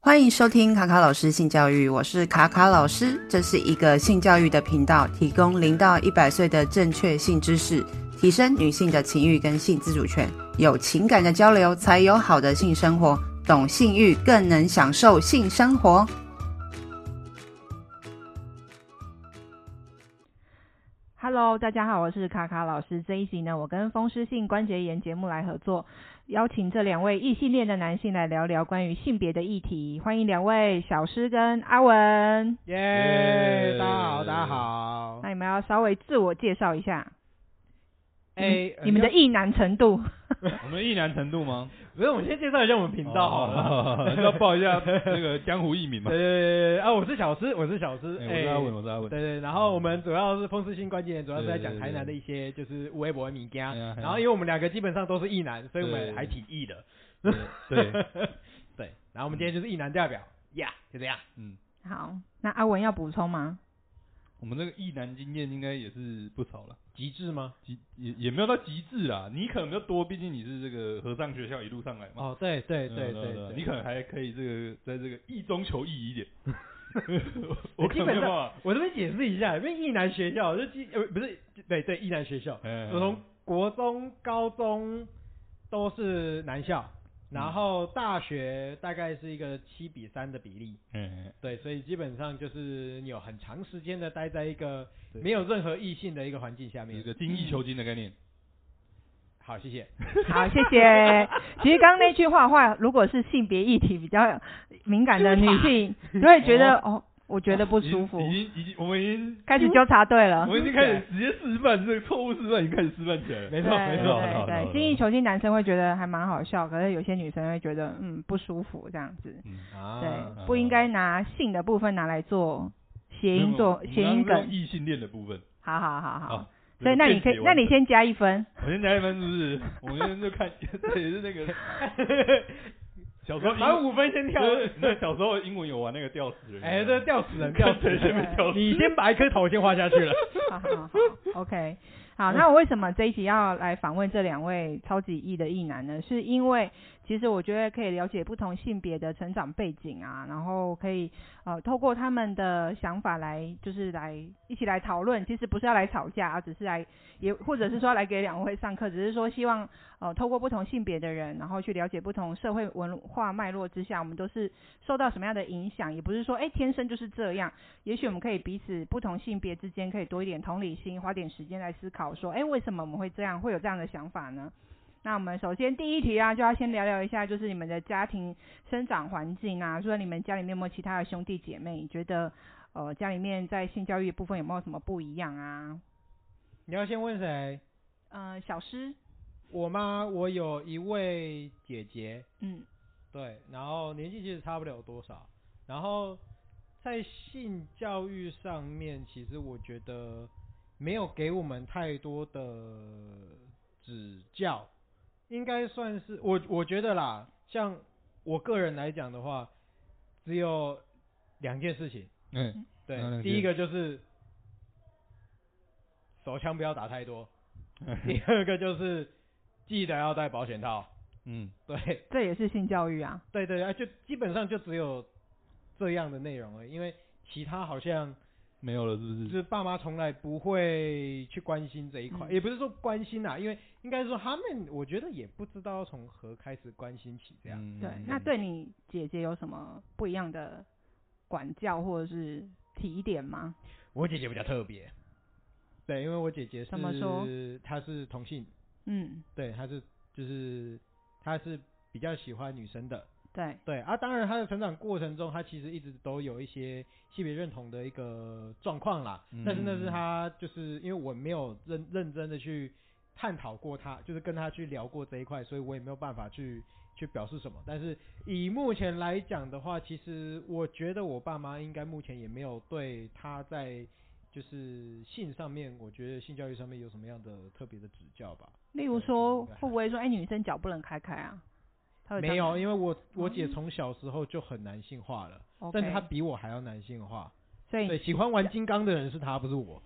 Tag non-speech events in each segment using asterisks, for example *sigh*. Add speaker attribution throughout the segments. Speaker 1: 欢迎收听卡卡老师性教育，我是卡卡老师，这是一个性教育的频道，提供零到一百岁的正确性知识，提升女性的情欲跟性自主权，有情感的交流才有好的性生活，懂性欲更能享受性生活。Hello，大家好，我是卡卡老师。这一集呢，我跟风湿性关节炎节目来合作，邀请这两位异性恋的男性来聊聊关于性别的议题。欢迎两位小诗跟阿文。
Speaker 2: 耶、
Speaker 3: 耶
Speaker 2: 大家好，大家好。
Speaker 1: 那你们要稍微自我介绍一下，
Speaker 2: 哎、呃
Speaker 1: 你们的异男程度。
Speaker 3: 我们意难程
Speaker 2: *laughs*
Speaker 3: 度吗？
Speaker 2: 不是，我们先介绍一下我们频道好了。
Speaker 3: 要报一下那个江湖艺名嘛
Speaker 2: 对对。对对啊，我是小诗，我是小诗，
Speaker 3: 哎
Speaker 2: 哎、
Speaker 3: 我是阿文，我是阿文。
Speaker 2: 对对，然后我们主要是风湿性关节炎，主要是在讲台南的一些就是微博米家。
Speaker 3: 对啊对啊
Speaker 2: 然后因为我们两个基本上都是异男，所以我
Speaker 3: 对
Speaker 2: 们还挺异的。
Speaker 3: 对
Speaker 2: *laughs*
Speaker 3: 对，
Speaker 2: 对，然后我们今天就是异男代表，呀、就这样。
Speaker 3: 嗯，
Speaker 1: 好，那阿文要补充吗？
Speaker 3: 我们这个意难经验应该也是不少了，
Speaker 2: 极致吗？
Speaker 3: 极也也没有到极致啦。你可能比较多，毕竟你是这个和尚学校一路上来嘛。
Speaker 2: 哦，对对
Speaker 3: 嗯
Speaker 2: 对对对，
Speaker 3: 你可能还可以这个在这个意中求异
Speaker 2: *laughs*
Speaker 3: 一点。我
Speaker 2: 我哎
Speaker 3: 可
Speaker 2: 基
Speaker 3: 能没
Speaker 2: 本
Speaker 3: 有办
Speaker 2: 上
Speaker 3: 法。
Speaker 2: 我这边解释一下，因为一男学校就基呃不是对对一男学校，
Speaker 3: 嗯
Speaker 2: 我从国中、高中都是男校，然后大学大概是一个七比三的比例，
Speaker 3: 嗯
Speaker 2: 对，所以基本上就是你有很长时间的待在一个
Speaker 3: 对
Speaker 2: 没有任何异性的一个环境下
Speaker 3: 哎有一
Speaker 2: 面。
Speaker 3: 个精益求精的概念。
Speaker 2: 好，谢谢。
Speaker 1: 好，谢谢。其实刚刚那句话话，如果是性别议题比较敏感的女
Speaker 2: *laughs*
Speaker 1: 性，就会觉得哦，我觉得不舒服，
Speaker 3: 已经已经已经，我们已经
Speaker 1: 开始纠察队
Speaker 2: 啊
Speaker 3: 我
Speaker 1: 了。
Speaker 3: 们已经开始直接示范这个错误示范，已经开始示范起来了。
Speaker 2: 没
Speaker 1: 对
Speaker 2: 错没
Speaker 1: 对
Speaker 2: 错，
Speaker 3: 好
Speaker 1: 对
Speaker 3: 好好
Speaker 1: 对，
Speaker 3: 好
Speaker 1: 精益求精，男生会觉得还蛮好笑，可是有些女生会觉得嗯不舒服这样子。
Speaker 3: 嗯
Speaker 2: 啊
Speaker 1: 对，不应该拿性的部分拿来做谐音做
Speaker 2: 嗯
Speaker 1: 谐音
Speaker 3: 跟
Speaker 1: 梗。
Speaker 3: 异性恋的部分。
Speaker 1: 好好好好
Speaker 3: 好。
Speaker 1: 所以那你可以，那你先加一分。
Speaker 3: 我先加一分是不是？我先就看， *laughs* 这也是那
Speaker 2: *laughs*
Speaker 3: 个小时候英
Speaker 2: 满
Speaker 3: 文，
Speaker 2: 五分先跳。
Speaker 3: 就是那小时候英文有玩那个吊死人，
Speaker 2: 哎，这吊死人，吊
Speaker 3: 吊
Speaker 2: 死
Speaker 3: 死
Speaker 2: 人！
Speaker 3: 人被吊死。
Speaker 2: 你先把一颗头先画下去了。 *laughs*
Speaker 1: 好好好，OK。好，那我为什么这一集要来访问这两位超级异的异男呢？是因为其实我觉得可以了解不同性别的成长背景啊，然后可以呃透过他们的想法来，就是来一起来讨论。其实不是要来吵架啊，只是来也或者是说来给两位上课，只是说希望呃透过不同性别的人，然后去了解不同社会文化脉络之下，我们都是受到什么样的影响，也不是说哎天生就是这样。也许我们可以彼此不同性别之间可以多一点同理心，花点时间来思考说，哎、为什么我们会这样，会有这样的想法呢？那我们首先第一题啊，就要先聊聊一下，就是你们的家庭生长环境啊，说你们家里面有没有其他的兄弟姐妹？你觉得呃家里面在性教育部分有没有什么不一样啊？
Speaker 2: 你要先问谁？
Speaker 1: 呃，小诗，
Speaker 2: 我妈，我有一位姐姐，
Speaker 1: 嗯，
Speaker 2: 对，然后年纪其实差不了多少，然后在性教育上面，其实我觉得没有给我们太多的指教，应该算是我我觉得啦，像我个人来讲的话，只有两件事情，
Speaker 3: 嗯，
Speaker 2: 对
Speaker 3: 哪，两
Speaker 2: 第一
Speaker 3: 件
Speaker 2: 个就是手枪不要打太
Speaker 3: *laughs*
Speaker 2: 多，第二个就是记得要带保险套，
Speaker 3: 嗯，
Speaker 2: 对。
Speaker 1: 这也是性教育啊，
Speaker 2: 对对，啊，就基本上就只有这样的内容而已，因为其他好像
Speaker 3: 没有了是不？
Speaker 2: 就是是爸妈从来不会去关心这一块，
Speaker 1: 嗯
Speaker 2: 也不是说关心啦、因为应该是说他们，我觉得也不知道从何开始关心起这样。
Speaker 3: 嗯
Speaker 1: 对。那对你姐姐有什么不一样的管教或者是提点吗？
Speaker 2: 我姐姐比较特别，对，因为我姐姐是
Speaker 1: 怎么说
Speaker 2: 她是同性，
Speaker 1: 嗯，
Speaker 2: 对，她是就是她是比较喜欢女生的，
Speaker 1: 对，
Speaker 2: 对啊，当然他的成长过程中，他其实一直都有一些性别认同的一个状况啦。
Speaker 3: 嗯
Speaker 2: 但是那是他就是因为我没有认认真的去探讨过他，就是跟他去聊过这一块，所以我也没有办法去去表示什么。但是以目前来讲的话，其实我觉得我爸妈应该目前也没有对他在就是性上面，我觉得性教育上面有什么样的特别的指教吧。
Speaker 1: 例如说，会不会说，哎、女生脚不能开开啊？她会这
Speaker 2: 没
Speaker 1: 样
Speaker 2: 有，因为我我姐
Speaker 1: 嗯
Speaker 2: 从小时候就很男性化了。
Speaker 1: o k
Speaker 2: 但是他比我还要男性化。
Speaker 1: 所以
Speaker 2: 对，喜欢玩金刚的人是他，不是我。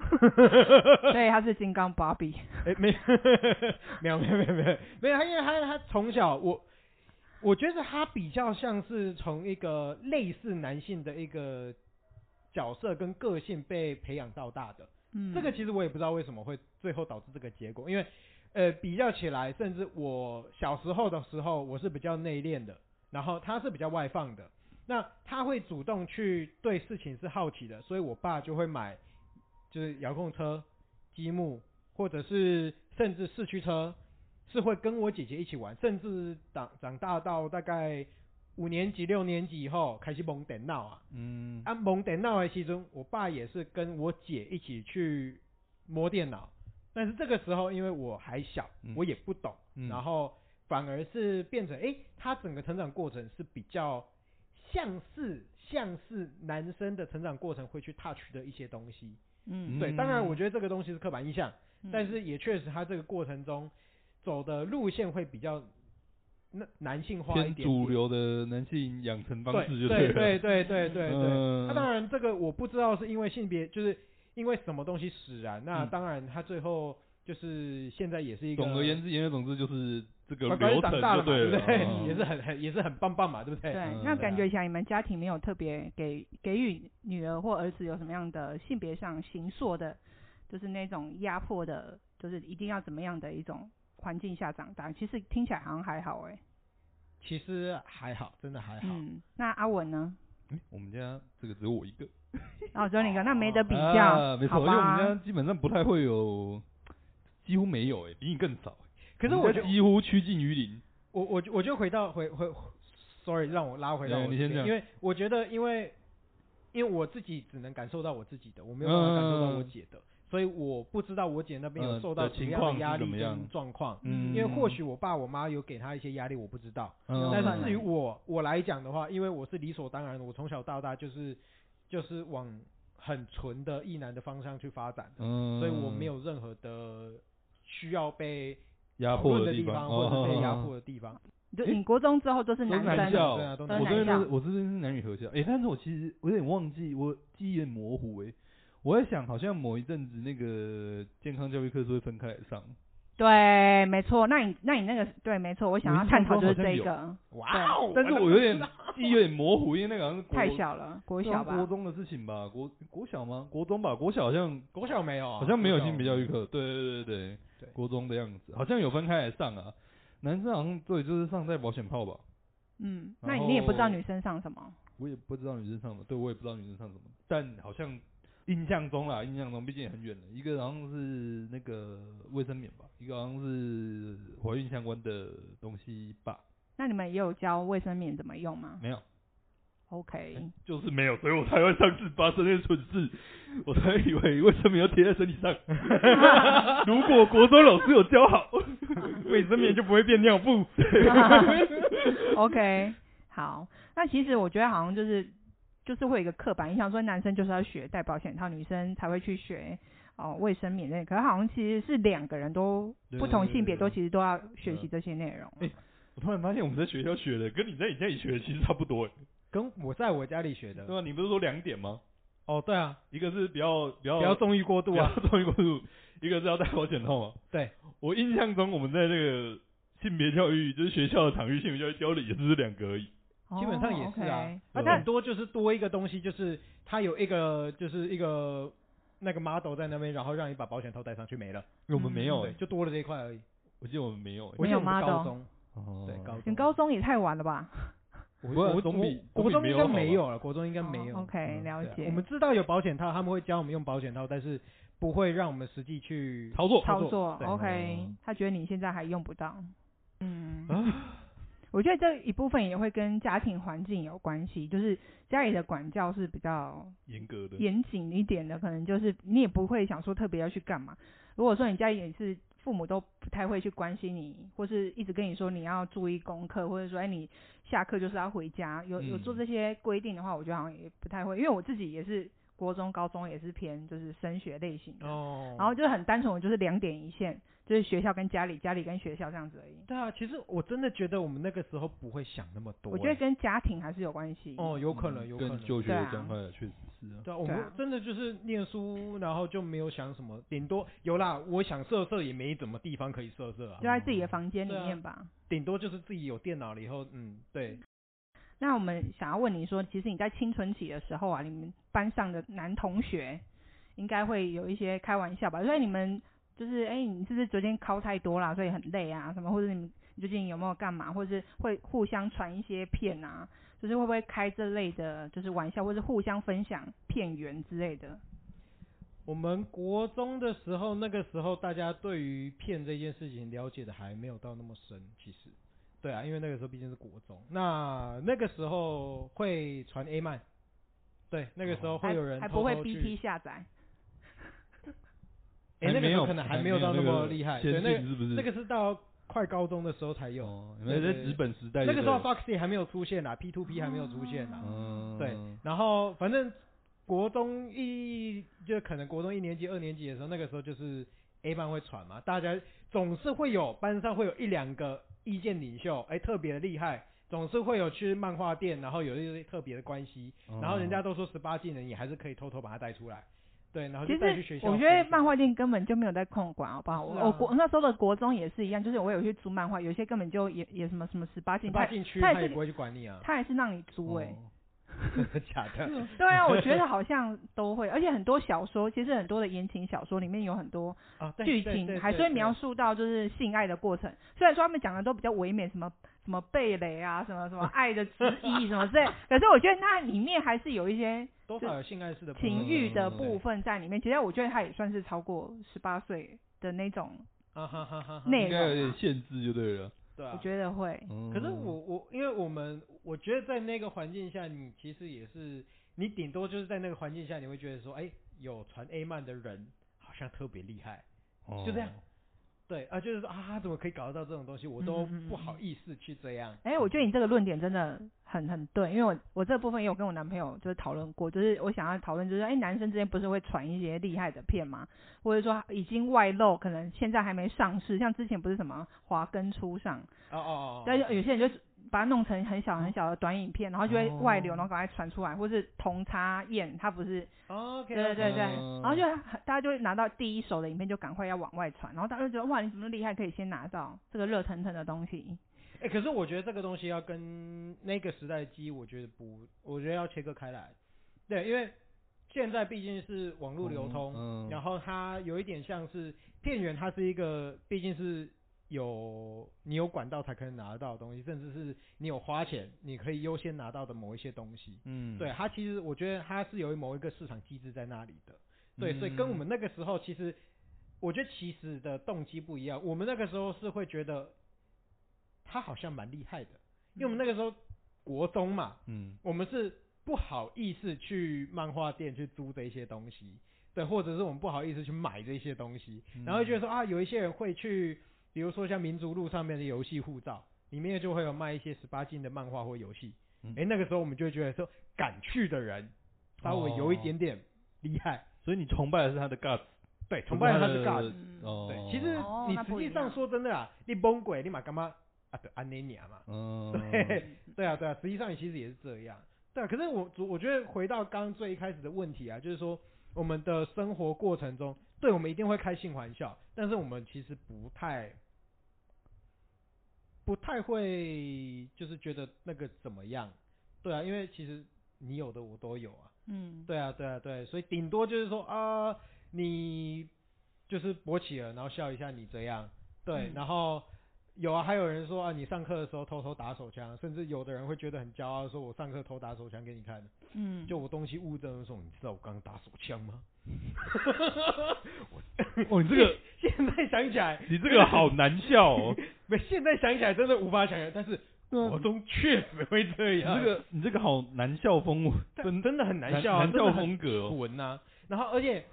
Speaker 1: 所以他是金刚芭比，
Speaker 2: *laughs* 哎、没没有没有没有没有没有，他因为他他从小我我觉得他比较像是从一个类似男性的一个角色跟个性被培养到大的。
Speaker 1: 嗯，
Speaker 2: 这个其实我也不知道为什么会最后导致这个结果，因为呃比较起来，甚至我小时候的时候我是比较内敛的，然后他是比较外放的，那他会主动去对事情是好奇的，所以我爸就会买就是遥控车、积木，或者是甚至四驱车，是会跟我姐姐一起玩，甚至长长大到大概五年级、六年级以后开始懵电闹啊，
Speaker 3: 嗯，
Speaker 2: 啊，蒙电脑的其中，我爸也是跟我姐一起去摸电脑，但是这个时候因为我还小，
Speaker 3: 嗯
Speaker 2: 我也不懂，
Speaker 3: 嗯
Speaker 2: 然后反而是变成，诶，他整个成长过程是比较像是像是男生的成长过程会去 touch 的一些东西，
Speaker 1: 嗯，
Speaker 2: 对，当然
Speaker 3: 嗯
Speaker 2: 我觉得这个东西是刻板印象，
Speaker 1: 嗯
Speaker 2: 但是也确实他这个过程中走的路线会比较男男性化一
Speaker 3: 偏
Speaker 2: 点点，
Speaker 3: 主流的男性养成方式就
Speaker 2: 对
Speaker 3: 了。
Speaker 2: 对对对对对。
Speaker 3: 嗯
Speaker 2: 啊那、当然，这个我不知道是因为性别，就是因为什么东西使然。那
Speaker 3: 嗯
Speaker 2: 当然，他最后就是现在也是一个，
Speaker 3: 总而言之，言而总之就是这个
Speaker 2: 乖乖
Speaker 3: 流程
Speaker 2: 长大了
Speaker 3: 就
Speaker 2: 嘛，对
Speaker 3: 了，
Speaker 2: 不对？
Speaker 3: 嗯
Speaker 2: 也是很 *laughs* 很也是很棒棒嘛，对不对？
Speaker 1: 对，
Speaker 3: 嗯
Speaker 1: 那
Speaker 2: 对
Speaker 1: 感
Speaker 2: 啊
Speaker 1: 觉起来你们家庭没有特别给给予女儿或儿子有什么样的性别上形塑的，就是那种压迫的，就是一定要怎么样的一种环境下长大。其实听起来好像还好哎、
Speaker 2: 其实还好，真的还好。
Speaker 1: 嗯，那阿文呢？
Speaker 3: 诶我们家这个只有我一个
Speaker 1: 哦，只有你一个，那没得比较，
Speaker 3: 啊，没错，
Speaker 1: 好
Speaker 3: 因为我们
Speaker 1: 吧？
Speaker 3: 家基本上不太会有，几乎没有哎，比你更少欸。
Speaker 2: 可是
Speaker 3: 我
Speaker 2: 我
Speaker 3: 们家
Speaker 2: 就
Speaker 3: 几乎趋近于零。
Speaker 2: 我我就我就回到回回，sorry，让我拉回到
Speaker 3: 对
Speaker 2: 我
Speaker 3: 哎你
Speaker 2: 这
Speaker 3: 先
Speaker 2: 边
Speaker 3: 讲
Speaker 2: 因为我觉得因为因为我自己只能感受到我自己的，我没有办法感受到我
Speaker 3: 嗯
Speaker 2: 姐的，所以我不知道我姐那边有
Speaker 3: 嗯
Speaker 2: 受到
Speaker 3: 的
Speaker 2: 什么
Speaker 3: 情
Speaker 2: 样
Speaker 3: 况
Speaker 2: 的
Speaker 3: 是
Speaker 2: 压
Speaker 3: 怎
Speaker 2: 力
Speaker 3: 么
Speaker 2: 跟
Speaker 3: 样
Speaker 2: 状况。
Speaker 1: 嗯
Speaker 2: 因为或许我爸我妈有给他一些压力，我不知道。
Speaker 1: 有
Speaker 3: 嗯，
Speaker 1: 可
Speaker 2: 但
Speaker 1: 能
Speaker 2: 是至于我我来讲的话，因为我是理所当然的，我从小到大就是就是往很纯的意男的方向去发展的，
Speaker 3: 嗯，
Speaker 2: 所以我没有任何的需要被
Speaker 3: 压
Speaker 2: 讨论
Speaker 3: 迫
Speaker 2: 的
Speaker 3: 地
Speaker 2: 方，
Speaker 3: 方，
Speaker 2: 或者
Speaker 3: 哦
Speaker 2: 被压。
Speaker 3: 哦哦
Speaker 2: 迫的地
Speaker 3: *laughs*
Speaker 2: 方。
Speaker 1: 就
Speaker 3: 诶
Speaker 1: 你国中之后都是
Speaker 3: 都
Speaker 1: 男
Speaker 3: 男
Speaker 1: 生，
Speaker 3: 校，
Speaker 2: 对啊都
Speaker 3: 但
Speaker 1: 男
Speaker 3: 我这边
Speaker 1: 校
Speaker 3: 是我这边是男女合校，哎、但是我其实我有点忘记，我记忆很模糊哎、我在想好像某一阵子那个健康教育课是会分开来上，
Speaker 1: 对，没错。那你那你那个对，没错，我想
Speaker 3: 我
Speaker 1: 要
Speaker 3: 印
Speaker 1: 探
Speaker 3: 象
Speaker 1: 讨
Speaker 3: 中
Speaker 1: 就是
Speaker 3: 好像
Speaker 1: 这
Speaker 3: 有
Speaker 1: 个，
Speaker 2: 哇哦！
Speaker 3: 但是我有点记忆有点模糊，因为那个好像是国
Speaker 1: 太小了，国小吧
Speaker 3: 国。中的事情吧，国国小吗？国中吧，国小好像
Speaker 2: 国小没有啊，
Speaker 3: 好像没有
Speaker 2: 国小
Speaker 3: 性别教育课，对对对对
Speaker 2: 对
Speaker 3: 国中的样子好像有分开来上啊，男生好像对就是上带保险套吧，
Speaker 1: 嗯，那
Speaker 3: 然
Speaker 1: 你也不知道
Speaker 3: 后
Speaker 1: 女生上什么。
Speaker 3: 我也不知道女生唱什么，对我也不知道女生唱什么，但好像印象中啦，印象中毕竟也很远了，一个好像是那个卫生棉吧，一个好像是怀孕相关的东西吧，
Speaker 1: 那你们也有教卫生棉怎么用吗
Speaker 3: 没有，
Speaker 1: *laughs*
Speaker 3: *laughs*
Speaker 1: ？OK， *laughs*
Speaker 3: 就是没有，所以我才会上次发 *laughs* 生那蠢事，我才以为卫生棉要贴在身体 *laughs* 上，如果国中老师有教好，卫生棉就不会变尿布，
Speaker 1: OK，好，那其实我觉得好像就是就是会有一个刻板印象，说男生就是要学戴保险套，女生才会去学哦卫生棉类。可是好像其实是两个人都
Speaker 3: 对
Speaker 1: 不
Speaker 3: 对
Speaker 1: 同
Speaker 3: 对
Speaker 1: 性别
Speaker 3: 对
Speaker 1: 都其实都要学
Speaker 3: 嗯
Speaker 1: 习这些内容。
Speaker 3: 哎我突然发现我们在学校学的跟你在你家里学的其实差不多、欸，
Speaker 2: 跟我在我家里学的
Speaker 3: 对。吧？啊你不是说两点吗？
Speaker 2: 嗯哦，对啊，
Speaker 3: 一个是比较比较
Speaker 2: 不要纵欲过度
Speaker 3: 对
Speaker 2: 啊
Speaker 3: 啊，，同一国度， *laughs* 一个是要戴保险套嘛。
Speaker 2: 对，
Speaker 3: 我印象中我们在这个性别教育，就是学校的场域性别教育教的也只是两个而已。
Speaker 2: 基本上也是啊
Speaker 1: o k
Speaker 2: 它
Speaker 3: 对
Speaker 2: 顶多就是多一个东西，就是它有一个就是一个那个 model 在那边，然后让你把保险套戴上去没了，
Speaker 3: 因为我们没有
Speaker 1: 嗯
Speaker 3: 哎、
Speaker 2: 对，就多了这一块而已。
Speaker 3: 我记得我们没有哎、
Speaker 2: 我
Speaker 1: 没
Speaker 2: 记
Speaker 1: 有
Speaker 2: 得我们
Speaker 1: model
Speaker 2: 高中，
Speaker 3: 哦
Speaker 2: 对高
Speaker 1: 你
Speaker 2: 中，
Speaker 1: 高中也太晚了吧？
Speaker 2: 我
Speaker 3: 不过
Speaker 2: 我
Speaker 3: 总比
Speaker 2: 我
Speaker 3: 总比
Speaker 2: 国中
Speaker 3: 没
Speaker 2: 应该没
Speaker 3: 有好吧
Speaker 2: 有了，国中应该没有。
Speaker 1: 哦 OK，
Speaker 3: 嗯
Speaker 1: 了
Speaker 2: 对啊
Speaker 1: 解。
Speaker 2: 我们知道有保险套，他们会教我们用保险套，但是不会让我们实际去。
Speaker 3: 操作
Speaker 1: 操
Speaker 2: 作
Speaker 1: 作
Speaker 2: 对
Speaker 1: OK，
Speaker 3: 嗯
Speaker 1: 他觉得你现在还用不到。嗯，
Speaker 2: 啊
Speaker 1: 我觉得这一部分也会跟家庭环境有关系，就是家里的管教是比较
Speaker 3: 严格的，
Speaker 1: 严谨一点的，可能就是你也不会想说特别要去干嘛。如果说你家里也是父母都不太会去关心你，或是一直跟你说你要注意功课，或者说哎你下课就是要回家，有有做
Speaker 3: 嗯
Speaker 1: 这些规定的话，我觉得好像也不太会，因为我自己也是。国中、高中也是偏就是升学类型的，
Speaker 2: 哦，
Speaker 1: 然后就很单纯，我就是两点一线，就是学校跟家里，家里跟学校这样子而已。
Speaker 2: 对啊，其实我真的觉得我们那个时候不会想那么多欸、
Speaker 1: 我觉得跟家庭还是有关系。
Speaker 2: 哦，有可能，有可能
Speaker 3: 嗯跟。就学
Speaker 1: 对
Speaker 3: 的
Speaker 1: 啊
Speaker 3: 状态确实是啊。
Speaker 2: 对啊，我
Speaker 1: 对
Speaker 2: 们
Speaker 1: 啊
Speaker 2: 真的就是念书，然后就没有想什么，顶多有啦，我想色色也没怎么地方可以色色啊
Speaker 1: 就，在自己的房间里
Speaker 2: 对啊
Speaker 1: 面吧。
Speaker 2: 顶多就是自己有电脑了以后，嗯，对，
Speaker 1: 那我们想要问你说，其实你在青春期的时候啊，你们班上的男同学应该会有一些开玩笑吧？所以你们就是，哎、你是不是昨天考太多啦，所以很累啊？什么，或者你们你最近有没有干嘛？或者是会互相传一些片啊？就是会不会开这类的，就是玩笑，或是互相分享片源之类的？
Speaker 2: 我们国中的时候，那个时候大家对于骗这件事情了解的还没有到那么深，其实，对啊，因为那个时候毕竟是国中，那那个时候会传 A 漫，对，那个时候会有人
Speaker 1: 哦还还
Speaker 2: 偷
Speaker 1: 不会
Speaker 2: 偷去
Speaker 1: BT 下载？
Speaker 2: 哎、那个时候
Speaker 3: 有，
Speaker 2: 可能还
Speaker 3: 还
Speaker 2: 没有到
Speaker 3: 那
Speaker 2: 那么
Speaker 3: 个
Speaker 2: 厉害，对，
Speaker 3: 先
Speaker 2: 那
Speaker 3: 进
Speaker 2: 个
Speaker 3: 是不是？
Speaker 2: 那个是到快高中的时候才有，
Speaker 3: 哦，
Speaker 2: 对
Speaker 3: 那在
Speaker 2: 对
Speaker 3: 纸本时代
Speaker 2: 那个时候
Speaker 3: 对
Speaker 2: Foxy 还没有出现啦，P 啊 to P 还没有出现啊啦，
Speaker 3: 嗯，
Speaker 2: 对，然后反正国中一就可能国中一年级、二年级的时候，那个时候就是 A 班会传嘛，大家总是会有班上会有一两个意见领袖，哎、特别厉害，总是会有去漫画店，然后有一些特别的关系，
Speaker 3: 哦
Speaker 2: 然后人家都说十八禁了，你还是可以偷偷把它带出来，对，然后
Speaker 1: 其
Speaker 2: 就带去学
Speaker 1: 实
Speaker 2: 校分享。
Speaker 1: 我觉得漫画店根本就没有在控管，好不好？我、
Speaker 2: 是啊
Speaker 1: 我国那时候的国中也是一样，就是我有去租漫画，有些根本就也也什么什么十八
Speaker 2: 十
Speaker 1: 禁，
Speaker 2: 八
Speaker 1: 他
Speaker 2: 禁区
Speaker 1: 它也
Speaker 2: 他也
Speaker 1: 是
Speaker 2: 不会去管你啊，
Speaker 1: 他也是让你租
Speaker 2: *laughs*
Speaker 1: 哎、
Speaker 2: 真的 *laughs* 假的？
Speaker 1: 对啊，我觉得好像都会，而且很多小说，其实很多的言情小说里面有很多
Speaker 2: 啊，对
Speaker 1: 剧
Speaker 2: 对对
Speaker 1: 情，还
Speaker 2: 对
Speaker 1: 是会
Speaker 2: 对
Speaker 1: 描述到就是性爱的过程。虽然说他们讲的都比较唯美，什么什么贝雷啊，什么
Speaker 2: *laughs*
Speaker 1: 什么爱的之意什么之类，可是我觉得那里面还是有一些
Speaker 2: 多少有性暗示的部分
Speaker 1: 情欲的部
Speaker 2: 对
Speaker 1: 分在里面。其实我觉得他也算是超过十八岁的那种
Speaker 2: 啊哈哈哈哈
Speaker 1: 内
Speaker 3: 应该有
Speaker 1: 容
Speaker 3: 点
Speaker 1: 啊、
Speaker 3: 限制就对了。嗯
Speaker 2: 对啊
Speaker 1: 我觉得会。
Speaker 2: 可
Speaker 3: 可
Speaker 2: 是我我因为我们我觉得在那个环境下，你其实也是你顶多就是在那个环境下，你会觉得说，哎、有传 A 漫的人好像特别厉害，
Speaker 3: 哦
Speaker 2: 就这样对啊，就是说啊，他怎么可以搞得到这种东西，我都
Speaker 1: 嗯嗯嗯
Speaker 2: 不好意思去这样。
Speaker 1: 哎、我觉得你这个论点真的很很对，因为我我这部分也有跟我男朋友就是讨论过，就是我想要讨论就是，哎、男生之间不是会传一些厉害的片吗？或者说已经外露，可能现在还没上市，像之前不是什么华根初上，
Speaker 2: 哦哦哦，
Speaker 1: 但有有些人就嗯把它弄成很小很小的短影片，然后就会外
Speaker 2: 哦
Speaker 1: 流，然后赶快传出来，或是同插燕，它不是
Speaker 2: OK，
Speaker 1: 对对对，
Speaker 3: 嗯
Speaker 1: 然后就很大家就会拿到第一手的影片，就赶快要往外传，然后大家就觉得哇，你怎么厉害，可以先拿到这个热腾腾的东西。
Speaker 2: 哎、可是我觉得这个东西要跟那个时代的记忆，我觉得不，我觉得要切割开来。对，因为现在毕竟是网络流通，
Speaker 3: 嗯
Speaker 2: 然后它有一点像是店员，它是一个毕竟是有你有管道才可以拿得到的东西，甚至是你有花钱你可以优先拿到的某一些东西。
Speaker 3: 嗯，
Speaker 2: 对，它其实我觉得它是有某一个市场机制在那里的。
Speaker 3: 嗯
Speaker 2: 对，所以跟我们那个时候其实，我觉得起始的动机不一样。我们那个时候是会觉得他好像蛮厉害的，因为我们那个时候国中嘛，
Speaker 3: 嗯
Speaker 2: 我们是不好意思去漫画店去租这些东西，对，或者是我们不好意思去买这些东西，
Speaker 3: 嗯
Speaker 2: 然后就觉得说啊，有一些人会去，比如说像民族路上面的游戏护照，里面就会有卖一些十八禁的漫画或游戏
Speaker 3: 嗯。
Speaker 2: 哎、那个时候我们就会觉得说，敢去的人稍微有一点点厉害。
Speaker 3: 所以你崇拜的是他的 guts
Speaker 2: 对，
Speaker 3: 崇
Speaker 2: 崇拜
Speaker 3: 拜
Speaker 2: 他
Speaker 3: 他
Speaker 2: 是
Speaker 3: 的
Speaker 2: God。
Speaker 1: 嗯
Speaker 3: 哦。
Speaker 2: 对，其实
Speaker 1: 哦
Speaker 2: 你
Speaker 1: 那不
Speaker 2: 实
Speaker 1: 一
Speaker 2: 际上
Speaker 1: 样
Speaker 2: 说真的啊，你崩溃，你嘛干嘛啊？对，安尼尔嘛。
Speaker 3: 嗯，
Speaker 2: 对，对啊，对啊，实际上其实也是这样。对啊、可是我我觉得回到刚刚最一开始的问题啊，就是说我们的生活过程中，对我们一定会开性玩笑，但是我们其实不太不太会，就是觉得那个怎么样？对啊，因为其实你有的我都有啊。
Speaker 1: 嗯，
Speaker 2: 对啊，对啊，对，所以顶多就是说啊、你就是勃起了，然后笑一下你这样，对，
Speaker 1: 嗯
Speaker 2: 然后有啊，还有人说啊，你上课的时候偷偷打手枪，甚至有的人会觉得很骄傲，说我上课偷打手枪给你看，
Speaker 1: 嗯，
Speaker 2: 就我东西物证的时候，你知道我刚刚打手枪
Speaker 3: *laughs*
Speaker 2: 吗？
Speaker 3: 哦，你这个
Speaker 2: *laughs* 现在想起来，
Speaker 3: 你这个好难
Speaker 2: *laughs*
Speaker 3: 笑哦，
Speaker 2: 没，现在想起来真的无法想象，但是
Speaker 3: 啊
Speaker 2: 国中确实会啊这
Speaker 3: 你
Speaker 2: 样，
Speaker 3: 这个你这个好难笑风，
Speaker 2: 真真的很难
Speaker 3: 难
Speaker 2: 笑、啊，
Speaker 3: 难
Speaker 2: 真的
Speaker 3: 笑
Speaker 2: 很
Speaker 3: 风格哦，
Speaker 2: 文呐、然后而且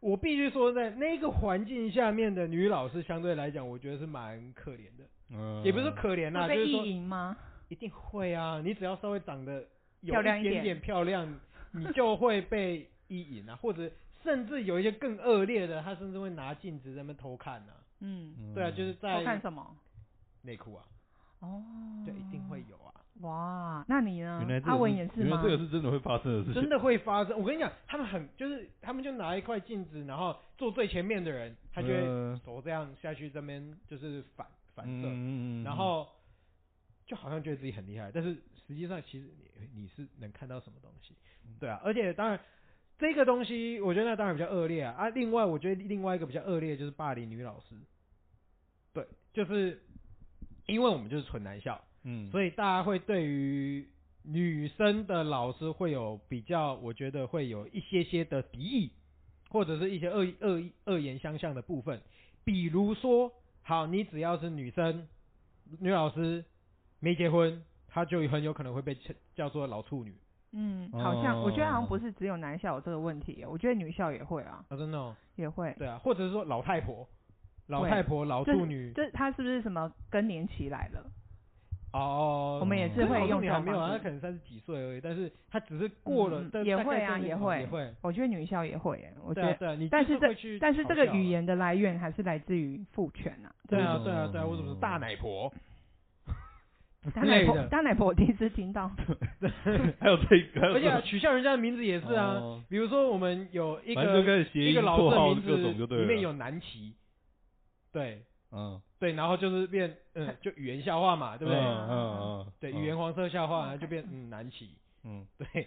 Speaker 2: 我必须说，在那个环境下面的女老师相对来讲，我觉得是蛮可怜的，
Speaker 3: 嗯
Speaker 2: 也不是说可怜啦、
Speaker 1: 会
Speaker 2: 就是
Speaker 1: 被
Speaker 2: 说
Speaker 1: 意淫吗？
Speaker 2: 一定会啊，你只要稍微长得有
Speaker 1: 漂亮一
Speaker 2: 点
Speaker 1: 点
Speaker 2: 点漂亮，你就会被意淫啊，或者甚至有一些更恶劣的，他甚至会拿镜子在那边偷看呐、
Speaker 1: 嗯，
Speaker 3: 嗯
Speaker 2: 对啊，就是
Speaker 1: 偷看
Speaker 2: 在
Speaker 1: 什么？
Speaker 2: 内裤啊，
Speaker 1: 哦，
Speaker 2: 对，一定会有啊，
Speaker 1: 哇，那你呢
Speaker 3: 原来？这
Speaker 1: 阿
Speaker 3: 个
Speaker 1: 文
Speaker 3: 是
Speaker 1: 也是
Speaker 3: 原来
Speaker 1: 吗
Speaker 3: 这？个是真的会发生的事情，
Speaker 2: 真的会发生。我跟你讲，他们很就是他们就拿一块镜子，然后坐最前面的人，他就会
Speaker 3: 嗯
Speaker 2: 手这样下去这边就是反反射，
Speaker 3: 嗯
Speaker 2: 然后就好像觉得自己很厉害，但是实际上其实你你是能看到什么东西
Speaker 3: 嗯，
Speaker 2: 对啊，而且当然这个东西我觉得那当然比较恶劣啊啊，另外我觉得另外一个比较恶劣就是霸凌女老师，对，就是因为我们就是纯男校，
Speaker 3: 嗯，以
Speaker 2: 所以大家会对于女生的老师会有比较，我觉得会有一些些的敌意，或者是一些恶意恶意恶言相向的部分。比如说，好，你只要是女生，女老师没结婚，她就很有可能会被称叫做老处女。
Speaker 1: 嗯，好像我觉得好像
Speaker 3: 哦
Speaker 1: 不是只有男校有这个问题，我觉得女校也会啊，
Speaker 2: 啊，真的、哦？
Speaker 1: 也会。
Speaker 2: 对啊，或者是说老太婆、老
Speaker 1: 对
Speaker 2: 太婆、老
Speaker 1: 这
Speaker 2: 处女。
Speaker 1: 这他是不是什么更年期来了？
Speaker 2: 哦，
Speaker 1: 我们也
Speaker 3: 嗯
Speaker 1: 是
Speaker 2: 可
Speaker 1: 会
Speaker 2: 老处
Speaker 1: 用
Speaker 2: 女
Speaker 1: 这
Speaker 2: 还
Speaker 1: 种
Speaker 2: 没有
Speaker 1: 方
Speaker 2: 啊，她
Speaker 1: 式。
Speaker 2: 可能三十几岁而已，但是她只是过了
Speaker 1: 嗯，
Speaker 2: 但
Speaker 1: 也
Speaker 2: 大概
Speaker 1: 会啊
Speaker 2: 在那
Speaker 1: 也
Speaker 2: 个
Speaker 1: 会
Speaker 2: 也会。
Speaker 1: 我觉得女校也会耶，我觉
Speaker 2: 对啊
Speaker 1: 得。
Speaker 2: 对啊，你
Speaker 1: 但
Speaker 2: 就是
Speaker 1: 这
Speaker 2: 会去
Speaker 1: 但是这个
Speaker 2: 嘲笑
Speaker 1: 语
Speaker 2: 啊，
Speaker 1: 言的来源还是来自于父权啊。
Speaker 2: 对啊对啊对啊，
Speaker 3: 嗯
Speaker 2: 我怎么是大奶婆之
Speaker 1: 大奶
Speaker 2: 类
Speaker 1: 婆，
Speaker 2: 的，
Speaker 1: 大奶婆我第一次听到。
Speaker 3: 还有这嗯个，还有
Speaker 2: 而且啊
Speaker 3: 这个
Speaker 2: 取笑人家的名字也是啊，
Speaker 3: 哦
Speaker 2: 比如说我们有一
Speaker 3: 反正就
Speaker 2: 个
Speaker 3: 开始谐
Speaker 2: 一
Speaker 3: 音
Speaker 2: 个老
Speaker 3: 绰
Speaker 2: 师的
Speaker 3: 号
Speaker 2: 名
Speaker 3: 各种
Speaker 2: 字
Speaker 3: 就对了，
Speaker 2: 里面有南齐，对
Speaker 3: 嗯，
Speaker 2: 对，然后就是变嗯就语言笑话嘛，对不对？
Speaker 3: 嗯嗯嗯，
Speaker 2: 对
Speaker 3: 嗯
Speaker 2: 语言，黄色笑话，
Speaker 1: 嗯
Speaker 2: 然后就变嗯南齐，
Speaker 3: 嗯，
Speaker 2: 对，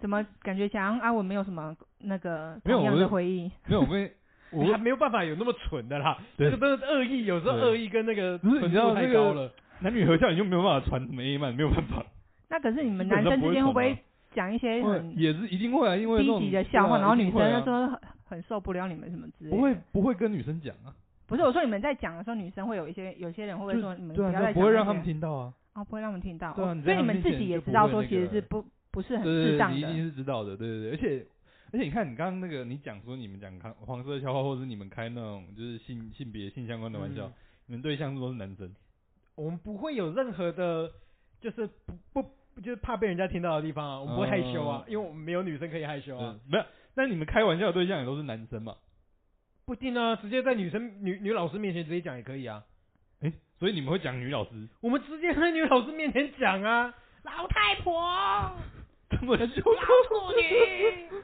Speaker 1: 怎么感觉讲阿文没有什么那个
Speaker 3: 没有
Speaker 1: 同样
Speaker 3: 我
Speaker 1: 的
Speaker 3: 是
Speaker 1: 回忆？
Speaker 3: 没有，
Speaker 2: *laughs*
Speaker 3: 我跟你我
Speaker 2: 还没有办法有那么蠢的啦，
Speaker 3: 对
Speaker 2: 这个真的是恶意，有时候
Speaker 3: 对
Speaker 2: 恶意跟那个
Speaker 3: 不是你
Speaker 2: 纯
Speaker 3: 知道
Speaker 2: 度太
Speaker 3: 那
Speaker 2: 高
Speaker 3: 个
Speaker 2: 了，
Speaker 3: 男女合校你就没有办法传什么 A 漫，没有办法，
Speaker 1: 那可是你们
Speaker 3: 基
Speaker 1: 男
Speaker 3: 本
Speaker 1: 生
Speaker 3: 上不
Speaker 1: 之
Speaker 3: 会
Speaker 1: 间会不
Speaker 3: 传啊
Speaker 1: 会讲一
Speaker 2: 哎
Speaker 1: 些很
Speaker 3: 也是一定会啊，因为那
Speaker 1: 低
Speaker 3: 种啊
Speaker 1: 级的笑话，然后女生就
Speaker 3: 就
Speaker 1: 说很很受不了你们什么之类的？
Speaker 3: 不会不会跟女生讲啊，
Speaker 1: 不是我说你们在讲的时候，女生会有一些有些人会不会
Speaker 3: 就
Speaker 1: 说你们
Speaker 3: 对
Speaker 1: 要
Speaker 3: 啊，
Speaker 1: 再
Speaker 3: 就
Speaker 1: 讲
Speaker 3: 不会
Speaker 1: 那
Speaker 3: 让
Speaker 1: 些
Speaker 3: 他们听
Speaker 2: *laughs*
Speaker 3: 到啊，
Speaker 1: 哦，不会让我们听到，
Speaker 3: 对啊
Speaker 1: 哦
Speaker 3: 你
Speaker 1: 所
Speaker 3: 在
Speaker 1: 以
Speaker 3: 他
Speaker 1: 你
Speaker 3: 们
Speaker 1: 们自
Speaker 3: 面前
Speaker 1: 己也
Speaker 3: 就
Speaker 1: 知
Speaker 3: 不
Speaker 1: 道
Speaker 3: 会
Speaker 1: 说
Speaker 3: 那
Speaker 1: 其实
Speaker 3: 个
Speaker 1: 是不不是很
Speaker 3: 对
Speaker 1: 适
Speaker 3: 对对，
Speaker 1: 当
Speaker 3: 你一定
Speaker 1: 的，
Speaker 3: 是知道的，对对对，而且而且你看你刚刚那个，你讲说你们讲开黄色笑话，或者是你们开那种就是性性别性相关的玩笑，
Speaker 2: 嗯
Speaker 3: 你们对象都是男生，
Speaker 2: 我们不会有任何的，就是不不就是怕被人家听到的地方啊，我们不会害羞啊，
Speaker 3: 嗯
Speaker 2: 因为我们没有女生可以害羞啊
Speaker 3: 嗯，，没有，那你们开玩笑的对象也都是男生嘛？
Speaker 2: 不一定啊，直接在女生女女老师面前直接讲也可以啊，
Speaker 3: 诶，所以你们会讲女老师
Speaker 2: 我们直接在女老师面前讲啊，
Speaker 1: 老太婆、
Speaker 3: 这么羞
Speaker 1: 处女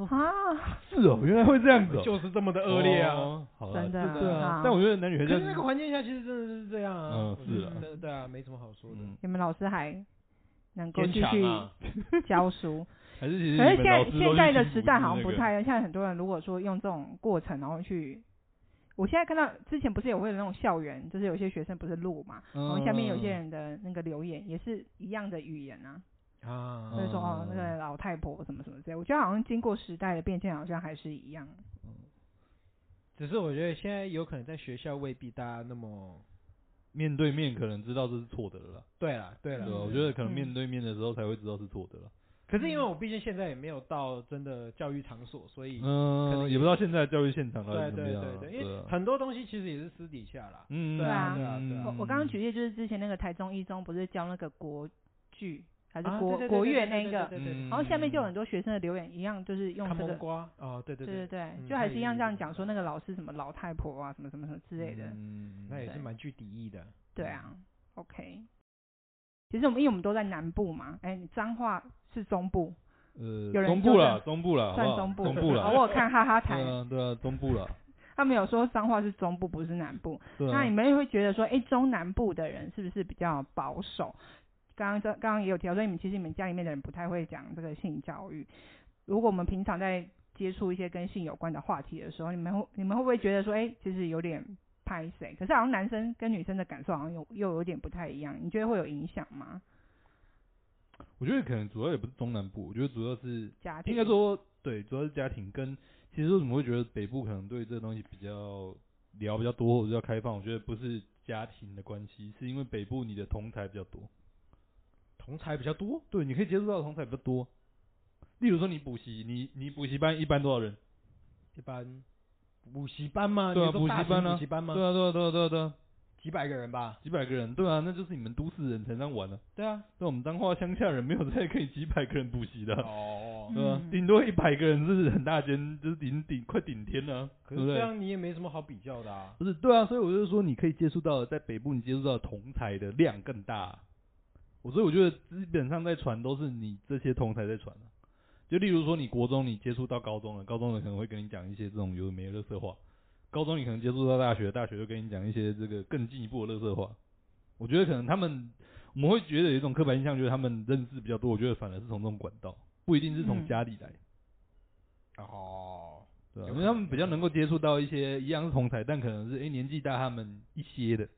Speaker 1: 啊，
Speaker 3: 耻哦，原来会这样子、哦，
Speaker 2: *laughs* 就是这么的恶劣啊。
Speaker 3: 哦，好啦
Speaker 1: 真的
Speaker 2: 是的
Speaker 3: 对
Speaker 1: 啊
Speaker 3: 啊，但我觉得男女
Speaker 2: 可
Speaker 3: 合校
Speaker 2: 是那个环境下，其实真的是这样啊。
Speaker 3: 嗯
Speaker 2: 我觉得
Speaker 3: 是啊
Speaker 2: 对对啊，没什么好说的。
Speaker 3: 嗯，
Speaker 1: 你们老师还能够
Speaker 2: 坚
Speaker 1: 继
Speaker 2: 强
Speaker 1: 续
Speaker 2: 啊，
Speaker 1: 教
Speaker 3: *laughs*
Speaker 1: 书，
Speaker 3: 还是其实
Speaker 1: 可
Speaker 3: 你
Speaker 1: 是现
Speaker 3: 们老
Speaker 1: 在
Speaker 3: 师都是
Speaker 1: 现在的
Speaker 3: 幸福
Speaker 1: 时代好像
Speaker 3: 是那
Speaker 1: 不
Speaker 3: 个
Speaker 1: 太一样，现在很多人如果说用这种过程然后去。我现在看到之前不是也会有那种校园，就是有些学生不是录嘛，然后下面有些
Speaker 2: 嗯
Speaker 3: 嗯
Speaker 1: 人的那个留言也是一样的语言啊，
Speaker 3: 嗯
Speaker 2: 啊，
Speaker 1: 所以说哦那个老太婆什么什么之类，我觉得好像经过时代的变迁，好像还是一样。
Speaker 2: 只是我觉得现在有可能在学校未必大家那么。
Speaker 3: 面对面可能知道这是错的了啦，
Speaker 2: 对了，对
Speaker 3: 对
Speaker 2: 了
Speaker 3: 吧，
Speaker 1: 嗯
Speaker 3: 我觉得可能
Speaker 1: 嗯
Speaker 3: 面对面的时候才会知道是错的了，
Speaker 2: 可是因为我毕竟现在也没有到真的教育场所，所以可能
Speaker 3: 嗯，
Speaker 2: 也
Speaker 3: 也不知道现在教育现场到底
Speaker 2: 对
Speaker 3: 是怎么
Speaker 2: 对
Speaker 3: 样
Speaker 2: 对
Speaker 3: 啊，
Speaker 2: 对，因为
Speaker 3: 啊
Speaker 2: 很多东西其实也是私底下啦。
Speaker 3: 嗯，
Speaker 2: 对
Speaker 1: 啊
Speaker 2: 对啊对啊
Speaker 1: 我我刚刚举例就是之前那个台中一中不是教那个国剧还是
Speaker 2: 啊
Speaker 1: 国
Speaker 2: 对对对
Speaker 1: 国
Speaker 2: 对
Speaker 1: 乐
Speaker 2: 对
Speaker 1: 那
Speaker 2: 对
Speaker 1: 个，
Speaker 3: 嗯
Speaker 2: 对嗯对对
Speaker 1: 然后下面就有很
Speaker 3: 多，
Speaker 1: 多学生的留言一样，就是用
Speaker 2: 看
Speaker 1: 这
Speaker 2: 蒙
Speaker 1: 个。
Speaker 2: 瓜哦，对对
Speaker 1: 对
Speaker 2: 对
Speaker 1: 对，对，
Speaker 2: 嗯
Speaker 1: 就还是一样这
Speaker 2: 它也
Speaker 1: 样讲说那个老师什么老太婆啊，什么什么什么之类的，
Speaker 3: 嗯，
Speaker 2: 那也是
Speaker 1: 对
Speaker 2: 蛮具敌意的。
Speaker 1: 对啊，OK。其实我们因为我们都在南部嘛，哎、你彰化是中部，
Speaker 3: 呃，
Speaker 1: 有人
Speaker 3: 中
Speaker 1: 就
Speaker 3: 部
Speaker 1: 是
Speaker 3: 啦，中部啦，好
Speaker 1: 算
Speaker 3: 不好
Speaker 1: 中部，
Speaker 3: 中部
Speaker 1: 啊
Speaker 3: 啦，
Speaker 1: 我有看哈哈
Speaker 3: *laughs*
Speaker 1: 台，
Speaker 3: 对啊，对啊，中部啦，
Speaker 1: 他们有说彰化是中部，不是南部。
Speaker 3: 对
Speaker 1: 那
Speaker 3: 啊
Speaker 1: 你，们会觉得说，哎、中南部的人是不是比较保守？刚刚这刚刚也有提到说，你们其实你们家里面的人不太会讲这个性教育。如果我们平常在接触一些跟性有关的话题的时候，你们会你们会不会觉得说，哎、其实有点拍谁？可是好像男生跟女生的感受好像有又有点不太一样，你觉得会有影响吗？
Speaker 3: 我觉得可能主要也不是中南部，我觉得主要是
Speaker 1: 家庭
Speaker 3: 应该说，对，主要是家庭跟其实为什么会觉得北部可能对这个东西比较聊比较多或者比较开放，我觉得不是家庭的关系，是因为北部你的同才比较多，
Speaker 2: 同才比较多，
Speaker 3: 对，你可以接触到的同才比较多。例如说你补习，你你补习班一般多少人？
Speaker 2: 一般补习班吗？
Speaker 3: 对啊
Speaker 2: 你说大型
Speaker 3: 补习班啊
Speaker 2: 补习班
Speaker 3: 对
Speaker 2: 吗？
Speaker 3: 啊对啊对啊对啊对啊，
Speaker 2: 几百个人吧。
Speaker 3: *laughs* 几百个人，对啊，那就是你们都市人才这样玩的、啊。
Speaker 2: 对啊。
Speaker 3: 那我们彰化乡下人没有在可以几百个人补习的啊、
Speaker 2: 哦
Speaker 3: 好，对吧？顶多一百个人是很大间，就是顶顶快顶天了、啊，
Speaker 2: 可
Speaker 3: 对
Speaker 2: 是
Speaker 3: 不
Speaker 2: 这
Speaker 3: 对？
Speaker 2: 样你也没什么好比较的啊。
Speaker 3: 不是，对啊，所以我就说，你可以接触到的，在北部你接触到的同才的量更大。啊我所以我觉得基本上在传都是你这些同才在传、啊、就例如说你国中你接触到高中了，高中人可能会跟你讲一些这种有的没的乐色话，高中你可能接触到大学，大学就跟你讲一些这个更进一步的乐色话。我觉得可能他们我们会觉得有一种刻板印象，就是他们认识比较多，我觉得反而是从这种管道，不一定是从
Speaker 1: 嗯
Speaker 3: 家里来。
Speaker 2: 哦，
Speaker 3: 对啊，
Speaker 2: 有
Speaker 3: 因
Speaker 2: 可
Speaker 3: 为他
Speaker 2: 能
Speaker 3: 们比较能够接触到一些一样是同才，但可能是哎、诶年纪大他们一些的，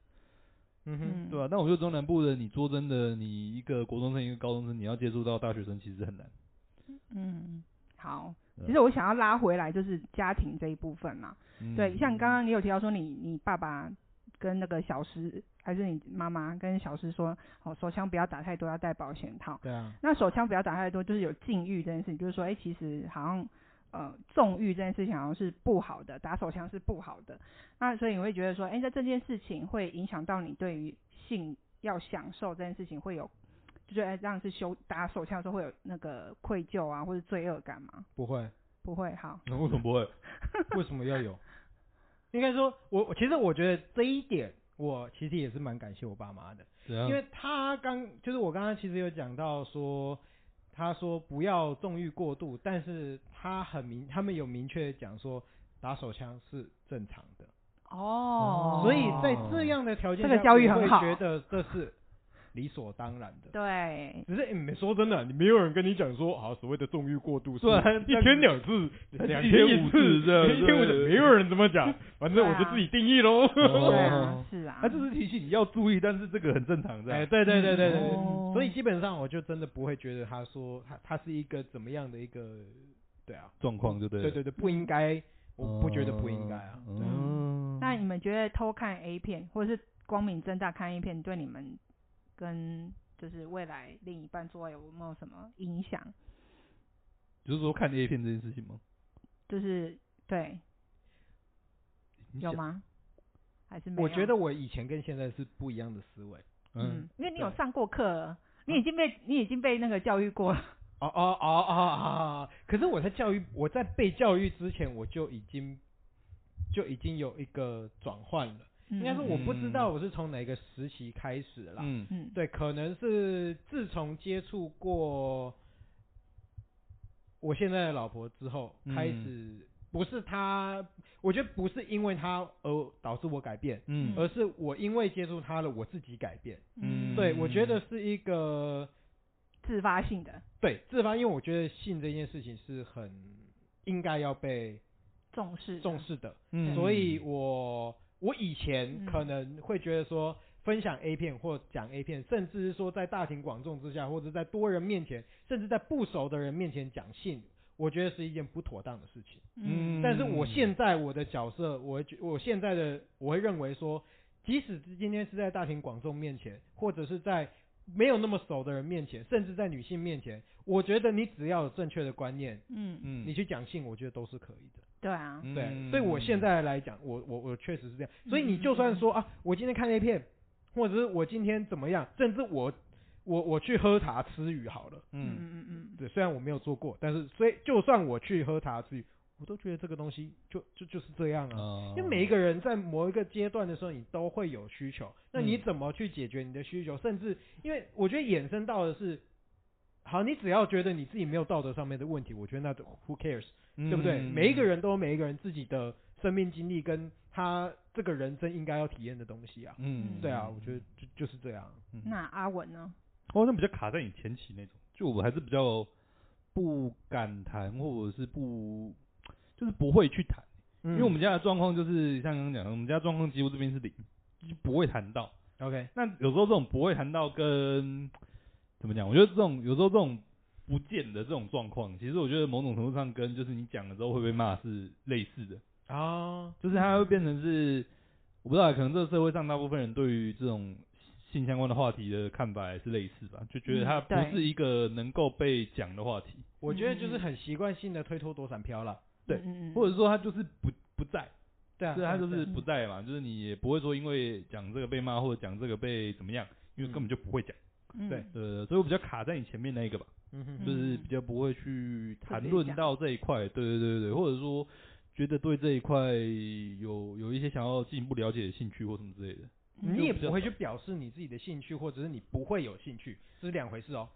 Speaker 2: 嗯哼，
Speaker 1: 嗯，
Speaker 3: 对吧、啊但我觉得中南部的，你说真的，你一个国中生一个高中生，你要接触到大学生其实很难。
Speaker 1: 嗯，好。
Speaker 3: 对啊
Speaker 1: 其实我想要拉回来，就是家庭这一部分嘛。
Speaker 3: 嗯
Speaker 1: 对，像刚
Speaker 2: *laughs*
Speaker 1: 刚你有提到说你你爸爸跟那个小石，还是你妈妈跟小石说，哦，手枪不要打太多，要戴保险套。
Speaker 2: 对啊，
Speaker 1: 那手枪不要打太多，就是有禁欲这件事情，就是说，哎、其实好像呃纵欲这件事情好像是不好的，打手枪是不好的。那所以你会觉得说，哎、在这件事情会影响到你对于性要享受这件事情会有，就是哎让是羞打手枪的时候会有那个愧疚啊或者罪恶感吗？
Speaker 2: 不会，
Speaker 1: 不会，好，
Speaker 3: 那为什么不会？
Speaker 2: 为什么要有？应该说，我我其实我觉得这一点，我其实也是蛮感谢我爸妈的。
Speaker 3: *laughs* 怎样
Speaker 2: 因为他刚就是我刚刚其实有讲到说，他说不要纵欲过度，但是他很明，他们有明确地讲说打手枪是正常的，
Speaker 1: 哦
Speaker 2: 所以在这样的条件下，
Speaker 1: 这个教育很好
Speaker 2: 我会觉得这是理所当然的。
Speaker 1: 对，
Speaker 2: 只是你们说真的，你没有人跟你讲说，啊好所谓的纵欲过度是
Speaker 3: 对啊
Speaker 2: 一天两次、
Speaker 3: 但是
Speaker 2: 两
Speaker 3: 一
Speaker 2: 天
Speaker 3: 天五
Speaker 2: 次、
Speaker 3: 次这样
Speaker 2: 一天五次，
Speaker 3: 对
Speaker 2: 没有人这么讲，反正
Speaker 1: 对
Speaker 2: 我
Speaker 1: 啊
Speaker 2: 就自己定义喽。
Speaker 1: 对
Speaker 3: 哦
Speaker 1: 啊，，是啊，
Speaker 3: 他就是提醒你要注意，但是这个很正常
Speaker 2: 哎，
Speaker 3: 的。
Speaker 2: 对对对对对，
Speaker 1: 哦
Speaker 2: 所以基本上我就真的不会觉得他说他他是一个怎么样的一个，对啊，
Speaker 3: 状况就对了。
Speaker 2: 对对对，不应该，我不觉得不应该啊，
Speaker 3: 嗯
Speaker 2: 对啊
Speaker 1: 嗯那你们觉得偷看 A 片，或者是光明正大看 A 片，对你们跟就是未来另一半做爱有没有什么影响？
Speaker 3: 就是说看 A 片这件事情吗？
Speaker 1: 就是对，
Speaker 3: 你
Speaker 1: 有
Speaker 3: 想？
Speaker 1: 吗？还是没有？
Speaker 2: 我觉得我以前跟现在是不一样的思维。
Speaker 3: 嗯
Speaker 1: 嗯，因为你有
Speaker 2: 对
Speaker 1: 上过课了，你已经被你已经被那个教育过了。
Speaker 2: 哦哦哦哦哦！可是我在教育，我在被教育之前，我就已经就已经有一个转换了。应该说我不知道我是从哪个时期开始啦。
Speaker 3: 嗯，
Speaker 1: 嗯，嗯，
Speaker 2: 对，可能是自从接触过我现在的老婆之后，
Speaker 3: 嗯
Speaker 2: 开始不是她，我觉得不是因为她而导致我改变，
Speaker 3: 嗯
Speaker 2: 而是我因为接触她了，我自己改变。
Speaker 3: 嗯
Speaker 2: 对，我觉得是一个
Speaker 1: 自发性的
Speaker 2: 对自发，因为我觉得性这件事情是很应该要被
Speaker 1: 重视的
Speaker 2: 重，视的，
Speaker 3: 嗯
Speaker 2: 所以我我以前
Speaker 1: 嗯
Speaker 2: 可能会觉得说，分享 A 片或讲 A 片，甚至是说在大庭广众之下，或者在多人面前，甚至在不熟的人面前讲性，我觉得是一件不妥当的事情。
Speaker 1: 嗯
Speaker 2: 但是我现在我的角色，我会觉我现在的我会认为说，即使是今天是在大庭广众面前，或者是在没有那么熟的人面前，甚至在女性面前，我觉得你只要有正确的观念，
Speaker 1: 嗯，
Speaker 3: 嗯
Speaker 2: 你去讲性，我觉得都是可以的。
Speaker 1: 对啊，
Speaker 3: 嗯
Speaker 2: 对，所以我现在来讲，我我我确实是这样。所以你就算说
Speaker 3: 嗯
Speaker 2: 啊，我今天看 A 片，或者是我今天怎么样，甚至我我我去喝茶吃鱼好了，
Speaker 1: 嗯
Speaker 3: 嗯
Speaker 1: 嗯嗯嗯，
Speaker 2: 对，虽然我没有做过，但是所以就算我去喝茶吃鱼，我都觉得这个东西就就就是这样
Speaker 1: 嗯
Speaker 2: 啊。
Speaker 3: 啊
Speaker 2: 因为每一个人在某一个阶段的时候，你都会有需求，那你
Speaker 3: 嗯
Speaker 2: 怎么去解决你的需求？甚至因为我觉得衍生到的是，好，你只要觉得你自己没有道德上面的问题，我觉得那就 who cares。对
Speaker 3: 嗯
Speaker 2: 不对？每一个人都有每一个人自己的生命经历跟他这个人生应该要体验的东西啊。
Speaker 3: 嗯，嗯
Speaker 2: 对啊，我觉得就就是这样。
Speaker 3: 嗯
Speaker 1: 那阿文呢？
Speaker 3: 我好像比较卡在你前期那种，就我还是比较不敢谈，或者是不就是不会去谈，
Speaker 2: 因
Speaker 3: 因为我们家的状况就是像刚刚讲的，我们家状况几乎这边是零，就不会谈到。
Speaker 2: OK，
Speaker 3: 那有时候这种不会谈到跟怎么讲，我觉得这种有时候这种不见的这种状况，其实我觉得某种程度上跟就是你讲了之后会被骂是类似的，
Speaker 2: 啊，
Speaker 3: 就是它会变成是我不知道，可能这个社会上大部分人对于这种性相关的话题的看法也是类似吧，就觉得它
Speaker 1: 嗯对
Speaker 3: 不是一个能够被讲的话题，
Speaker 2: 我觉得就是
Speaker 1: 嗯
Speaker 2: 很习惯性的推脱躲闪飘了。
Speaker 3: 对
Speaker 1: 嗯，嗯嗯
Speaker 3: 或者说它就是不不在，
Speaker 2: 对啊，
Speaker 3: 所以它就是
Speaker 2: 对
Speaker 3: 不在嘛，就是你也不会说因为讲这个被骂或者讲这个被怎么样，因为根本就不会讲。
Speaker 1: 嗯
Speaker 2: 对
Speaker 3: 呃，所以我比较卡在你前面那一个吧，
Speaker 2: 嗯哼，
Speaker 3: 就是
Speaker 1: 嗯
Speaker 3: 比较不会去
Speaker 1: 特
Speaker 3: 谈
Speaker 1: 别
Speaker 3: 论
Speaker 1: 讲
Speaker 3: 到这一块，对对对对，或者说觉得对这一块有有一些想要进一步了解的兴趣或什么之类的。
Speaker 2: 你也
Speaker 3: 比较
Speaker 2: 不会
Speaker 3: 少
Speaker 2: 去表示你自己的兴趣，或者是你不会有兴趣，这是两回事哦。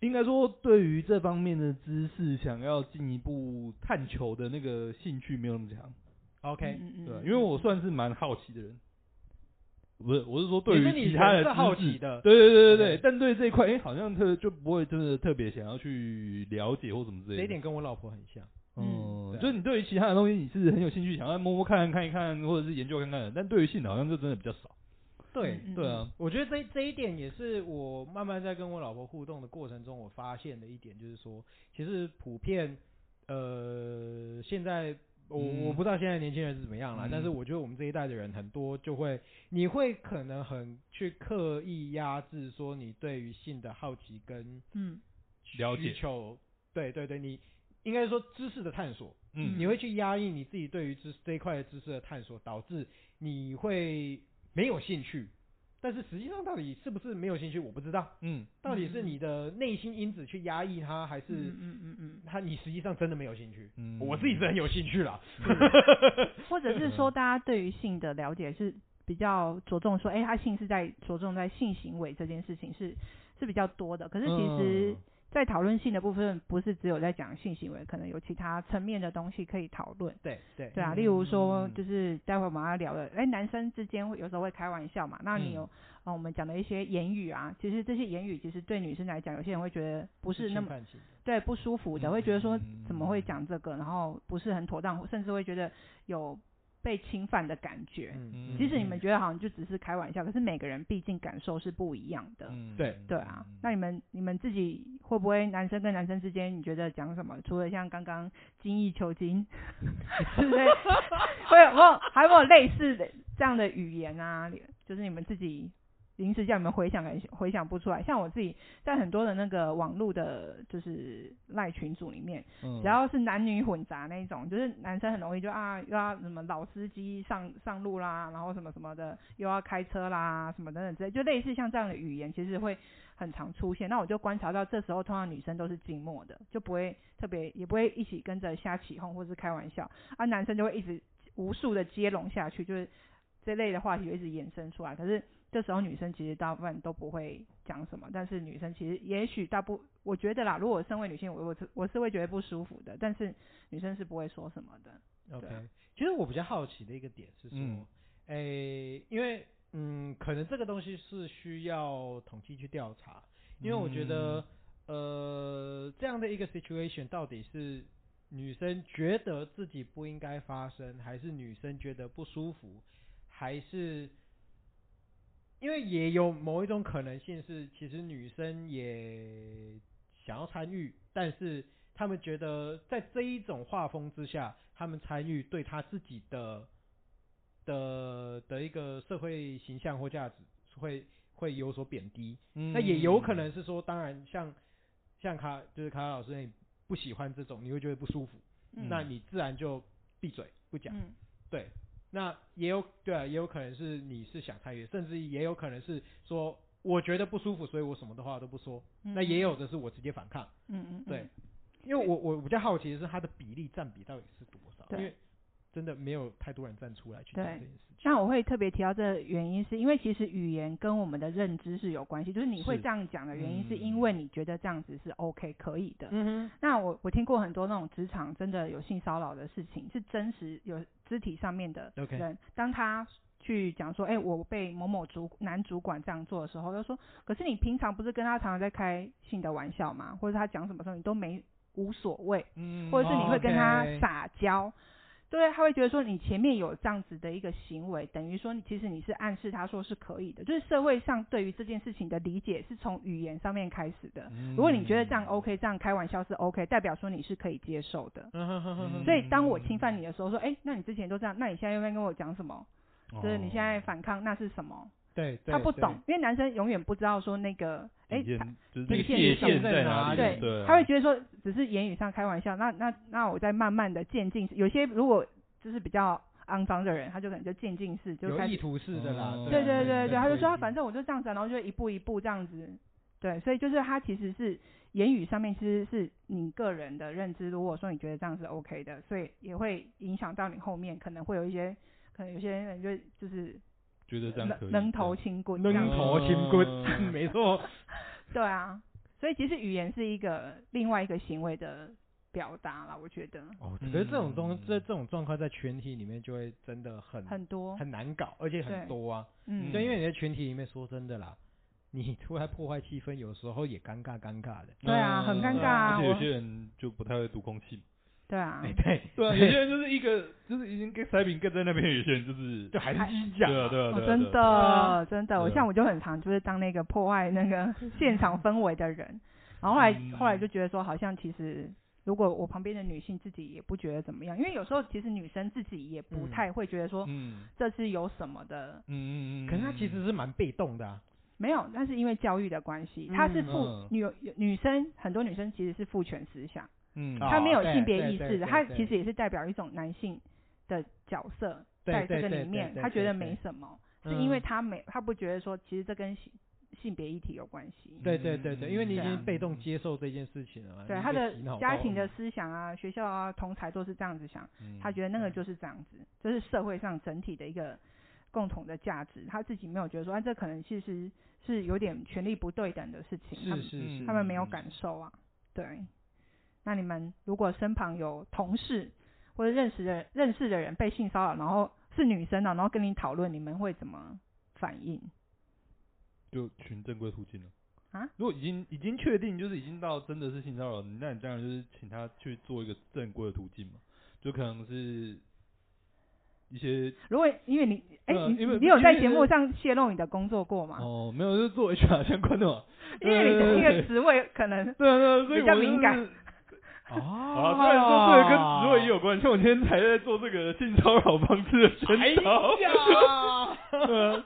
Speaker 3: 应该说，对于这方面的知识，想要进一步探求的那个兴趣没有那么强，
Speaker 2: OK，
Speaker 1: 嗯嗯
Speaker 3: 对吧，啊
Speaker 1: 嗯
Speaker 3: 因为我算是蛮好奇的人，不是，我是说对
Speaker 2: 也是你
Speaker 3: 于其他
Speaker 2: 人
Speaker 3: 的
Speaker 2: 是好
Speaker 3: 知识
Speaker 2: 奇的
Speaker 3: 对对对对对
Speaker 2: 对，
Speaker 3: 但对这一块，哎、好像特就不会真的特别想要去了解或什么之类
Speaker 2: 这
Speaker 3: 的。
Speaker 2: 一点跟我老婆很像。
Speaker 1: 嗯
Speaker 2: 对
Speaker 3: 嗯，
Speaker 2: 啊
Speaker 3: 就是你对于其他的东西你是很有兴趣，想要摸摸看看一看，或者是研究看看的，但对于性好像就真的比较少。
Speaker 2: 对，
Speaker 1: 嗯
Speaker 3: 对啊，
Speaker 2: 我觉得这这一点也是我慢慢在跟我老婆互动的过程中，我发现的一点就是说，其实普遍，呃，现在我、我
Speaker 3: 嗯
Speaker 2: 不知道现在年轻人是怎么样啦，
Speaker 3: 嗯
Speaker 2: 但是我觉得我们这一代的人很多就会，你会可能很去刻意压制说你对于性的好奇跟
Speaker 1: 嗯
Speaker 3: 了
Speaker 2: 需
Speaker 3: 解，
Speaker 2: 求，对对对，你应该说知识的探索，
Speaker 3: 嗯，
Speaker 2: 你会去压抑你自己对于知这一块的知识的探索，导致你会没有兴趣。但是实际上到底是不是没有兴趣，我不知道。
Speaker 3: 嗯
Speaker 2: 到底是你的内心因子去压抑它，还
Speaker 1: 嗯
Speaker 2: 是
Speaker 1: 嗯嗯嗯
Speaker 2: 它你实际上真的没有兴趣？
Speaker 3: 嗯，
Speaker 2: 我自己是很有兴趣啦。 *laughs*
Speaker 1: 嗯，或者是说大家对于性的了解是比较着重说，哎、他性是在着重在性行为这件事情是是比较多的，可是其实。
Speaker 3: 嗯
Speaker 1: 在讨论性的部分，不是只有在讲性行为，可能有其他层面的东西可以讨论。
Speaker 2: 对对
Speaker 1: 对啊，
Speaker 3: 嗯
Speaker 1: 例如说
Speaker 3: 嗯，
Speaker 1: 就是待会我们要聊的，哎、男生之间会有时候会开玩笑嘛，那你有、呃我们讲的一些言语啊，其实这些言语其实对女生来讲，有些人会觉得不是那
Speaker 2: 侵
Speaker 1: 么
Speaker 2: 犯性的
Speaker 1: 对不舒服的，会觉得说
Speaker 3: 嗯
Speaker 1: 怎么会讲这个，然后不是很妥当，甚至会觉得有被侵犯的感觉。
Speaker 2: 嗯，
Speaker 1: 即使你们觉得好像就只是开玩笑，可是每个人毕竟感受是不一样的。
Speaker 3: 嗯
Speaker 2: 对
Speaker 1: 对啊，那你们你们自己会不会男生跟男生之间，你觉得讲什么？除了像刚刚精益求精 *laughs* 之类， *laughs* 会有没有还有没有类似的这样的语言啊？就是你们自己临时叫你们回想，感觉回想不出来。像我自己在很多的那个网络的，就是赖群组里面，
Speaker 3: 嗯
Speaker 1: 只要是男女混杂那一种，就是男生很容易就啊又要什么老司机上上路啦，然后什么什么的，又要开车啦，什么等等之类，就类似像这样的语言，其实会很常出现。那我就观察到，这时候通常女生都是静默的，就不会特别，也不会一起跟着瞎起哄或是开玩笑，啊，男生就会一直无数的接龙下去，就是这类的话题就一直延伸出来。可是这时候女生其实大部分都不会讲什么，但是女生其实也许大部我觉得啦，如果我身为女性，我我是我是会觉得不舒服的，但是女生是不会说什么的。
Speaker 2: OK，
Speaker 1: 对啊
Speaker 2: 其实我比较好奇的一个点是说，
Speaker 3: 嗯
Speaker 2: 诶、因为嗯，可能这个东西是需要统计去调查，因为我觉
Speaker 3: 嗯
Speaker 2: 得、呃，这样的一个 situation 到底是女生觉得自己不应该发生，还是女生觉得不舒服，还是？因为也有某一种可能性是，其实女生也想要参与，但是他们觉得在这一种画风之下，他们参与对他自己的的的一个社会形象或价值会会有所贬低。
Speaker 1: 嗯
Speaker 2: 那也有可能是说，当然像像卡就是卡拉老师，你不喜欢这种，你会觉得不舒服，
Speaker 1: 嗯
Speaker 2: 那你自然就闭嘴不讲。
Speaker 1: 嗯
Speaker 2: 对，那也有对啊，也有可能是你是想参与，甚至也有可能是说我觉得不舒服，所以我什么的话都不说。
Speaker 1: 嗯
Speaker 2: 那也有的是我直接反抗。
Speaker 1: 嗯嗯
Speaker 2: 对，因为我我比较好奇的是它的比例占比到底是多少，
Speaker 1: 对
Speaker 2: 因为真的没有太多人站出来去讲
Speaker 1: 对
Speaker 2: 这件事情。
Speaker 1: 那我会特别提到这个原因，是因为其实语言跟我们的认知是有关系，就是你会
Speaker 3: 是
Speaker 1: 这样讲的原因，是因
Speaker 3: 嗯
Speaker 1: 为你觉得这样子是 OK 可以的。
Speaker 2: 嗯哼，
Speaker 1: 那我我听过很多那种职场真的有性骚扰的事情，是真实有肢体上面的
Speaker 2: OK
Speaker 1: 人当他去讲说，哎、我被某某主男主管这样做的时候，他说，可是你平常不是跟他常常在开性的玩笑吗？或者他讲什么时候你都没无所谓，
Speaker 3: 嗯，
Speaker 1: 或者是你会跟他
Speaker 2: 哦 OK
Speaker 1: 撒娇。对，他会觉得说你前面有这样子的一个行为，等于说你其实你是暗示他说是可以的，就是社会上对于这件事情的理解是从语言上面开始的。
Speaker 2: 嗯
Speaker 3: 嗯
Speaker 1: 如果你觉得这样 OK，这样开玩笑是 OK，代表说你是可以接受的。
Speaker 2: 嗯哼哼哼哼
Speaker 1: 所以当我侵
Speaker 2: 嗯
Speaker 1: 犯你的时候，说，哎、那你之前都这样，那你现在又在跟我讲什么？
Speaker 3: 哦，
Speaker 1: 就是你现在反抗，那是什么？
Speaker 2: 对，对
Speaker 1: 他不懂，，因为男生永远不知道说那个，哎、
Speaker 3: 底线
Speaker 1: 他
Speaker 3: 就是
Speaker 1: 那个
Speaker 3: 那个
Speaker 1: 线
Speaker 3: 界
Speaker 1: 是
Speaker 3: 限
Speaker 2: 在
Speaker 3: 在
Speaker 2: 哪
Speaker 3: 哪
Speaker 2: 里
Speaker 1: 对，
Speaker 3: 里？对啊，
Speaker 1: 他会觉得说只是言语上开玩笑，那那那我再慢慢的渐进式，有些如果就是比较肮脏的人，他就可能就渐进式
Speaker 2: 对
Speaker 1: 就
Speaker 2: 有
Speaker 1: 开始。
Speaker 2: 意
Speaker 1: 嗯
Speaker 2: 图式的啦
Speaker 3: 哦，
Speaker 1: 对对
Speaker 2: 对
Speaker 1: 对对，他就说
Speaker 2: 对
Speaker 1: 反正我就这样子啊，然后就一步一步这样子对，所以就是它其实是言语上面其实是你个人的认知，如果说你觉得这样是 OK 的，所以也会影响到你后面可能会有一些，可能有些人就就是
Speaker 3: 觉得这样可以
Speaker 1: 扔扔头轻棍这样
Speaker 2: 扔
Speaker 1: 子，
Speaker 2: 头轻棍，
Speaker 3: *laughs* 嗯
Speaker 2: 没错，
Speaker 1: 对啊，所以其实语言是一个另外一个行为的表达啦，我觉得
Speaker 2: 哦，可是这种东这这种状况在群体里面就会真的很
Speaker 1: 很多，
Speaker 2: 很难搞，而且
Speaker 1: 对
Speaker 2: 很多啊。
Speaker 1: 嗯，
Speaker 2: 对，因为你在群体里面，说真的啦， *laughs* 你突然破坏气氛，有时候也尴尬尴尬的。
Speaker 1: 对啊很尴
Speaker 3: 嗯
Speaker 1: 尬啊
Speaker 3: 而且有
Speaker 1: 我
Speaker 3: 些人就不太会读空
Speaker 1: *laughs*
Speaker 3: 气嘛。
Speaker 1: 对啊
Speaker 2: 哎、，对，
Speaker 3: *laughs* 对啊，有些人就是一个就是已经跟塞饼盖在那边，有些人就是
Speaker 2: 就还是激
Speaker 1: *laughs*
Speaker 3: 对
Speaker 2: 将、
Speaker 3: 啊对啊
Speaker 1: 哦，
Speaker 3: 对啊，
Speaker 1: 真
Speaker 3: 对啊
Speaker 2: 啊
Speaker 1: 的，真的，我
Speaker 3: 对啊
Speaker 1: 像我就很常就是当那个破坏那
Speaker 3: *laughs*
Speaker 1: 个现场氛围的人，然后后来
Speaker 3: 嗯
Speaker 1: 后来就觉得说，好像其实如果我旁边的女性自己也不觉得怎么样，因为有时候其实女生自己也不
Speaker 2: 嗯
Speaker 1: 太会觉得说
Speaker 3: 嗯
Speaker 1: 这是有什么的，
Speaker 3: 嗯嗯嗯，
Speaker 2: 可是他其实是蛮被动的、啊，
Speaker 1: 没有，但是因为教育的关系，她是
Speaker 2: 嗯
Speaker 1: 父
Speaker 3: 嗯
Speaker 1: 女女生很多女生其实是父权思想，
Speaker 3: 嗯
Speaker 2: 哦
Speaker 1: 她没有
Speaker 2: 对
Speaker 1: 性别
Speaker 2: 对
Speaker 1: 意
Speaker 2: 对
Speaker 1: 识的，
Speaker 2: 对
Speaker 1: 她
Speaker 2: 对
Speaker 1: 其实也是代表一种男性的角色
Speaker 2: 对
Speaker 1: 在这
Speaker 2: 对
Speaker 1: 个
Speaker 2: 对
Speaker 1: 里
Speaker 2: 对
Speaker 1: 面，
Speaker 2: 对
Speaker 1: 她觉
Speaker 2: 对
Speaker 1: 得
Speaker 2: 对
Speaker 1: 没什么。是因为
Speaker 2: 嗯
Speaker 1: 他没他不觉得说，其实这跟性性别议题有关系。
Speaker 2: 对对对对，因为你已
Speaker 1: 对啊
Speaker 2: 经被动接受这件事情了嘛。
Speaker 1: 嗯对
Speaker 2: 你
Speaker 1: 他
Speaker 2: 被
Speaker 1: 的
Speaker 2: 洗脑
Speaker 1: 家
Speaker 2: 到
Speaker 1: 庭的
Speaker 2: 了嗯
Speaker 1: 思想啊、学校啊、同才都是这样子想，他觉
Speaker 3: 得
Speaker 1: 得那个就是这样子，这是社会上整体的一个共同的价值，他自己没有觉得说，啊，这可能其实是有点权力不对等的事情，他们
Speaker 2: 是是是，
Speaker 1: 他们没有
Speaker 3: 嗯
Speaker 1: 感受啊。对，那你们如果身旁有同事或者认识的认识的人被性骚扰，然后是女生啊，然后跟你讨论，你们会怎么反应？
Speaker 3: 就循正规途径了。
Speaker 1: 啊，
Speaker 3: 如果已经已经确定就是已经到真的是性骚扰，那你当然就是请他去做一个正规的途径嘛，就可能是一些
Speaker 1: 如果因为你，哎、
Speaker 3: 对啊
Speaker 1: 你
Speaker 3: 因为
Speaker 1: 你有在
Speaker 3: 因为
Speaker 1: 节目上泄露你的工作过吗？
Speaker 3: 哦没有就是做 HR 相关的嘛，
Speaker 1: 因为你的
Speaker 3: 对
Speaker 1: 那
Speaker 3: 对
Speaker 1: 个职位可能
Speaker 3: *laughs* 对啊对啊，所以
Speaker 1: 比较
Speaker 3: 我就
Speaker 1: 敏感
Speaker 3: 是
Speaker 1: *laughs*
Speaker 2: 哦，
Speaker 3: 啊，虽然说这个跟职位也有关系，像我今天才在做这个性骚扰防治的
Speaker 1: 哎
Speaker 3: 宣导。对啊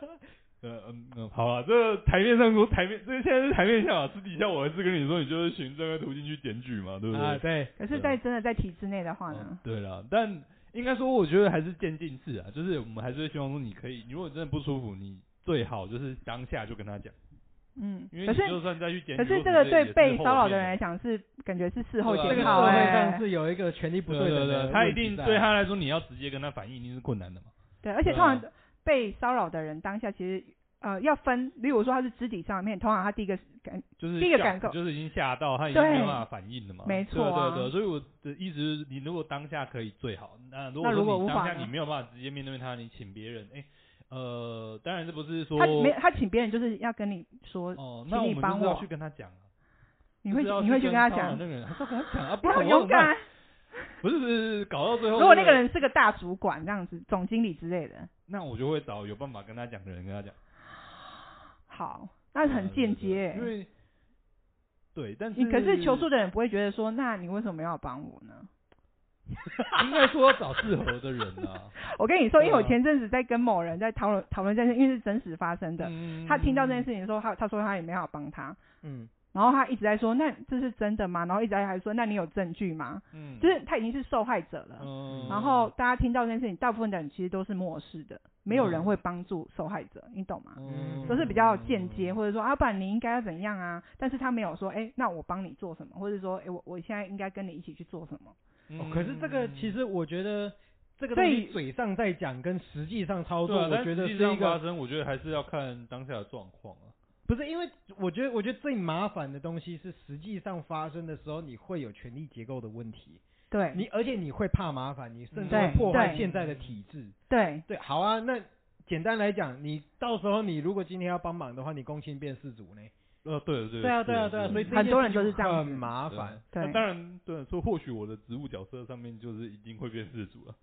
Speaker 3: 呃嗯嗯，好啊，这个台面上说台面，这个现在是台面下啊，私底下我还是跟你说，你就是循这个途径去检举嘛， *laughs* 对不对？
Speaker 2: 啊，对，
Speaker 1: 可是在真的在体制内的话呢
Speaker 3: 嗯，对啦，但应该说，我觉得还是渐进式啊，就是我们还是会希望说，你可以，你如果真的不舒服，你最好就是当下就跟他讲，
Speaker 1: 嗯，
Speaker 3: 因为
Speaker 1: 可
Speaker 3: 你
Speaker 1: 是
Speaker 3: 就算再去检举，
Speaker 1: 可是
Speaker 3: 这
Speaker 1: 这个对被骚扰的人来，讲是感觉是事后
Speaker 3: 对啊
Speaker 2: 这
Speaker 1: 检
Speaker 2: 个
Speaker 1: 讨
Speaker 2: 社会上
Speaker 1: 哎、
Speaker 2: 是有一个权力不对
Speaker 3: 对对
Speaker 2: 等
Speaker 3: 对，
Speaker 2: 的，
Speaker 3: 他一定对。
Speaker 1: 啊
Speaker 3: 他来说，你要直接跟他反映，一定是困难的嘛。
Speaker 1: 对，而且
Speaker 3: 对啊
Speaker 1: 通常被骚扰的人当下其实呃要分，例如说他是肢体上面，通常他第一个感
Speaker 3: 就是
Speaker 1: 第一个
Speaker 3: shock，
Speaker 1: 感受
Speaker 3: 就是已经吓到，他已经
Speaker 1: 对
Speaker 3: 没有办法反应了嘛。
Speaker 1: 没错啊
Speaker 3: 对对对，所以我的意思是，你如果当下可以最好，那如果
Speaker 1: 那如果
Speaker 3: 说你
Speaker 1: 无
Speaker 3: 当
Speaker 1: 法
Speaker 3: 下
Speaker 1: 呢
Speaker 3: 你没有办法直接面对他，你请别人，哎，呃，当然这不是说
Speaker 1: 他没他请别人就是要跟你说，
Speaker 3: 哦，
Speaker 1: 请
Speaker 3: 那
Speaker 1: 你
Speaker 3: 我们
Speaker 1: 帮
Speaker 3: 就是要
Speaker 1: 我
Speaker 3: 去跟他讲啊，
Speaker 1: 你会
Speaker 3: 就是要
Speaker 1: 你会去
Speaker 3: 跟
Speaker 1: 跟他
Speaker 3: 骚扰
Speaker 1: 讲，
Speaker 3: 那个人，还是要跟他讲啊，不
Speaker 1: 你好
Speaker 3: 然
Speaker 1: 勇
Speaker 3: 我怎么办
Speaker 1: 敢。
Speaker 3: 不是不是，搞到最后，
Speaker 1: 如果那个，人是个大主管这样子，总经理之类的，
Speaker 3: 那我就会找有办法跟他讲的人跟他讲，
Speaker 1: 好，那很间
Speaker 3: 对对
Speaker 1: 接、
Speaker 3: 啊嗯
Speaker 1: 欸
Speaker 3: 对因为对，但是
Speaker 1: 你可是求助的人不会觉得说，那你为什么要帮我呢？
Speaker 3: 应该说要找适合的人
Speaker 1: *laughs*
Speaker 3: 啊，
Speaker 1: 我跟你说，因为我
Speaker 3: 对啊
Speaker 1: 前阵子在跟某人在讨论讨论这件事，因为是真实发生的。
Speaker 3: 嗯
Speaker 1: 他听到这件事情的时候，他他说他也没办法帮他，
Speaker 2: 嗯，
Speaker 1: 然后他一直在说，那这是真的吗？然后一直在还说，那你有证据吗？
Speaker 3: 情
Speaker 1: 就是他已经是受害者了。
Speaker 3: 嗯
Speaker 1: 然后大家听到这件事情，大部分的人其实都是漠视的，没有人
Speaker 3: 嗯
Speaker 1: 会帮助受害者，你懂吗？
Speaker 2: 嗯
Speaker 1: 都是比较间接，或者说，啊，不然你应该要怎样啊？但是他没有说，哎、那我帮你做什么，或者说，哎、我我现在应该跟你一起去做什么？
Speaker 3: 嗯
Speaker 2: 哦可是这个其实我觉得这个东
Speaker 1: 对
Speaker 2: 西嘴上在讲，跟实际上操
Speaker 3: 对
Speaker 2: 作，
Speaker 3: 啊，
Speaker 2: 我
Speaker 3: 但
Speaker 2: 觉得
Speaker 3: 实
Speaker 2: 是
Speaker 3: 际上
Speaker 2: 一
Speaker 3: 发
Speaker 2: 个
Speaker 3: 生，我觉得还是要看当下的状况啊。
Speaker 2: 不是因为我觉得我觉得最麻烦的东西是实际上发生的时候，你会有权力结构的问题，
Speaker 1: 对，
Speaker 2: 你而且你会怕麻烦，你甚至
Speaker 1: 对
Speaker 2: 会破坏
Speaker 1: 对
Speaker 2: 现在的体制。
Speaker 1: 对，
Speaker 2: 对，好啊，那简单来讲，你到时候你如果今天要帮忙的话，你公亲变氏族呢？
Speaker 3: 呃，对对
Speaker 2: 对啊，对啊，对啊，所以这件
Speaker 1: 很多人
Speaker 2: 事情
Speaker 1: 就是这样
Speaker 2: 很
Speaker 1: 子
Speaker 2: 麻烦。
Speaker 1: 对
Speaker 3: 那当然，对，所以或许我的职务角色上面就是一定会变事主了。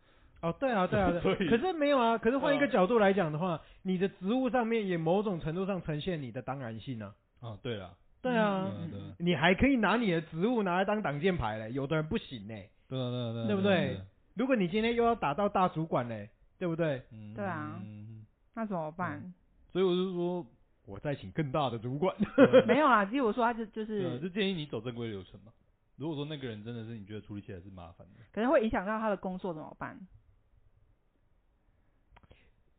Speaker 2: 哦，对啊，对啊，对啊
Speaker 3: 所以
Speaker 2: 可是没有啊，可是换一个
Speaker 3: 对啊
Speaker 2: 角度来讲的话，你的职务上面也某种程度上呈现你的当然性啊。
Speaker 3: 啊，对了，
Speaker 2: 对啊，
Speaker 3: 嗯对啊
Speaker 2: 你还可以拿你的职务拿来当挡箭牌嘞，有的人不行嘞。
Speaker 1: 嗯
Speaker 3: 对啊，对啊，啊
Speaker 2: 对不对？如果你今天又要打到大主管嘞，对不对？
Speaker 3: 嗯
Speaker 1: 对啊。那怎么办？
Speaker 3: 所以我就说，
Speaker 2: 我再请更大的主 *laughs* 管。
Speaker 1: 没有啦，例如说他就就
Speaker 3: 嗯对啊，
Speaker 1: 是，
Speaker 3: 就建议你走正规流程嘛。如果说那个人真的是你觉得处理起来是麻烦的，
Speaker 1: 可能会影响到他的工作怎么办？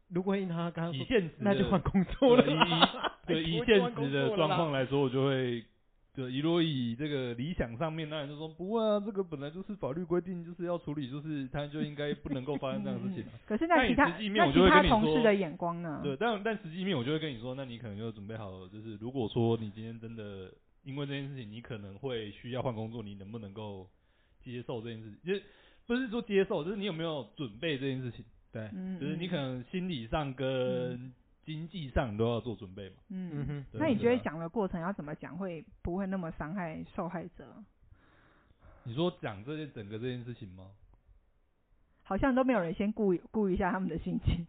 Speaker 2: 如果他刚刚
Speaker 3: 以
Speaker 2: 说，
Speaker 3: 现实
Speaker 2: *laughs* 那就换
Speaker 3: 的
Speaker 2: 工作
Speaker 3: 对
Speaker 2: 了。
Speaker 3: 以以对，
Speaker 2: 哎
Speaker 3: 以
Speaker 2: *laughs* 我做
Speaker 3: 现
Speaker 2: 完工
Speaker 3: 实的
Speaker 2: 作了
Speaker 3: 状
Speaker 2: 啦
Speaker 3: 况来说，我就会，对，如果以这个理想上面，当然就说不会啊，这个本来就是法律规定，就是要处理，就是他就应该不能够发生这样的事情啊。
Speaker 1: 可是
Speaker 3: 但
Speaker 1: 那
Speaker 3: 你
Speaker 1: 其他
Speaker 3: 实际面
Speaker 1: 那
Speaker 3: 我
Speaker 1: 其
Speaker 3: 就会
Speaker 1: 他
Speaker 3: 跟你
Speaker 1: 同事
Speaker 3: 说
Speaker 1: 的眼光呢？
Speaker 3: 对，但但实际面我就会跟你说，那你可能就准备好，就是如果说你今天真的因为这件事情，你可能会需要换工作，你能不能够接受这件事情？就是不是说接受，就是你有没有准备这件事情？
Speaker 2: 对，
Speaker 1: 嗯，
Speaker 3: 就是你可能心理上
Speaker 1: 嗯
Speaker 3: 跟经济上都要做准备嘛。
Speaker 1: 嗯
Speaker 2: 嗯
Speaker 1: 嗯。
Speaker 2: 哼，
Speaker 3: 对
Speaker 1: 那你
Speaker 3: 对
Speaker 1: 觉得
Speaker 3: 啊
Speaker 1: 讲的过程要怎么讲会不会那么伤害受害者？
Speaker 3: 你说讲这件整个这件事情吗？
Speaker 1: 好像都没有人先顾顾一下他们的心情。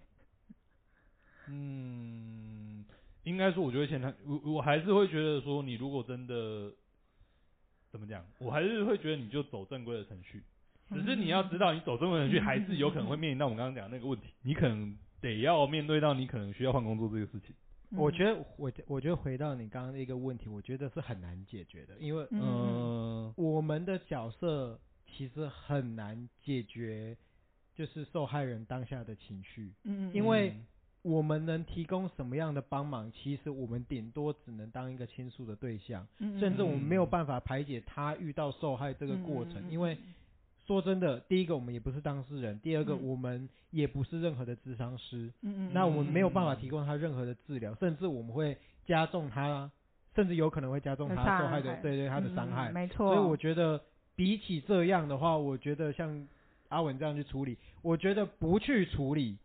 Speaker 3: 嗯，应该说，我觉得现在我我还是会觉得说，你如果真的怎么讲，我还是会觉得你就走正规的程序。
Speaker 2: 嗯
Speaker 3: 只是你要知道，你走正规的程序还是有可能会面临到我们刚刚讲的那个问题，你可能得要面对到你可能需要换工作这个事情。
Speaker 2: 我觉
Speaker 1: 得，
Speaker 2: 得我我觉得回到你刚刚的一个问题，我觉得是很难解决的，因为
Speaker 1: 嗯
Speaker 3: 嗯，
Speaker 2: 我们的角色其实很难解决，就是受害人当下的情绪。
Speaker 1: 嗯，
Speaker 2: 因为我们能提供什么样的帮忙？其实我们顶多只能当一个倾诉的对象，
Speaker 1: 嗯
Speaker 2: 甚至我们没有办法排解他遇到受害这
Speaker 1: 这
Speaker 2: 个过
Speaker 1: 嗯
Speaker 2: 程。因为说真的，第一个我们也不是当事人，第二个
Speaker 1: 嗯
Speaker 2: 我们也不是任何的咨商师，
Speaker 1: 嗯嗯，
Speaker 2: 那我们没有办法提供他任何的治疗，甚至我们会加重他，甚至有可能会加重
Speaker 1: 的
Speaker 2: 他
Speaker 1: 伤
Speaker 2: 受害的
Speaker 1: 害
Speaker 2: 对对他的
Speaker 1: 嗯
Speaker 2: 伤
Speaker 1: 嗯
Speaker 2: 害。
Speaker 1: 没错。
Speaker 2: 所以
Speaker 3: 哦
Speaker 2: 我觉得比起这样的话，我觉得像阿文这样去处理，我觉得不去处理，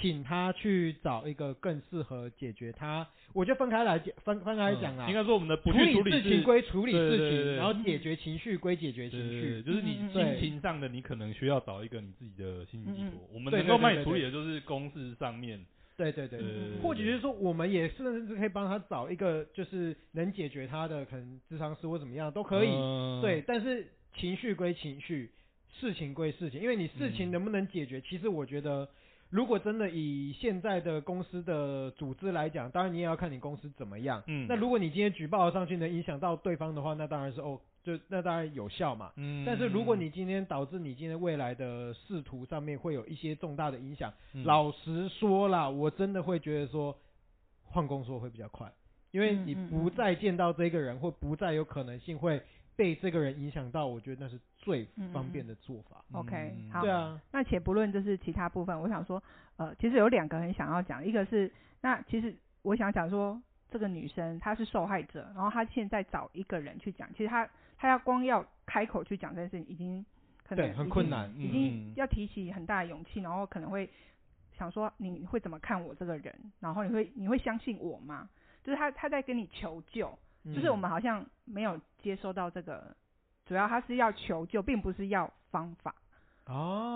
Speaker 2: 请他去找一个更适合解决他，我就分开来讲，分分开来讲啦。
Speaker 3: 嗯应该说我们的不
Speaker 2: 处
Speaker 3: 去处
Speaker 2: 理事
Speaker 3: 是
Speaker 2: 情归处理
Speaker 3: 对
Speaker 2: 事
Speaker 3: 对对
Speaker 2: 情，
Speaker 3: 对
Speaker 2: 然后解决情绪归解决
Speaker 3: 对
Speaker 2: 情
Speaker 3: 对对，
Speaker 2: 绪。
Speaker 3: 就是你
Speaker 1: 嗯嗯嗯
Speaker 3: 心情上的，你可能需要找一个你自己的心理寄
Speaker 1: 嗯嗯
Speaker 3: 托。我们
Speaker 2: 对
Speaker 3: 能
Speaker 2: 对
Speaker 3: 够
Speaker 2: 对
Speaker 3: 帮
Speaker 2: 对
Speaker 3: 你处
Speaker 2: 对
Speaker 3: 理的就是公式上面，
Speaker 2: 对对对
Speaker 3: 呃
Speaker 1: 嗯嗯嗯，
Speaker 2: 或许是说，我们也甚至可以帮他找一个，就是能解决他的可能智商师或怎么样都可以。
Speaker 3: 嗯
Speaker 2: 对，但是情绪归情绪，事情归事情，因为你事情
Speaker 3: 嗯
Speaker 2: 能不能解决，其实我觉得，如果真的以现在的公司的组织来讲，当然你也要看你公司怎么样。
Speaker 3: 嗯，
Speaker 2: 那如果你今天举报上去能影响到对方的话，那当然是哦，就那当然有效嘛。
Speaker 3: 嗯，
Speaker 2: 但是如果你今天导致你今天未来的仕途上面会有一些重大的影响，
Speaker 3: 嗯
Speaker 2: 老实说啦，我真的会觉得说换工作会比较快，因为
Speaker 1: 嗯
Speaker 2: 你
Speaker 1: 嗯
Speaker 2: 不
Speaker 1: 嗯
Speaker 2: 再见到这个人，或不再有可能性会被这个人影响到，我觉得那是最方便的做法。
Speaker 1: OK，
Speaker 3: 嗯
Speaker 1: 好
Speaker 2: 对啊，
Speaker 1: 那且不论就是其他部分，我想说，呃，其实有两个很想要讲，一个是那其实我想讲说，这个女生她是受害者，然后她现在找一个人去讲，其实她她要光要开口去讲这件事情，已经可能
Speaker 2: 对，很
Speaker 1: 已
Speaker 2: 困
Speaker 1: 经
Speaker 2: 难。嗯
Speaker 1: 已经要提起很大的勇气，然后可能会想说你会怎么看我这个人，然后你会你会相信我吗？就是他他在跟你求救，
Speaker 2: 嗯
Speaker 1: 就是我们好像没有接收到这个，主要他是要求救，并不是要方法。
Speaker 2: 嗯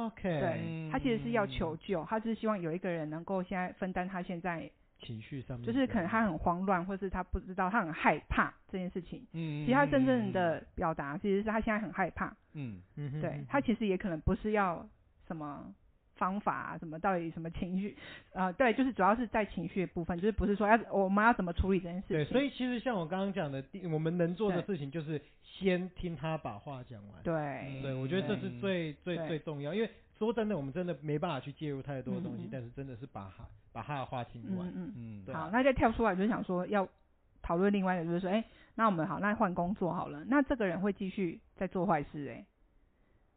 Speaker 2: OK 嗯
Speaker 1: 对，他其实是要求救，他只是希望有一个人能够现在分担他现在，
Speaker 2: 情绪上面
Speaker 1: 就是
Speaker 2: 的
Speaker 1: 可能他很慌乱，或是他不知道，他很害怕这件事情。其
Speaker 3: 嗯，嗯
Speaker 1: 实他真正的表达其实是他现在很害怕，
Speaker 3: 嗯
Speaker 2: 嗯哼
Speaker 1: 对他其实也可能不是要什么方法啊，什么到底什么情绪，呃，对，就是主要是在情绪的部分，就是不是说要我们要怎么处理这件事情。
Speaker 2: 对，所以其实像我刚刚讲的，第我们能做的
Speaker 1: 对
Speaker 2: 事情就是先听他把话讲完。
Speaker 1: 对，
Speaker 2: 对，我觉得这是
Speaker 3: 嗯
Speaker 2: 最最
Speaker 1: 对
Speaker 2: 最重要，因为说真的，我们真的没办法去介入太多的东
Speaker 1: 嗯
Speaker 2: 西
Speaker 1: 嗯，
Speaker 2: 但是真的是把他把他的话听完
Speaker 1: 嗯。嗯。
Speaker 3: 嗯
Speaker 2: 对啊
Speaker 1: 好，那再跳出来就是想说要讨论另外一个，就是说，哎、那我们好，那换工作好了，那这个人会继续在做坏事、哎，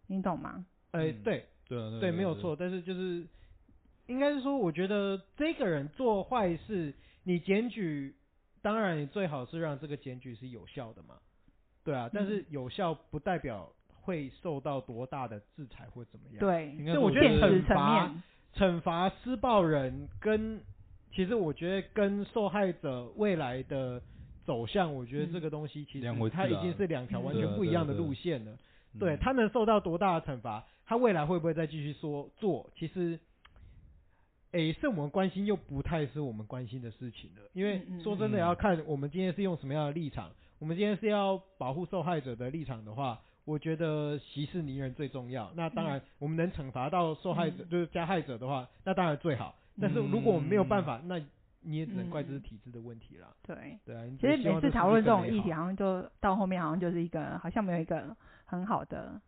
Speaker 1: 你懂吗？
Speaker 2: 哎，
Speaker 3: 嗯
Speaker 2: 对
Speaker 3: 对啊
Speaker 2: 对，没有，错，但是就是应该是说，我觉得这个人做坏事，你检举，当然你最好是让这个检举是有效的嘛，对
Speaker 1: 嗯
Speaker 2: 啊，但是有效不代表会受到多大的制裁或怎么样。
Speaker 1: 对，
Speaker 3: 应该
Speaker 2: 所以我
Speaker 3: 说
Speaker 2: 觉得
Speaker 1: 现实
Speaker 2: 惩
Speaker 1: 层
Speaker 2: 罚
Speaker 1: 面，
Speaker 2: 惩罚施暴人跟，其实我觉得跟受害者未来的走向，我觉得这个东西其
Speaker 3: 两回
Speaker 2: 实
Speaker 3: 事
Speaker 2: 它已
Speaker 3: 啊
Speaker 2: 经是两条完
Speaker 1: 对
Speaker 2: 全
Speaker 1: 啊
Speaker 2: 不一
Speaker 3: 对啊
Speaker 2: 样的
Speaker 3: 对啊
Speaker 2: 路线了。
Speaker 3: 嗯
Speaker 2: 对他能受到多大的惩罚，他未来会不会再继续说做，其实。诶，是我们关心又不太是我们关心的事情了，因为
Speaker 1: 嗯嗯
Speaker 2: 说真的，
Speaker 3: 嗯
Speaker 2: 要看我们今天是用什么样的立场。我们今天是要保护受害者的立场的话，我觉得息事宁人最重要。那当然，我们能惩罚到受害者，
Speaker 1: 嗯
Speaker 2: 就是加害者的话，那当然最好。但是如果我们没有办法，那你也只能怪这是体制的问题啦。
Speaker 1: 对。
Speaker 2: 对啊，你
Speaker 1: 嗯其实
Speaker 2: 只希
Speaker 1: 每
Speaker 2: 望
Speaker 1: 次
Speaker 2: 世界
Speaker 1: 讨论这
Speaker 2: 更
Speaker 1: 种
Speaker 2: 美
Speaker 1: 议题，
Speaker 2: 好，
Speaker 1: 好像就到后面好像就是一个好像没有一个很好的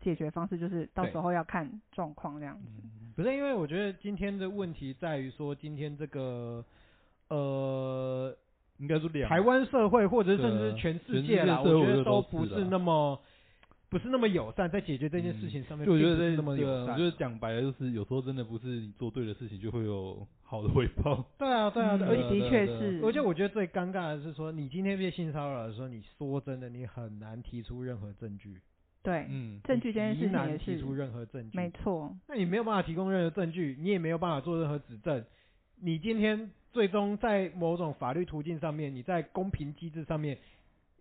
Speaker 1: 解决方式，就是到
Speaker 2: 对嗯
Speaker 1: 时候要看状况
Speaker 3: 嗯
Speaker 1: 这样子。
Speaker 2: 不是因为我觉得今天的问题在于说，今天这个呃
Speaker 3: 应该说两
Speaker 2: 台湾社会或者是甚
Speaker 3: 对啊
Speaker 2: 至全世
Speaker 3: 全世
Speaker 2: 界啦，
Speaker 3: 界社
Speaker 2: 我
Speaker 3: 会
Speaker 2: 觉得都
Speaker 3: 都是
Speaker 2: 不
Speaker 3: 啦
Speaker 2: 是那么不是那么友善，在解决这件事情上面，
Speaker 3: 嗯就我觉
Speaker 2: 并
Speaker 3: 得
Speaker 2: 不是
Speaker 3: 在
Speaker 2: 那么
Speaker 3: 对啊
Speaker 2: 友
Speaker 3: 我
Speaker 2: 善。
Speaker 3: 觉得讲白了就是，有时候真的不是你做对的事情就会有好的回报。
Speaker 2: 对啊，对啊，
Speaker 1: 嗯
Speaker 2: 对啊
Speaker 3: 而且
Speaker 1: 的确是，
Speaker 2: 而且我觉得最尴尬的是说，你今天被性骚扰的时候，你说真的，你很难提出任何证据，
Speaker 1: 对
Speaker 3: *laughs* 嗯，
Speaker 1: 证据这件
Speaker 2: 你极
Speaker 1: 事情也
Speaker 2: 难提出
Speaker 1: 是
Speaker 2: 任何证据。
Speaker 1: 没错，
Speaker 2: 那你没有办法提供任何证据，你也没有办法做任何指证。你今天最终在某种法律途径上面，你在公平机制上面，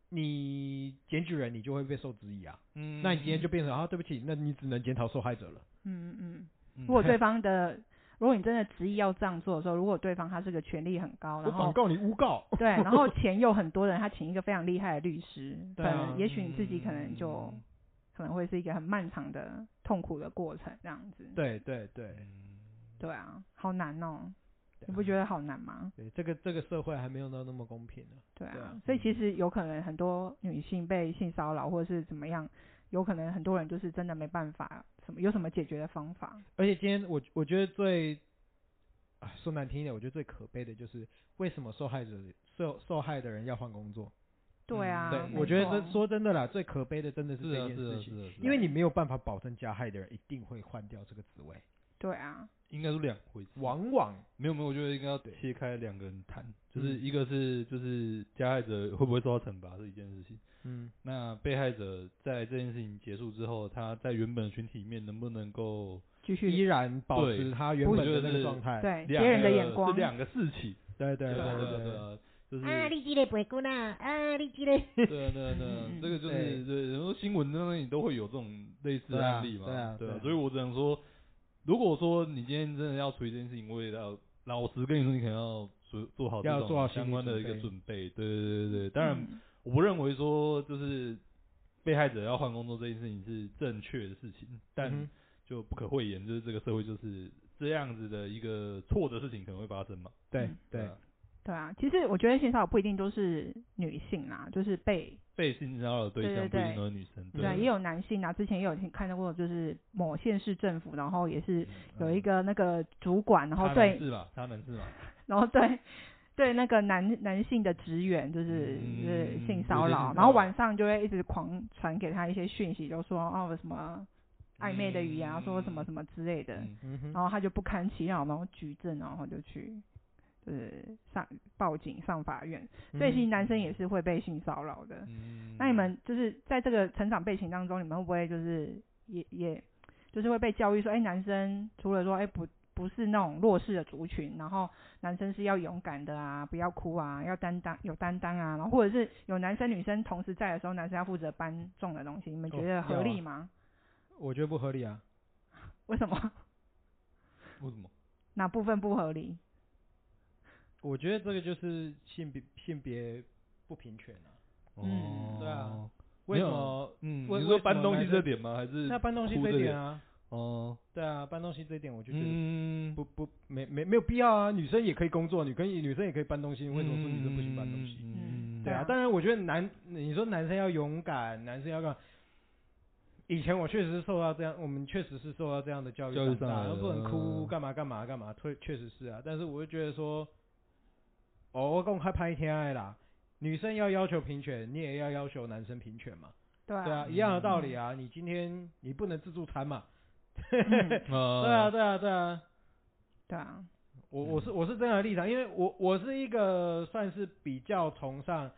Speaker 2: 你检举人你就会被受质疑啊。
Speaker 3: 嗯
Speaker 2: 那你今天就变成啊，对不起，那你只能检讨受害者了。
Speaker 1: 嗯嗯。
Speaker 3: 嗯
Speaker 1: 如果对方的，如果你真的执意要这样做的时候，如果对方他是个权力很高，
Speaker 2: 我
Speaker 1: 然
Speaker 2: 反
Speaker 1: 后
Speaker 2: 告你诬告。
Speaker 1: 对，然后钱又很多的人，他请一个非常厉害的律师，
Speaker 2: 对啊
Speaker 1: 可能也许你自己可能就、
Speaker 3: 嗯
Speaker 1: 可能会是一个很漫长的痛苦的过程，这样子。
Speaker 2: 对对对
Speaker 3: 嗯
Speaker 1: 对啊，好难哦，
Speaker 2: 对
Speaker 1: 你不觉得好难吗？
Speaker 2: 对，这个这个社会还没有到那么公平呢、
Speaker 1: 对啊，
Speaker 2: 对啊
Speaker 1: 所以其实有可能很多女性被性骚扰或者是怎么样，有可能很多人就是真的没办法，什么有什么解决的方法？
Speaker 2: 而且今天我我觉得最，啊说难听一点，我觉得最可悲的就是为什么受害者受受害的人要换工作？
Speaker 1: 对啊，
Speaker 3: 对
Speaker 1: 没
Speaker 2: 嗯我觉得
Speaker 1: 错
Speaker 2: 这说真的啦，最可悲的真
Speaker 1: 嗯
Speaker 2: 的是
Speaker 3: 是
Speaker 2: 这
Speaker 3: 啊
Speaker 2: 件
Speaker 3: 是啊
Speaker 2: 事
Speaker 3: 是
Speaker 2: 情，
Speaker 3: 啊是啊
Speaker 2: 因为你没有办法保证加害的人一定会换掉这个职位，
Speaker 1: 对啊，
Speaker 3: 应该是两回事。
Speaker 2: 往往
Speaker 3: 没有没有，我觉得应该要
Speaker 2: 对
Speaker 3: 切开两个人谈，就是
Speaker 2: 嗯
Speaker 3: 一个是就是加害者会不会受到惩罚是一件事情，
Speaker 2: 嗯
Speaker 3: 那被害者在这件事情结束之后，他在原本的群体里面能不能够
Speaker 1: 继续
Speaker 2: 依然保
Speaker 3: 对
Speaker 2: 持他原
Speaker 3: 不
Speaker 2: 本的
Speaker 3: 就
Speaker 2: 那个
Speaker 3: 是
Speaker 2: 状态，
Speaker 1: 对别
Speaker 3: 哎两
Speaker 1: 人的
Speaker 3: 个
Speaker 1: 眼光
Speaker 3: 是，两个事情，
Speaker 2: 对对
Speaker 3: 对
Speaker 2: 对
Speaker 3: 啊对啊
Speaker 2: 对
Speaker 3: 对啊，就是
Speaker 4: 啊，你这个白姑娘，啊，你这个。
Speaker 3: 对啊对啊
Speaker 2: *laughs*
Speaker 3: 对啊
Speaker 1: 嗯，
Speaker 3: 这个就
Speaker 2: 对
Speaker 3: 是对，然后新闻那里都会有这种类似
Speaker 2: 对啊
Speaker 3: 的案例嘛，
Speaker 2: 对啊对啊
Speaker 3: 所以我只能说，如果说你今天真的要处理这件事情，我也要老实跟你说，你可能要做做好这
Speaker 2: 要
Speaker 3: 种
Speaker 2: 做好心
Speaker 3: 相
Speaker 2: 理
Speaker 3: 关的
Speaker 2: 准
Speaker 3: 一个
Speaker 2: 备
Speaker 3: 准备，对对对对对，当然
Speaker 1: 嗯
Speaker 3: 我不认为说就是被害者要换工作这件事情是正确的事情，但
Speaker 2: 嗯
Speaker 3: 就不可讳言，就是这个社会就是这样子的一个错的事情可能会发生嘛，
Speaker 2: 对
Speaker 1: 嗯
Speaker 2: 对
Speaker 3: 啊，
Speaker 1: 对啊，其实我觉得性骚扰不一定都是女性啦，就是被
Speaker 3: 被性骚扰的对
Speaker 1: 对对
Speaker 3: 象不一
Speaker 1: 对
Speaker 3: 定都是女生，
Speaker 1: 对啊，也有男性啊，之前也有听看到过，就是某县市政府，然后也是
Speaker 3: 嗯
Speaker 1: 有一个那个主管，然后对，
Speaker 3: 是吧？嗯他男是吧？
Speaker 1: 然后对。对那个男男性的职员就是、就是
Speaker 3: 嗯
Speaker 1: 性
Speaker 3: 有
Speaker 1: 骚
Speaker 3: 些
Speaker 1: 扰，
Speaker 3: 性
Speaker 1: 然后
Speaker 3: 骚
Speaker 1: 晚上就会一直狂传给他一些讯息，就说哦什么暧昧的语言啊，说什么什么之类的，
Speaker 3: 嗯
Speaker 2: 嗯
Speaker 1: 然
Speaker 2: 哼，
Speaker 1: 后他就不堪其扰，然后举证，然后就去就是上报警上法院，
Speaker 2: 嗯
Speaker 1: 所以其实男生也是会被性骚扰的。
Speaker 3: 嗯
Speaker 1: 那你们就是在这个成长背景当中，你们会不会就是也也就是会被教育说，哎、男生除了说，哎、不不是那种弱势的族群，然后男生是要勇敢的啊，不要哭啊，要担当有担当啊，然后或者是有男生女生同时在的时候，男生要负责搬重的东西，你们
Speaker 2: 哦
Speaker 1: 觉得
Speaker 2: 要
Speaker 1: 合
Speaker 2: 啊
Speaker 1: 理吗？
Speaker 2: 我觉得不合理啊，
Speaker 1: 为什么
Speaker 3: 为什么？
Speaker 1: *laughs* 哪部分不合理？
Speaker 2: 我觉得这个就是性别性别不平权啊，
Speaker 1: 嗯
Speaker 3: 哦
Speaker 2: 对啊，为
Speaker 3: 没有
Speaker 2: 什么？
Speaker 3: 嗯，
Speaker 2: 为
Speaker 3: 你
Speaker 2: 为
Speaker 3: 说
Speaker 2: 什
Speaker 3: 搬
Speaker 2: 么
Speaker 3: 东
Speaker 2: 男
Speaker 3: 西
Speaker 2: 生
Speaker 3: 这点吗？还是
Speaker 2: 那搬东西
Speaker 3: 哭
Speaker 2: 这
Speaker 3: 这
Speaker 2: 一点
Speaker 3: 点
Speaker 2: 啊，
Speaker 3: 哦，
Speaker 2: 对啊，搬东西这一点我就觉得
Speaker 3: 嗯，
Speaker 2: 不不没没没有必要啊，女生也可以工作，女可以女生也可以搬东西，
Speaker 3: 嗯
Speaker 2: 为什么说女生不行搬东西？
Speaker 1: 嗯
Speaker 2: 对
Speaker 1: 对
Speaker 2: 啊，
Speaker 1: 啊
Speaker 2: 当然我觉得男你说男生要勇敢，男生要干嘛？以前我确实是受到这样，我们确实是受到这样的教育
Speaker 3: 教育
Speaker 2: 长
Speaker 3: 上
Speaker 2: 大，
Speaker 3: 来的
Speaker 2: 不能哭，
Speaker 3: 嗯
Speaker 2: 干嘛干嘛干嘛，确确实是啊。但是我就觉得说，哦，我公开拍天爱啦，女生要要求平权，你也要要求男生平权嘛，
Speaker 1: 对
Speaker 3: 嗯
Speaker 1: 啊，
Speaker 2: 对啊，一样的道理啊。你今天你不能自助餐嘛，
Speaker 1: 嗯
Speaker 3: 呃
Speaker 2: 对啊，，对啊，对啊。
Speaker 1: 对
Speaker 3: *laughs*
Speaker 1: 啊，
Speaker 2: 我我是我是这样的立场，因为我我是一个算是比较崇尚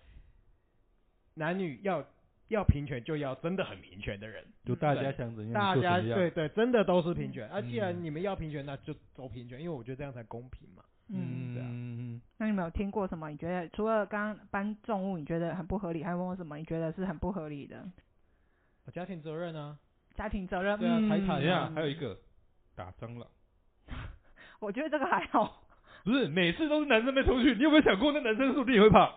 Speaker 2: 男女要要平权就要真的很平权的人，
Speaker 3: 就大家想
Speaker 1: 嗯
Speaker 3: 怎样，
Speaker 2: 大
Speaker 3: 就
Speaker 2: 家
Speaker 3: 怎样
Speaker 2: 对对真的都是平权。啊，
Speaker 3: 嗯
Speaker 2: 既然你们要平权，那就都平权，因为我觉得这样才公平嘛。
Speaker 1: 嗯。
Speaker 2: 对啊
Speaker 3: 嗯，
Speaker 1: 那你们有听过什么？你觉得除了刚刚搬重物，你觉得很不合理，还有没有什么你觉得是很不合理的？
Speaker 2: 啊家庭责任啊，
Speaker 1: 家庭责任，
Speaker 2: 对啊财
Speaker 1: 嗯
Speaker 2: 产
Speaker 3: 等一下还有一
Speaker 1: 嗯
Speaker 3: 个打蟑螂，
Speaker 1: 我觉得这个还好。
Speaker 3: *laughs* 不是每次都是男生被冲去，你有没有想过那男生说不定也会怕？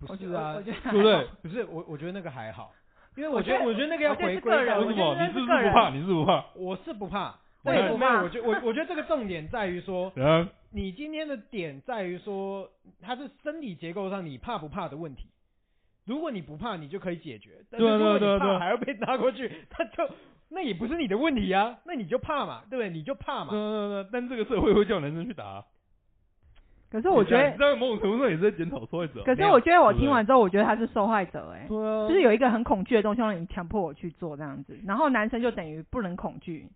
Speaker 1: 我
Speaker 2: 不
Speaker 1: 觉
Speaker 2: 是
Speaker 1: 得，
Speaker 2: 啊
Speaker 1: 我，觉得
Speaker 3: 对不对？
Speaker 2: 不是我我觉得那个还好，因为
Speaker 1: 我
Speaker 2: 我
Speaker 1: 觉得
Speaker 2: 觉得我觉得那个要
Speaker 1: 我觉得
Speaker 2: 回
Speaker 1: 是
Speaker 2: 归
Speaker 1: 个人
Speaker 2: 到
Speaker 1: 我
Speaker 3: 为什
Speaker 1: 觉得
Speaker 3: 么？
Speaker 1: 那
Speaker 3: 你
Speaker 1: 是
Speaker 3: 是不
Speaker 1: 个
Speaker 3: 是
Speaker 1: 人
Speaker 3: 不怕？你是啊不是不怕？
Speaker 2: 我是不怕，
Speaker 1: 我也
Speaker 2: 但是
Speaker 1: 不
Speaker 2: 没有
Speaker 1: 怕
Speaker 2: 我觉我我觉得这个重点在于说，
Speaker 3: 啊，
Speaker 2: 你今天的点在于说，它是生理结构上你怕不怕的问题。如果你不怕，你就可以解决；但是
Speaker 3: 对啊
Speaker 2: 如果
Speaker 3: 对
Speaker 2: 你
Speaker 3: 啊对啊对
Speaker 2: 怕
Speaker 3: 啊
Speaker 2: 还要被拉过去，那就 *laughs* 那也不是你的问题
Speaker 3: 呃
Speaker 2: 啊，那你就怕嘛，对不对？你就怕
Speaker 3: 对
Speaker 2: 嘛，
Speaker 3: 对对，但这个社会会叫男生去打啊，
Speaker 1: 可是我觉得，
Speaker 3: 你在某种程度上也是在检讨受害者啊。
Speaker 1: 可是
Speaker 2: 没有
Speaker 1: 我觉得我
Speaker 3: 对不
Speaker 1: 听
Speaker 3: 对
Speaker 1: 完之后，我觉得他是受害者哎、
Speaker 2: 对啊，
Speaker 1: 就是有一个很恐惧的东西让你强迫我去做这样子，然后男生就等于不能恐惧，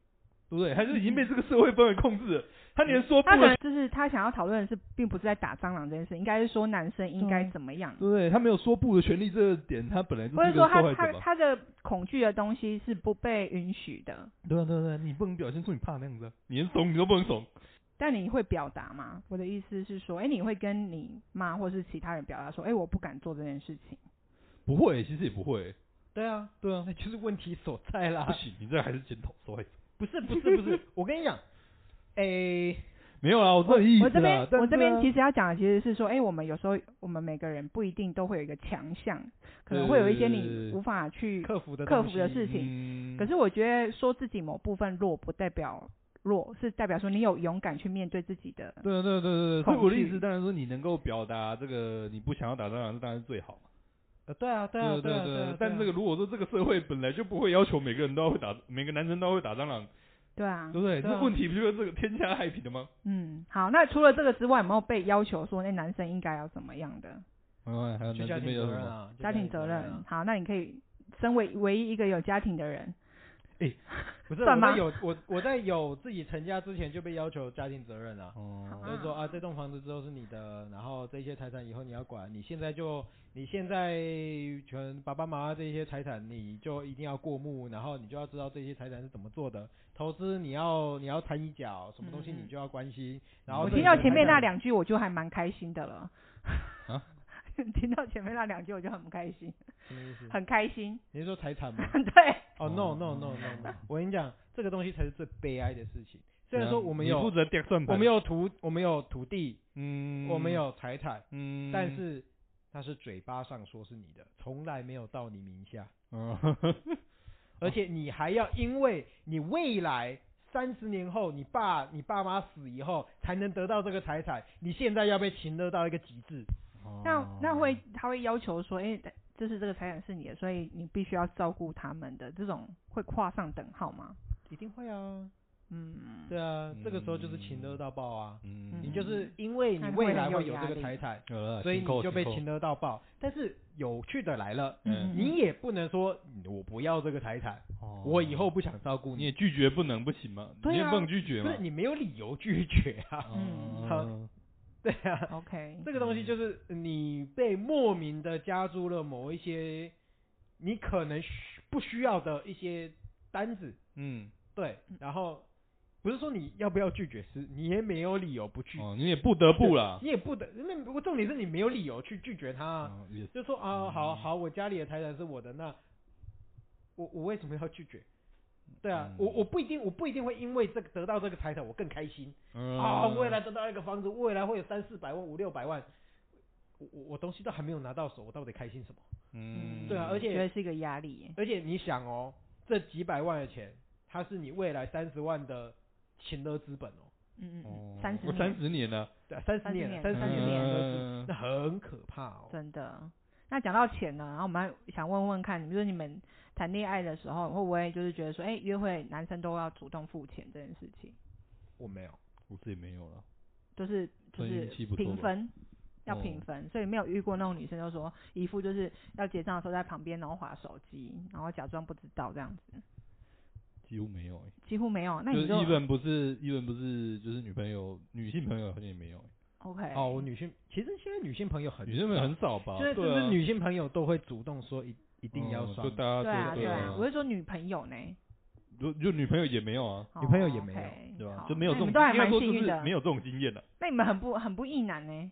Speaker 3: 对不对？他就是已经被这个社会氛围控制了，他连说不
Speaker 1: 他可
Speaker 3: 能
Speaker 1: 能就是他想要讨论的是，并不是在打蟑螂这件事，应该是说男生应该怎么样，
Speaker 3: 对不对？他没有说不的权利，这个点他本来就
Speaker 1: 或
Speaker 3: 是
Speaker 1: 者
Speaker 3: 一个
Speaker 1: 说
Speaker 3: 受害
Speaker 1: 他
Speaker 3: 者
Speaker 1: 他
Speaker 3: 吧？
Speaker 1: 他的恐惧的东西是不被允许的，
Speaker 3: 对啊对啊对啊，你不能表现出你怕那样子啊，你连怂你都不能怂。
Speaker 1: 但你会表达吗？我的意思是说，哎、你会跟你妈或是其他人表达说，哎、我不敢做这件事情。
Speaker 3: 不会，其实也不会，
Speaker 2: 对啊，
Speaker 3: 对啊，
Speaker 2: 那就是问题所在啦
Speaker 3: 不。行，你这还是检讨受害者。
Speaker 2: 不是不是不是，我跟你讲，诶、
Speaker 3: 没有啦，我这意思
Speaker 1: 我这边
Speaker 3: 啦。但
Speaker 1: 我这
Speaker 3: 是
Speaker 1: 边
Speaker 3: 啊
Speaker 1: 其实要讲的其实是说，哎、我们有时候我们每个人不一定都会有一个强项，可能会有一些
Speaker 3: 对对对
Speaker 1: 你
Speaker 3: 对
Speaker 1: 无法去。
Speaker 2: 克服的
Speaker 1: 克
Speaker 2: 东
Speaker 1: 服的
Speaker 2: 西
Speaker 1: 事情
Speaker 3: 嗯
Speaker 1: 可是我觉得说自己某部分弱，不代表弱，是代表说你有勇敢去面对自己的。
Speaker 3: 对啊对啊对啊对啊，所以
Speaker 1: 恐
Speaker 3: 我的意
Speaker 1: 惧
Speaker 3: 思当然说你能够表达这个你不想要打蟑螂，这当然是最好嘛。
Speaker 2: 呃，对啊，对啊，
Speaker 3: 对
Speaker 2: 啊，
Speaker 3: 对
Speaker 2: 对啊。
Speaker 3: 但这个如果说这个社会本来就不会要求每个人都要会打，每个男生都要会打蟑螂，
Speaker 1: 对啊
Speaker 3: 对，不对？
Speaker 2: 对啊
Speaker 3: 这问题不就是这个天下害平的吗？
Speaker 1: 嗯，好。那除了这个之外，有没有被要求说，那哎男生应该要怎么样的？
Speaker 3: 嗯，还有
Speaker 2: 就
Speaker 3: 男
Speaker 2: 家
Speaker 3: 生
Speaker 2: 庭
Speaker 3: 没有
Speaker 2: 责
Speaker 3: 什
Speaker 2: 任
Speaker 3: 么？
Speaker 2: 啊，就
Speaker 1: 家庭责
Speaker 2: 责
Speaker 1: 任。
Speaker 2: 啊。
Speaker 1: 好，那你可以身为唯一一个有家庭的人，
Speaker 2: 不是
Speaker 1: 算
Speaker 2: 我在
Speaker 1: 吗
Speaker 2: 有我我在有自己成家之前就被要求家庭责任啊，
Speaker 3: 哦，
Speaker 2: 就是说
Speaker 1: 啊
Speaker 2: 啊这栋房子之后是你的，然后这些财产以后你要管，你现在就你现在全爸爸妈妈这些财产你就一定要过目，然后你就要知道这些财产是怎么做的，投资你要你要参一脚，什么东西
Speaker 1: 嗯
Speaker 2: 你
Speaker 1: 嗯
Speaker 2: 就要关心，然后
Speaker 1: 我
Speaker 2: 这
Speaker 1: 听
Speaker 2: 里
Speaker 1: 到
Speaker 2: 的
Speaker 1: 前
Speaker 2: 财
Speaker 1: 面那
Speaker 2: 产
Speaker 1: 两句，我就还蛮开心的了。
Speaker 3: 啊
Speaker 1: *laughs* 听到前面那两句，我就很不开心，
Speaker 2: 什么意思？
Speaker 1: 很开
Speaker 2: *laughs*
Speaker 1: 心。
Speaker 2: 你是说财产吗？
Speaker 1: 对，
Speaker 2: 哦、n o no no no
Speaker 1: *laughs*
Speaker 2: no，我跟你讲，这个东西才是最悲哀的事情。虽
Speaker 1: 嗯
Speaker 2: 然说我们
Speaker 3: 你负
Speaker 2: 有
Speaker 3: 责电算盘，
Speaker 2: 我们，有土我们有土地，
Speaker 3: 嗯，
Speaker 2: 我们，有财产，
Speaker 3: 嗯，
Speaker 2: 但，是它是嘴巴上说是你的，从来没有到你名下， *laughs*
Speaker 3: 嗯，
Speaker 2: 而且你还要因为你未来。三十年后，你爸你爸妈死以后才能得到这个财产，你现在要被擒勒到一个极致。
Speaker 1: 那那会他会要求说，哎、就是这个财产是你的，所以你必须要照顾他们的，这种会画上等号吗？
Speaker 2: 一定会啊，
Speaker 1: 嗯，
Speaker 2: 对啊，这个时候就是擒勒到爆啊！
Speaker 3: 嗯，
Speaker 2: 你就是因为你
Speaker 1: 那会
Speaker 2: 未
Speaker 1: 很
Speaker 2: 来
Speaker 1: 有
Speaker 2: 会有
Speaker 1: 压
Speaker 2: 这个
Speaker 1: 力
Speaker 2: 财产，
Speaker 3: 有了，
Speaker 2: 所以
Speaker 3: 请扣
Speaker 2: 你就被
Speaker 3: 请
Speaker 2: 擒勒到爆。但是有趣的来了，
Speaker 3: 嗯
Speaker 2: 你也不能说嗯我不要这个财产，
Speaker 3: 扣，哦
Speaker 2: 我以后不想照顾
Speaker 3: 你
Speaker 2: 你，
Speaker 3: 也拒绝不能不行吗？
Speaker 1: 对啊
Speaker 3: 你也不能拒绝
Speaker 2: 不
Speaker 3: 嘛
Speaker 2: 是。你没有理由拒绝啊。 *laughs*
Speaker 1: 嗯
Speaker 3: 哦，
Speaker 2: 对啊，
Speaker 1: ，OK，
Speaker 2: 这个东西就是你被莫名的加诸了某一些你可能需不需要的一些单子，
Speaker 3: 嗯，
Speaker 2: 对，然后不是说你要不要拒绝，是你也没有理由不拒，
Speaker 3: 哦，你也不得不啦。
Speaker 2: 你也不得，那不过重点是你没有理由去拒绝他啊。
Speaker 3: 嗯也
Speaker 2: 就说啊，
Speaker 3: 嗯
Speaker 2: 好好，我家里的财产是我的，那我我为什么要拒绝？对啊，我
Speaker 3: 嗯
Speaker 2: 我不一定，我不一定会因为这个得到这个财产我更开心啊！
Speaker 3: 啊
Speaker 2: 未来得到一个房子，未来会有三四百万、五六百万，我我我东西都还没有拿到手，我到底开心什么？
Speaker 3: 嗯，
Speaker 2: 对啊而且
Speaker 1: 觉得是一个压力耶。
Speaker 2: 而且你想哦，这几百万的钱，它是你未来三十万的勤勒资本哦，
Speaker 1: 嗯嗯
Speaker 3: 哦
Speaker 1: 嗯，三十
Speaker 3: 我三
Speaker 1: 年，
Speaker 3: 十年了，
Speaker 2: 对、啊，三十
Speaker 1: 30
Speaker 2: 年了，
Speaker 1: 年
Speaker 2: 三
Speaker 1: 30
Speaker 2: 年的勤勒资本，
Speaker 3: 嗯
Speaker 2: 那很可怕哦。
Speaker 1: 真的。那讲到钱呢，然后我们还想问问看，比如说你们谈恋爱的时候，会不会就是觉得说，哎、约会男生都要主动付钱这件事情，
Speaker 2: 我没有，
Speaker 3: 我自己没有了。
Speaker 1: 就是就
Speaker 3: 所以
Speaker 1: 是
Speaker 3: 运气不错
Speaker 1: 平
Speaker 3: 吧
Speaker 1: 分，要
Speaker 3: 哦
Speaker 1: 平分，所以没有遇过那种女生就说一副就是要结账的时候在旁边然后划手机，然后假装不知道这样子，
Speaker 3: 几乎没有、欸，
Speaker 1: 几乎没有。那
Speaker 3: 就
Speaker 1: 你
Speaker 3: 是
Speaker 1: 就
Speaker 3: 一本不是一本不是就是女朋友女性朋友好像也没有、欸
Speaker 1: OK
Speaker 2: 哦，我女性其实现在女性朋友很
Speaker 3: 女生朋友
Speaker 2: 少
Speaker 3: 很少吧？
Speaker 2: 现在是不
Speaker 3: 对
Speaker 2: 是
Speaker 3: 啊
Speaker 2: 女性朋友都会主动说一一定要
Speaker 3: 嗯
Speaker 2: 上
Speaker 3: 就？大家
Speaker 1: 对啊
Speaker 3: 就
Speaker 1: 对啊
Speaker 3: 啊，，
Speaker 1: 我是说女朋友呢，哦
Speaker 3: 就就女朋友也没有啊，
Speaker 2: 女朋友也没有
Speaker 1: 有
Speaker 3: 对吧、就没有这
Speaker 1: 你
Speaker 3: 种，
Speaker 1: 们都还
Speaker 3: 应
Speaker 1: 蛮
Speaker 3: 该说
Speaker 1: 幸
Speaker 3: 就
Speaker 1: 运
Speaker 3: 是
Speaker 1: 的
Speaker 3: 没，有这种经验的、
Speaker 1: 那你们很不很不意难呢，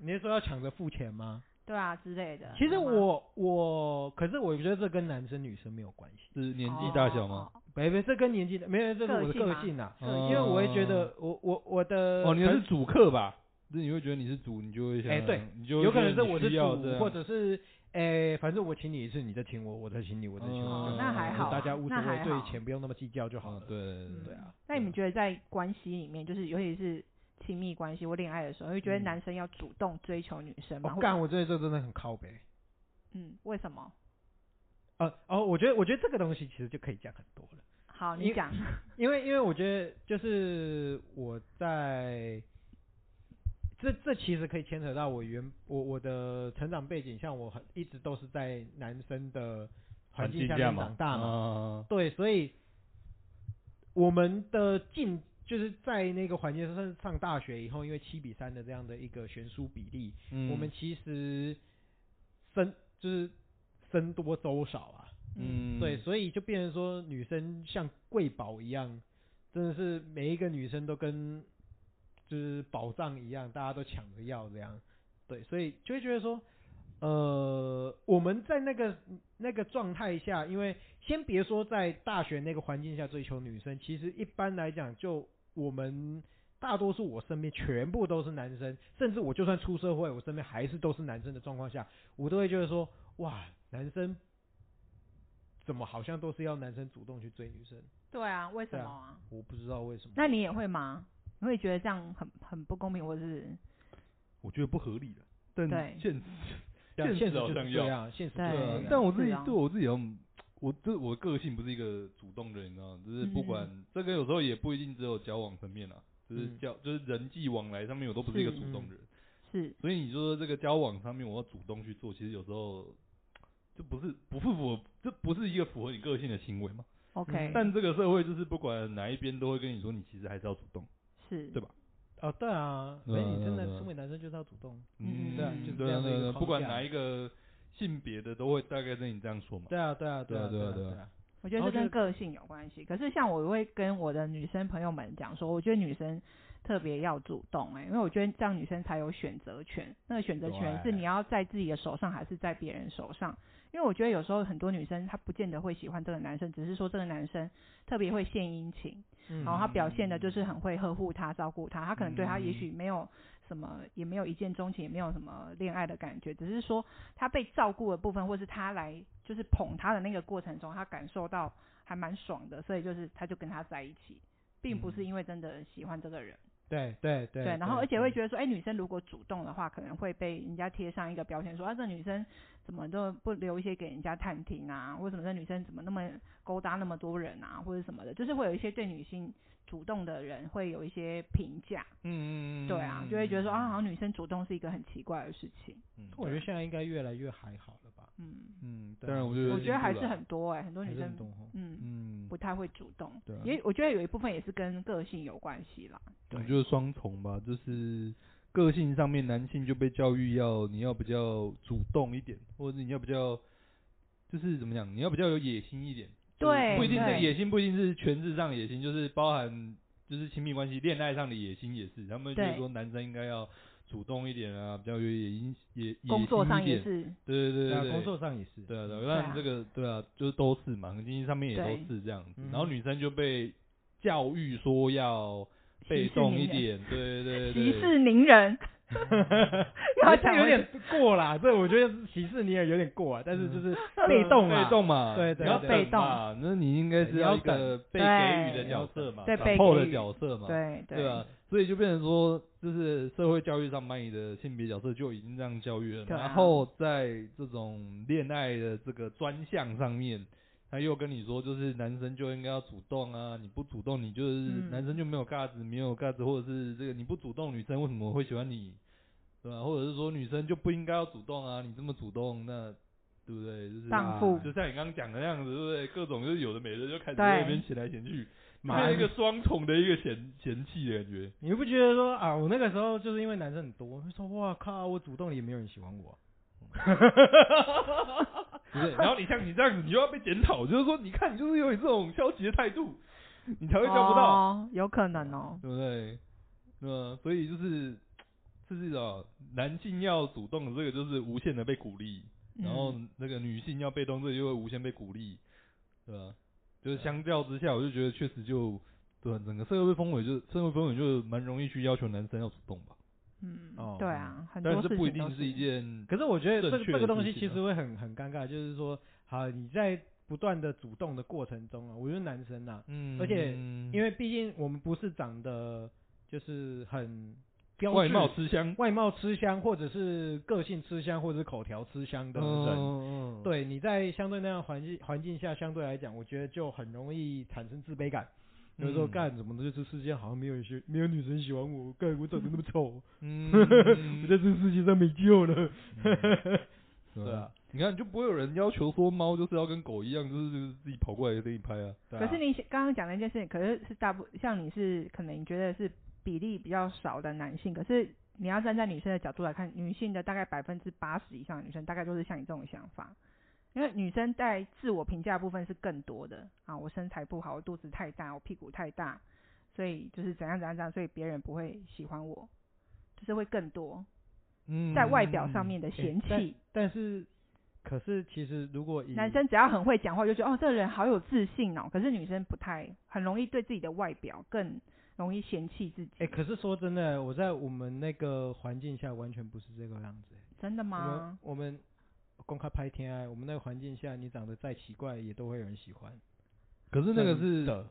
Speaker 2: 你是说要抢着付钱吗？
Speaker 1: 对啊之类的。
Speaker 2: 其实
Speaker 1: 有吗
Speaker 2: 我我，可是我觉得这跟男生女生没有关系，
Speaker 3: 是年纪大小吗？？
Speaker 1: 哦哦
Speaker 2: 没没，这跟年纪的没有，这是
Speaker 1: 个
Speaker 2: 我的
Speaker 1: 性
Speaker 2: 个
Speaker 1: 嘛
Speaker 2: 性啊，
Speaker 1: 哦哦
Speaker 2: 因为我会觉得我我我的
Speaker 3: 哦，你
Speaker 2: 朋
Speaker 3: 是主客吧？就是你会觉得你是主，你就会想，
Speaker 2: 哎对，
Speaker 3: 你就会
Speaker 2: 有可
Speaker 3: 觉
Speaker 2: 能
Speaker 3: 得
Speaker 2: 是
Speaker 3: 你
Speaker 2: 我是
Speaker 3: 需要这
Speaker 2: 主，
Speaker 3: 样
Speaker 2: 或者是诶，反正我请你一次，你再请我，我再请你，我再请
Speaker 3: 哦
Speaker 2: 我，
Speaker 3: 那还好啊
Speaker 2: 大家无所
Speaker 1: 那
Speaker 2: 谓，
Speaker 1: 还
Speaker 2: 对
Speaker 1: 好
Speaker 2: 钱不用那么计较就好
Speaker 3: 啊
Speaker 2: 了。
Speaker 3: 对对对
Speaker 1: 嗯
Speaker 3: 对
Speaker 2: 哦对啊，
Speaker 1: 那你们觉得在关系里面，就是尤其是亲密关系或恋爱的时候，会觉得
Speaker 2: 嗯
Speaker 1: 男生要主动追求女生吗？
Speaker 2: 我
Speaker 1: 或
Speaker 2: 哦干，我觉得这真的很靠北。
Speaker 1: 嗯，为什么？
Speaker 2: 呃，哦，我觉得我觉得这个东西其实就可以讲很多了。
Speaker 1: 好，
Speaker 2: 因
Speaker 1: 你
Speaker 2: 为 *laughs*
Speaker 1: 讲。
Speaker 2: 因为因为我觉得就是我在这这其实可以牵扯到我原我我的成长背景，像我很一直都是在男生的环境下
Speaker 3: 下
Speaker 2: 面长大嘛，
Speaker 3: 嘛，
Speaker 2: 对，所以我们的进就是在那个环境上，甚至上大学以后，因为七比三的这样的一个悬殊比例，
Speaker 3: 嗯
Speaker 2: 我们其实僧就是僧多粥少啊，
Speaker 3: 嗯
Speaker 2: 对，所以就变成说女生像贵宝一样，真的是每一个女生都跟就是宝藏一样，大家都抢着要这样，对，所以就会觉得说，呃，我们在那个那个状态下，因为先别说在大学那个环境下追求女生，其实一般来讲，就我们大多数我身边全部都是男生，甚至我就算出社会，我身边还是都是男生的状况下，我都会觉得说，哇，男生怎么好像都是要男生主动去追女生？
Speaker 1: 对啊，为什
Speaker 2: 对
Speaker 1: 么
Speaker 2: 啊
Speaker 1: 啊？
Speaker 2: 我不知道为什么。
Speaker 1: 那你也会吗？你会觉得这样很很不公平，或是
Speaker 3: 我觉得不合理的，但
Speaker 1: 对
Speaker 3: 现实 *laughs*
Speaker 2: 现
Speaker 3: 现
Speaker 2: 现
Speaker 3: 实
Speaker 2: 实
Speaker 3: 好
Speaker 2: 就是
Speaker 3: 像
Speaker 2: 这
Speaker 3: 要，
Speaker 2: 样，现实就
Speaker 1: 对
Speaker 2: 是这
Speaker 3: 啊
Speaker 2: 样
Speaker 3: 但我自己
Speaker 1: 是啊
Speaker 3: 对我自己好像，我这我个性不是一个主动的人，你知道吗？就是不管这个有时候也不一定只有交往层面啊，就是
Speaker 2: 嗯
Speaker 3: 交就是人际往来上面我都不是一个
Speaker 1: 是
Speaker 3: 主动的人，
Speaker 2: 嗯
Speaker 1: 是
Speaker 3: 所以你说这个交往上面我要主动去做，其实有时候就不是不符合，这不是一个符合你个性的行为
Speaker 2: 嗯
Speaker 3: 嘛？
Speaker 1: OK？
Speaker 3: *laughs* 但这个社会就是不管哪一边都会跟你说，你其实还是要主动。
Speaker 1: 是
Speaker 3: 对
Speaker 2: 哦，对啊，
Speaker 3: 对
Speaker 2: 所
Speaker 3: 啊
Speaker 2: 以你真的
Speaker 3: 对啊对啊
Speaker 2: 身为男生就是要主动。
Speaker 1: 嗯
Speaker 2: 对啊就是这
Speaker 3: 对
Speaker 2: 样的一个
Speaker 3: 对，
Speaker 2: 框
Speaker 3: 不管
Speaker 2: 架
Speaker 3: 哪一个性别的都会大概跟你这样说嘛。
Speaker 2: 对啊，对啊，啊，
Speaker 3: 对
Speaker 2: 对
Speaker 3: 啊对啊
Speaker 2: 对
Speaker 3: 对
Speaker 2: 啊。
Speaker 1: 我觉得
Speaker 2: 然
Speaker 1: 哦这
Speaker 2: 后
Speaker 1: 跟
Speaker 2: 就
Speaker 1: 个性有关系。可是像我会跟我的女生朋友们讲说，我觉得女生特别要主动、欸，因为我觉得这样女生才有选择权。那个选择权是
Speaker 3: 对
Speaker 1: 你要在自己的手上还是在别人手上？因为我觉得有时候很多女生她不见得会喜欢这个男生，只是说这个男生特别会献殷勤，
Speaker 2: 嗯
Speaker 1: 然后他表现的就是很会呵护她、照顾她，他可能对她也
Speaker 3: 嗯
Speaker 1: 许没有什么，也没有一见钟情，也没有什么恋爱的感觉，只是说他被照顾的部分，或是他来就是捧她的那个过程中，他感受到还蛮爽的，所以就是他就跟他在一起，并不是因为真的喜欢这个人。
Speaker 2: 对对对嗯
Speaker 1: 对，然后而且会
Speaker 2: 得
Speaker 1: 觉得说，哎、女生如果主动的话，可能会被人家贴上一个标签，说啊，这女生怎么都不留一些给人家探听啊，或者什么这女生怎么那么勾搭那么多人啊，或者什么的，就是会有一些对女性主动的人会有一些评价，
Speaker 3: 嗯
Speaker 1: 对啊，就会觉得说啊，好像女生主动是一个很奇怪的事情，
Speaker 3: 嗯
Speaker 2: 我觉得现在应该越来越还好了吧？
Speaker 1: 嗯，
Speaker 3: 嗯，
Speaker 2: 对啊
Speaker 3: 当然我觉得
Speaker 1: 我觉得还是
Speaker 3: 印度啦
Speaker 1: 很多哎、很多
Speaker 2: 还
Speaker 1: 女
Speaker 2: 是
Speaker 1: 生
Speaker 2: 很，懂哦
Speaker 1: 嗯，
Speaker 3: 嗯，
Speaker 1: 不太会主动
Speaker 3: 对啊，
Speaker 1: 也我觉得有一部分也是跟个性有关系啦，
Speaker 3: 我
Speaker 1: 对，
Speaker 3: 觉得双重吧，就是个性上面，男性就被教育要你要比较主动一点，或者是你要比较就是怎么讲，你要比较有野心一点。就是
Speaker 1: 对
Speaker 3: 不一定
Speaker 1: 对
Speaker 3: 是野心，不一定是全职上的野心，就是包含就是亲密关系、恋爱上的野心也是。他们就是
Speaker 1: 对
Speaker 3: 说男生应该要主动一点啊，比较有野心、野野
Speaker 1: 工作
Speaker 3: 心
Speaker 1: 上
Speaker 3: 一
Speaker 1: 也
Speaker 3: 点
Speaker 1: 是，
Speaker 3: 对对
Speaker 2: 对
Speaker 3: 对
Speaker 2: 啊，
Speaker 3: 对，
Speaker 2: 工作上也是。
Speaker 3: 对啊，对啊，
Speaker 1: 啊
Speaker 3: 但这个对啊，就是都是嘛，经济上面也
Speaker 1: 对
Speaker 3: 都是这样子。
Speaker 2: 嗯
Speaker 3: 然后女生就被教育说要被
Speaker 1: 息事
Speaker 3: 动
Speaker 1: 宁
Speaker 3: 一
Speaker 1: 人
Speaker 3: 点，对对
Speaker 1: 息
Speaker 3: 对对，
Speaker 1: 事宁
Speaker 3: *laughs*
Speaker 1: 人，然后
Speaker 2: 这
Speaker 1: 讲
Speaker 2: 有
Speaker 1: 回去
Speaker 2: 点过啦，这我觉得歧视你也有点过啊，但
Speaker 3: 嗯
Speaker 2: 是就是被动啊，
Speaker 3: 被动嘛，
Speaker 2: 对对
Speaker 3: 你要
Speaker 2: 对
Speaker 1: 被
Speaker 3: 等嘛，那你应该
Speaker 2: 对
Speaker 3: 是
Speaker 2: 你
Speaker 3: 要
Speaker 2: 要
Speaker 3: 一个被给予
Speaker 1: 对
Speaker 3: 的角色嘛，
Speaker 1: 对被
Speaker 3: 被后的
Speaker 1: 给予
Speaker 3: 角色嘛，
Speaker 1: 对
Speaker 3: 对啊，所以就变成说，就是社会教育上把你的性别角色就已经这样教育了，
Speaker 1: 对啊
Speaker 3: 然后在这种恋爱的这个专项上面，他又跟你说，就是男生就应该要主动啊，你不主动，你就是、
Speaker 1: 嗯
Speaker 3: 男生就没有价值，没有价值，或者是这个你不主动，女生为什么会喜欢你，对吧、或者是说女生就不应该要主动啊，你这么主动，那对不对？就是啊
Speaker 1: 荡妇
Speaker 3: 就像你刚刚讲的那样子，对不对？各种就是有的没的就开始
Speaker 1: 对
Speaker 3: 在那边闲来闲去，
Speaker 2: 妈
Speaker 3: 变成一
Speaker 2: 的
Speaker 3: 个双重的一个嫌嫌弃的感觉。
Speaker 2: 你不觉得说啊，我那个时候就是因为男生很多，会说哇靠，我主动了也没有人喜欢我。啊
Speaker 3: 对不对？然后你像你这样子，你就要被检讨，就是说，你看你就是有你这种消极的态度，你才会交不到，
Speaker 1: 哦，有可能哦。
Speaker 3: 对不对？嗯，所以就是这是啊，男性要主动的这个就是无限的被鼓励，然后
Speaker 1: 嗯
Speaker 3: 那个女性要被动，这个就会无限被鼓励，对吧？就是相较之下，我就觉得确实就对整个社会氛围就社会氛围就蛮容易去要求男生要主动吧，
Speaker 1: 嗯，
Speaker 2: 哦
Speaker 1: 对啊，很
Speaker 3: 但
Speaker 1: 多事
Speaker 3: 是这
Speaker 1: 情
Speaker 3: 不一定
Speaker 1: 都
Speaker 3: 是
Speaker 1: 是
Speaker 3: 一件
Speaker 2: 可是我觉得这
Speaker 3: 正
Speaker 2: 个
Speaker 3: 确的
Speaker 2: 这个东
Speaker 3: 事
Speaker 2: 西
Speaker 3: 情
Speaker 2: 其
Speaker 3: 啊
Speaker 2: 实会很很尴尬，就是说，好，你在不断的主动的过程中啊，我觉得男生呐、
Speaker 3: 嗯，
Speaker 2: 而且因
Speaker 3: 为
Speaker 2: 为毕竟我们不是长得就是很标
Speaker 3: 外
Speaker 2: 致
Speaker 3: 貌吃香
Speaker 2: 外貌吃香，或者是个性吃香，或者是口条吃香的人，哦
Speaker 3: 嗯，嗯，
Speaker 2: 对你在相对那样环境环境下，相对来讲，我觉得就很容易产生自卑感。有时候
Speaker 3: 嗯
Speaker 2: 干什么的，就这世界上好像没有一些没有女生喜欢我，干我长得那么丑，
Speaker 3: *laughs* 嗯，
Speaker 2: *laughs* 我在这世界上没救了。
Speaker 3: 对啊，你看就不会有人要求说猫就是要跟狗一样，就是就是自己跑过来给你拍啊。
Speaker 2: 对
Speaker 1: 可
Speaker 2: 啊
Speaker 1: 是你刚刚讲的一件事情，可是是大部像你是可能你觉得是比例比较少的男性，可是你要站在女生的角度来看，女性的大概百分之八十以上的女生大概都是像你这种想法，因为女生在自我评价部分是更多的啊，我身材不好，我肚子太大，我屁股太大，所以就是怎样怎样怎样，所以别人不会喜欢我，就是会更多
Speaker 3: 嗯，
Speaker 1: 在外表上面的
Speaker 2: 欸
Speaker 1: 嫌弃。
Speaker 2: 但但是，可是其实如果以
Speaker 1: 男生只要很会讲话，就觉得哦，这个人好有自信哦。可是女生不太，很容易对自己的外表更容易嫌弃自己。
Speaker 2: 哎、可是说真的，我在我们那个环境下完全不是这个样子、欸。
Speaker 1: 真的吗？
Speaker 2: 我们我们公开拍天爱，我们那个环境下，你长得再奇怪，也都会有人喜欢。
Speaker 3: 可是那个
Speaker 2: 真
Speaker 3: 是
Speaker 2: 的，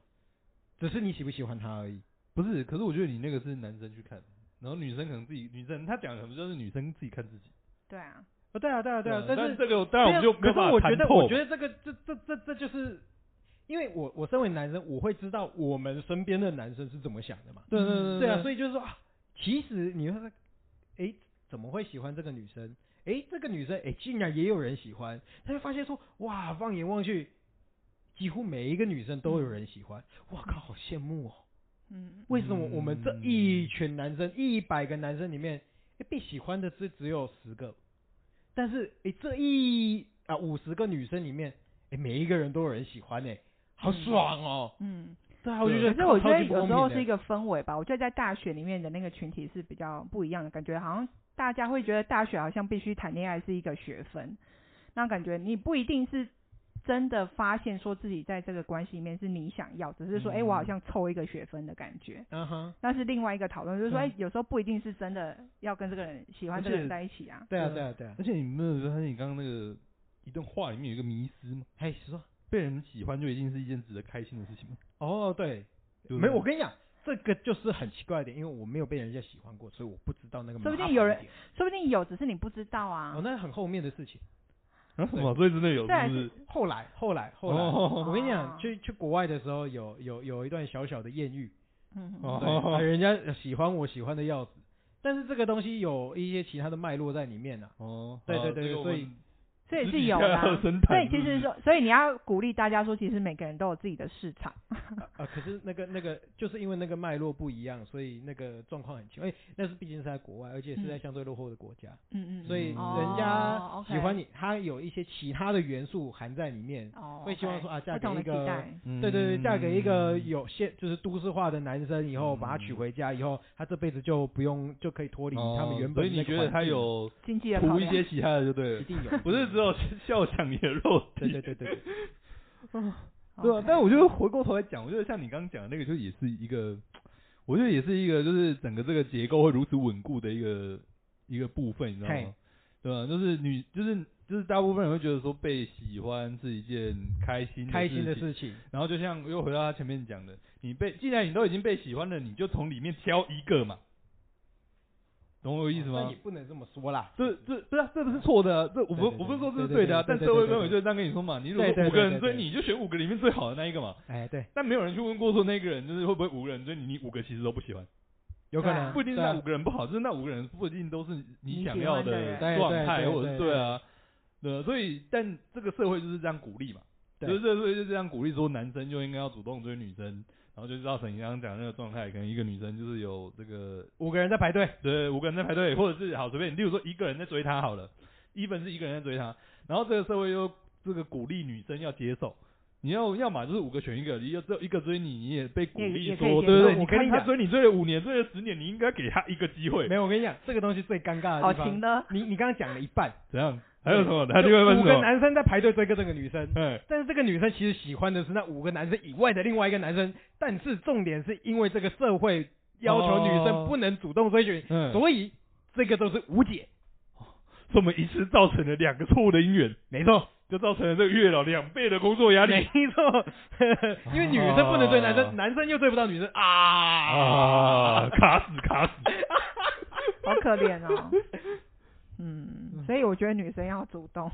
Speaker 2: 只是你喜不喜欢他而已。
Speaker 3: 不是？可是我觉得你那个是男生去看，然后女生可能自己女生她讲的可能就是女生自己看自己。
Speaker 1: 对啊，
Speaker 2: 啊，对啊，对啊，对啊，但
Speaker 3: 但
Speaker 2: 是
Speaker 3: 这个当然我们就没
Speaker 2: 可是
Speaker 3: 有办
Speaker 2: 我
Speaker 3: 法
Speaker 2: 觉
Speaker 3: 谈
Speaker 2: 得，
Speaker 3: 透
Speaker 2: 我觉得这个这这这这就是，因为我我身为男生，我会知道我们身边的男生是怎么想的嘛。
Speaker 3: 对对
Speaker 1: 嗯
Speaker 3: 对
Speaker 2: 对啊，所
Speaker 3: 以
Speaker 2: 以就是说，啊、其实你会说，哎、怎么会喜欢这个女生？哎、这个女生，哎、竟然也有人喜欢，他就发现说，哇，放眼望去，几乎每一个女生都有人喜欢，哇靠，好羡慕哦！
Speaker 1: 嗯，
Speaker 2: 为什么我们这一群男生，一百个男生里面，诶被喜欢的只只有十个，但是哎、诶这一啊五十个女生里面，哎、每一个人都有人喜欢哎、好
Speaker 1: 嗯
Speaker 2: 爽哦！
Speaker 1: 嗯，
Speaker 2: 对啊，我就觉
Speaker 1: 可
Speaker 2: 得
Speaker 1: 是我觉
Speaker 2: 超
Speaker 1: 得
Speaker 2: 级不
Speaker 1: 有
Speaker 2: 公
Speaker 1: 时候
Speaker 2: 平的
Speaker 1: 是一个氛围吧。我觉得在大学里面的那个群体是比较不一样的，感觉好像大家会觉得大学好像必须谈恋爱是一个学分，那感觉你不一定是真的发现说自己在这个关系里面是你想要，只是说哎、诶我好像凑一个学分的感觉。
Speaker 2: 嗯哼，
Speaker 1: 那是另外一个讨论，就是说，哎、
Speaker 2: 嗯
Speaker 1: 有时候不一定是真的要跟这个人喜欢这个人在一起啊。
Speaker 2: 对啊
Speaker 3: 对啊
Speaker 2: 对啊对啊，
Speaker 3: 而且你没有发现你刚刚那个一段话里面有一个迷失吗？
Speaker 2: 哎，说。
Speaker 3: 被人喜欢就一定是一件值得开心的事情吗？
Speaker 2: 哦，对，
Speaker 3: 对不
Speaker 2: 没
Speaker 3: 对
Speaker 2: 有，我跟你讲，这个就是很奇怪的点，因为我没有被人家喜欢过，所以我不知道那个麻
Speaker 1: 说
Speaker 2: 烦
Speaker 1: 不
Speaker 2: 点。
Speaker 1: 定有人说不定有，只是你不知道啊。
Speaker 2: 哦，那很后面的事情。
Speaker 3: 啊 *laughs* 什么？所以真的有
Speaker 1: 对啊
Speaker 3: 是不是？
Speaker 2: 后来，后来，后来，
Speaker 3: 哦
Speaker 2: 我跟你
Speaker 1: 哦
Speaker 2: 讲，去去国外的时候有，有有一段小小的艳遇，
Speaker 1: 嗯，
Speaker 3: 哦
Speaker 2: 对，啊人家喜欢我喜欢的要死，但是这个东西有一些其他的脉络在里面啊呢、
Speaker 3: 哦，
Speaker 2: 对
Speaker 3: 好
Speaker 2: 对对
Speaker 3: 这个我
Speaker 2: 所
Speaker 3: 们
Speaker 2: 以
Speaker 1: 所以
Speaker 3: 私
Speaker 1: 是
Speaker 3: 底
Speaker 1: 有
Speaker 3: 下
Speaker 1: 的啊、
Speaker 3: 要 *laughs* 深
Speaker 1: 所以
Speaker 3: 谈
Speaker 1: 其
Speaker 3: 是不
Speaker 1: 实
Speaker 3: 是
Speaker 1: 说，所以你要鼓励大家说，其实每个人都有自己的市场。
Speaker 2: 啊。啊，可是那个那个，就是因为那个脉络不一样，所以那个状况很奇怪。哎那是毕竟是在国外，而且是在
Speaker 1: 嗯
Speaker 2: 相对落后的国家。
Speaker 1: 嗯嗯。
Speaker 2: 所以
Speaker 1: 嗯
Speaker 2: 人家
Speaker 1: 哦
Speaker 2: 喜欢
Speaker 1: OK
Speaker 2: 你，他有一些其他的元素含在里面。
Speaker 1: 哦，
Speaker 2: 会希望
Speaker 1: OK
Speaker 2: 说啊嫁
Speaker 1: 不
Speaker 2: 给
Speaker 1: 同的
Speaker 2: 一
Speaker 1: 期
Speaker 2: 个
Speaker 1: 待
Speaker 2: 对对对，嫁给一个
Speaker 3: 嗯
Speaker 2: 有些就是都市化的男生以后，把他娶回家以后，他这辈子就不用就可以脱离他们
Speaker 3: 哦
Speaker 2: 原本。
Speaker 3: 所以你觉得他？有
Speaker 1: 经济的考
Speaker 3: 图一
Speaker 1: 量
Speaker 3: 些其他的就对
Speaker 2: 一
Speaker 3: 了，
Speaker 2: 定有，
Speaker 3: *laughs* 不是只有笑抢你的肉
Speaker 2: 对
Speaker 3: 体。
Speaker 2: 对对
Speaker 3: *laughs*
Speaker 2: 对对，
Speaker 3: 对啊
Speaker 1: OK，
Speaker 3: 但我觉得回过头来讲，我觉得像你刚刚讲的那个，就也是一个，我觉得也是一个，就是整个这个结构会如此稳固的一个一个部分，你知道
Speaker 2: 嘿
Speaker 3: 吗？对吧、就是女，就是就是大部分人会觉得说被喜欢是一件开心
Speaker 2: 开心的
Speaker 3: 事
Speaker 2: 事
Speaker 3: 情。
Speaker 2: 情，
Speaker 3: 然后就像又回到他前面讲的，你被既然你都已经被喜欢了，你就从里面挑一个嘛，懂我意思
Speaker 2: 但
Speaker 3: 吗
Speaker 2: 也？不能这么说啦。
Speaker 3: 这这对啊，这不是错的啊，这我不
Speaker 2: 对对对
Speaker 3: 我不是说这是
Speaker 2: 对对
Speaker 3: 对的啊，
Speaker 2: 对
Speaker 3: 但
Speaker 2: 对
Speaker 3: 社会
Speaker 2: 对对
Speaker 3: 氛围就是这样跟你说嘛，你如果
Speaker 2: 对对
Speaker 3: 五个人
Speaker 2: 对对
Speaker 3: 追
Speaker 2: 对
Speaker 3: 你，你就选五个里面最好的那一个嘛。
Speaker 2: 哎，对，
Speaker 3: 但没有人去问过说那个人就是会不会五个人追你，你五个其实都不喜欢，
Speaker 2: 有可
Speaker 1: 对啊
Speaker 2: 能
Speaker 3: 不一定是
Speaker 2: 对啊
Speaker 3: 那五个人不好，就是那五个人不一定都是你想要
Speaker 1: 你喜欢的
Speaker 2: 人
Speaker 3: 状态，
Speaker 2: 对对对
Speaker 3: 或者是
Speaker 2: 对
Speaker 3: 对啊，对啊，所以但这个社会就是这样鼓励嘛，
Speaker 2: 对
Speaker 3: 就是这个社会就这样鼓励说男生就应该要主动追女生，然后就造成你刚刚讲的那个状态，可能一个女生就是有这个
Speaker 2: 五个人在排队，
Speaker 3: 对，五个人在排队，或者是好随便，例如说一个人在追她好了，一本是一个人在追她，然后这个社会又这个鼓励女生要接受，你要要么就是五个选一个，你要只有一个追你，你也被鼓
Speaker 1: 也
Speaker 3: 励
Speaker 1: 也
Speaker 3: 说
Speaker 1: 可以，接受
Speaker 3: 对对对，
Speaker 2: 我
Speaker 3: 你
Speaker 2: 跟
Speaker 3: 看
Speaker 2: 你
Speaker 3: 他
Speaker 2: 讲
Speaker 3: 追你追了五年，追了十年，你应该给他一个机会
Speaker 2: 没，有，我跟你讲，这个东西最尴尬
Speaker 1: 好
Speaker 2: 的地方
Speaker 1: 情，的，
Speaker 2: 你你刚刚讲了一半，
Speaker 3: 怎样？还有什么？还有另外
Speaker 2: 五
Speaker 3: 一半是
Speaker 2: 个
Speaker 3: 什么？
Speaker 2: 男生在排队追个这个女生，
Speaker 3: 哎，
Speaker 2: 但是这个女生其实喜欢的是那五个男生以外的另外一个男生，但是重点是因为这个社会要求女生不能主动追寻，
Speaker 3: 嗯，
Speaker 2: 所以这个都是无解。
Speaker 3: 所以我们一次造成了两个错误的姻缘，
Speaker 2: 没错，
Speaker 3: 就造成了这个月老两倍的工作压
Speaker 2: 没
Speaker 3: 力
Speaker 2: 错，
Speaker 3: 啊
Speaker 2: 因为女生不能追男
Speaker 3: 哦
Speaker 2: 生，男生又追不到女生啊
Speaker 3: 啊，。卡死卡死，
Speaker 2: *laughs*
Speaker 1: 好可怜哦。嗯，所以我觉得女生要主动，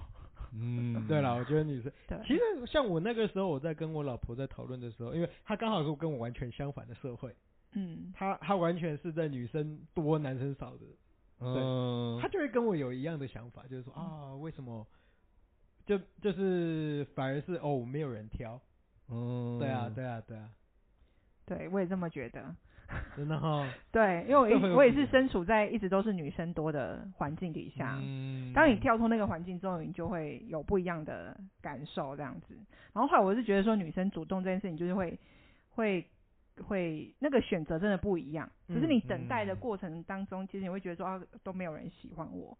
Speaker 3: 嗯，
Speaker 2: *laughs* 对了，我觉得女生
Speaker 1: 对，
Speaker 2: 其实像我那个时候，我在跟我老婆在讨论的时候，因为她刚好是跟我完全相反的社会，
Speaker 1: 嗯，
Speaker 2: 她她完全是在女生多男生少的，
Speaker 3: 嗯
Speaker 2: 她，就会跟我有一样的想法，就是说啊，为什么就就是反而是哦没有人挑，
Speaker 3: 嗯，
Speaker 2: 对啊对啊对啊，
Speaker 1: 对我也这么觉得。
Speaker 2: 真的哈，
Speaker 1: 对，因为
Speaker 3: *laughs*
Speaker 1: 我
Speaker 2: 这很
Speaker 1: 一
Speaker 2: 有
Speaker 1: 我也
Speaker 2: 必
Speaker 1: 是
Speaker 2: 要
Speaker 1: 身处在一直都是女生多的环境底下，
Speaker 3: 嗯，
Speaker 1: 啊当你跳脱那个环境之后，你就会有不一样的感受这样子。然后后来我是觉得说，女生主动这件事情就是会会会那个选择真的不一样，只是
Speaker 2: 嗯
Speaker 1: 你等待的
Speaker 3: 嗯
Speaker 1: 过程当中，其实你会觉得说啊都没有人喜欢我，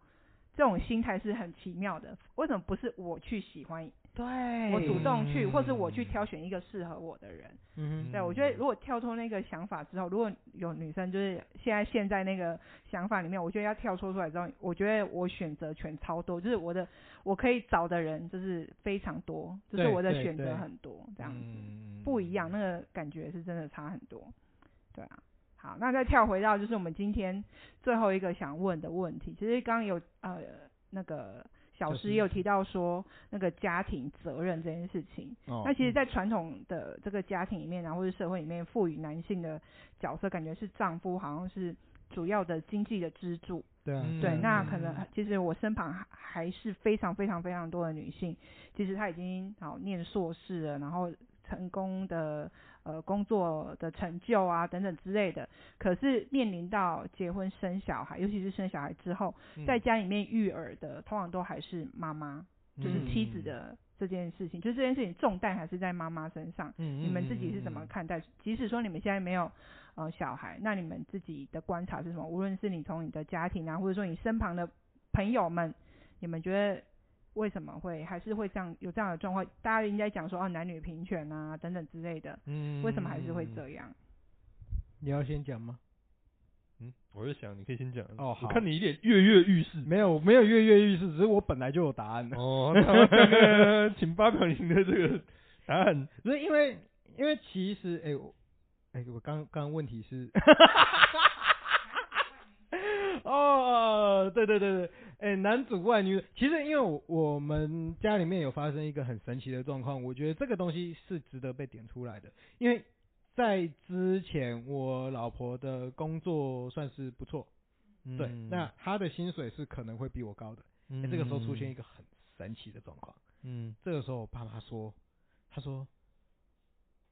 Speaker 1: 这种心态是很奇妙的。为什么不是我去喜欢，
Speaker 2: 对，
Speaker 1: 我主动去，或是我去
Speaker 3: 嗯
Speaker 1: 挑选一个适合我的人？
Speaker 2: 嗯哼
Speaker 1: 对，我觉得如果跳脱那个想法之后，如果有女生就是现在陷在那个想法里面，我觉得要跳脱出来之后，我觉得我选择权超多，就是我的我可以找的人就是非常多，就是
Speaker 2: 对
Speaker 1: 我的
Speaker 2: 对
Speaker 1: 选择
Speaker 2: 对
Speaker 1: 很多，这样子
Speaker 3: 嗯
Speaker 1: 不一样，那个感觉是真的差很多。对啊，好，那再跳回到就是我们今天最后一个想问的问题，其实刚刚有呃那个小
Speaker 2: 小
Speaker 1: 师
Speaker 2: 师
Speaker 1: 也有提到说那个家庭责任这件事情。
Speaker 2: 哦
Speaker 1: 那其
Speaker 3: 嗯
Speaker 1: 实，在传统的这个家庭里面啊，或者社会里面，赋予男性的角色，感觉是丈夫好像是主要的经济的支柱。
Speaker 2: 对啊
Speaker 3: 嗯
Speaker 1: 对，那可能其实我身旁还还是非常非常非常多的女性，其实她已经好念硕士了，然后成功的呃工作的成就啊等等之类的，可是面临到结婚生小孩，尤其是生小孩之后，
Speaker 3: 嗯
Speaker 1: 在家里面育儿的，通常都还是妈妈。
Speaker 2: 嗯
Speaker 3: 嗯
Speaker 1: 就是妻子的这件事情，就是这件事情重担还是在妈妈身上。
Speaker 3: 嗯，
Speaker 1: 你们自己是怎么看待？即使说你们现在没有呃小孩，那你们自己的观察是什么？无论是你从你的家庭啊，或者说你身旁的朋友们，你们觉得为什么会还是会这样有这样的状况？大家应该讲说哦、男女平权啊等等之类的，
Speaker 3: 嗯
Speaker 1: 为什么还是会？这样？
Speaker 2: 你要先讲吗？
Speaker 3: 嗯，我就想你可以先讲
Speaker 2: 哦好
Speaker 3: 我看你一脸跃跃欲试。
Speaker 2: 没有没有跃跃欲试，只是我本来就有答案的。
Speaker 3: 哦，那这个请发表您的这个答案。
Speaker 2: 不是因为，因为其实，哎、我，哎、我刚刚问题是，哦，对对对对，哎、男主外女主，其实因为我我们家里面有发生一个很神奇的状况，我觉得这个东西是值得被点出来的，因为在之前我老婆的工作算是不错，对，
Speaker 3: 嗯
Speaker 2: 那她的薪水是可能会比我高的，哎这个时候出现一
Speaker 3: 个，
Speaker 2: 个很神奇的状况。
Speaker 3: 嗯
Speaker 2: 这个时候我爸妈说，他说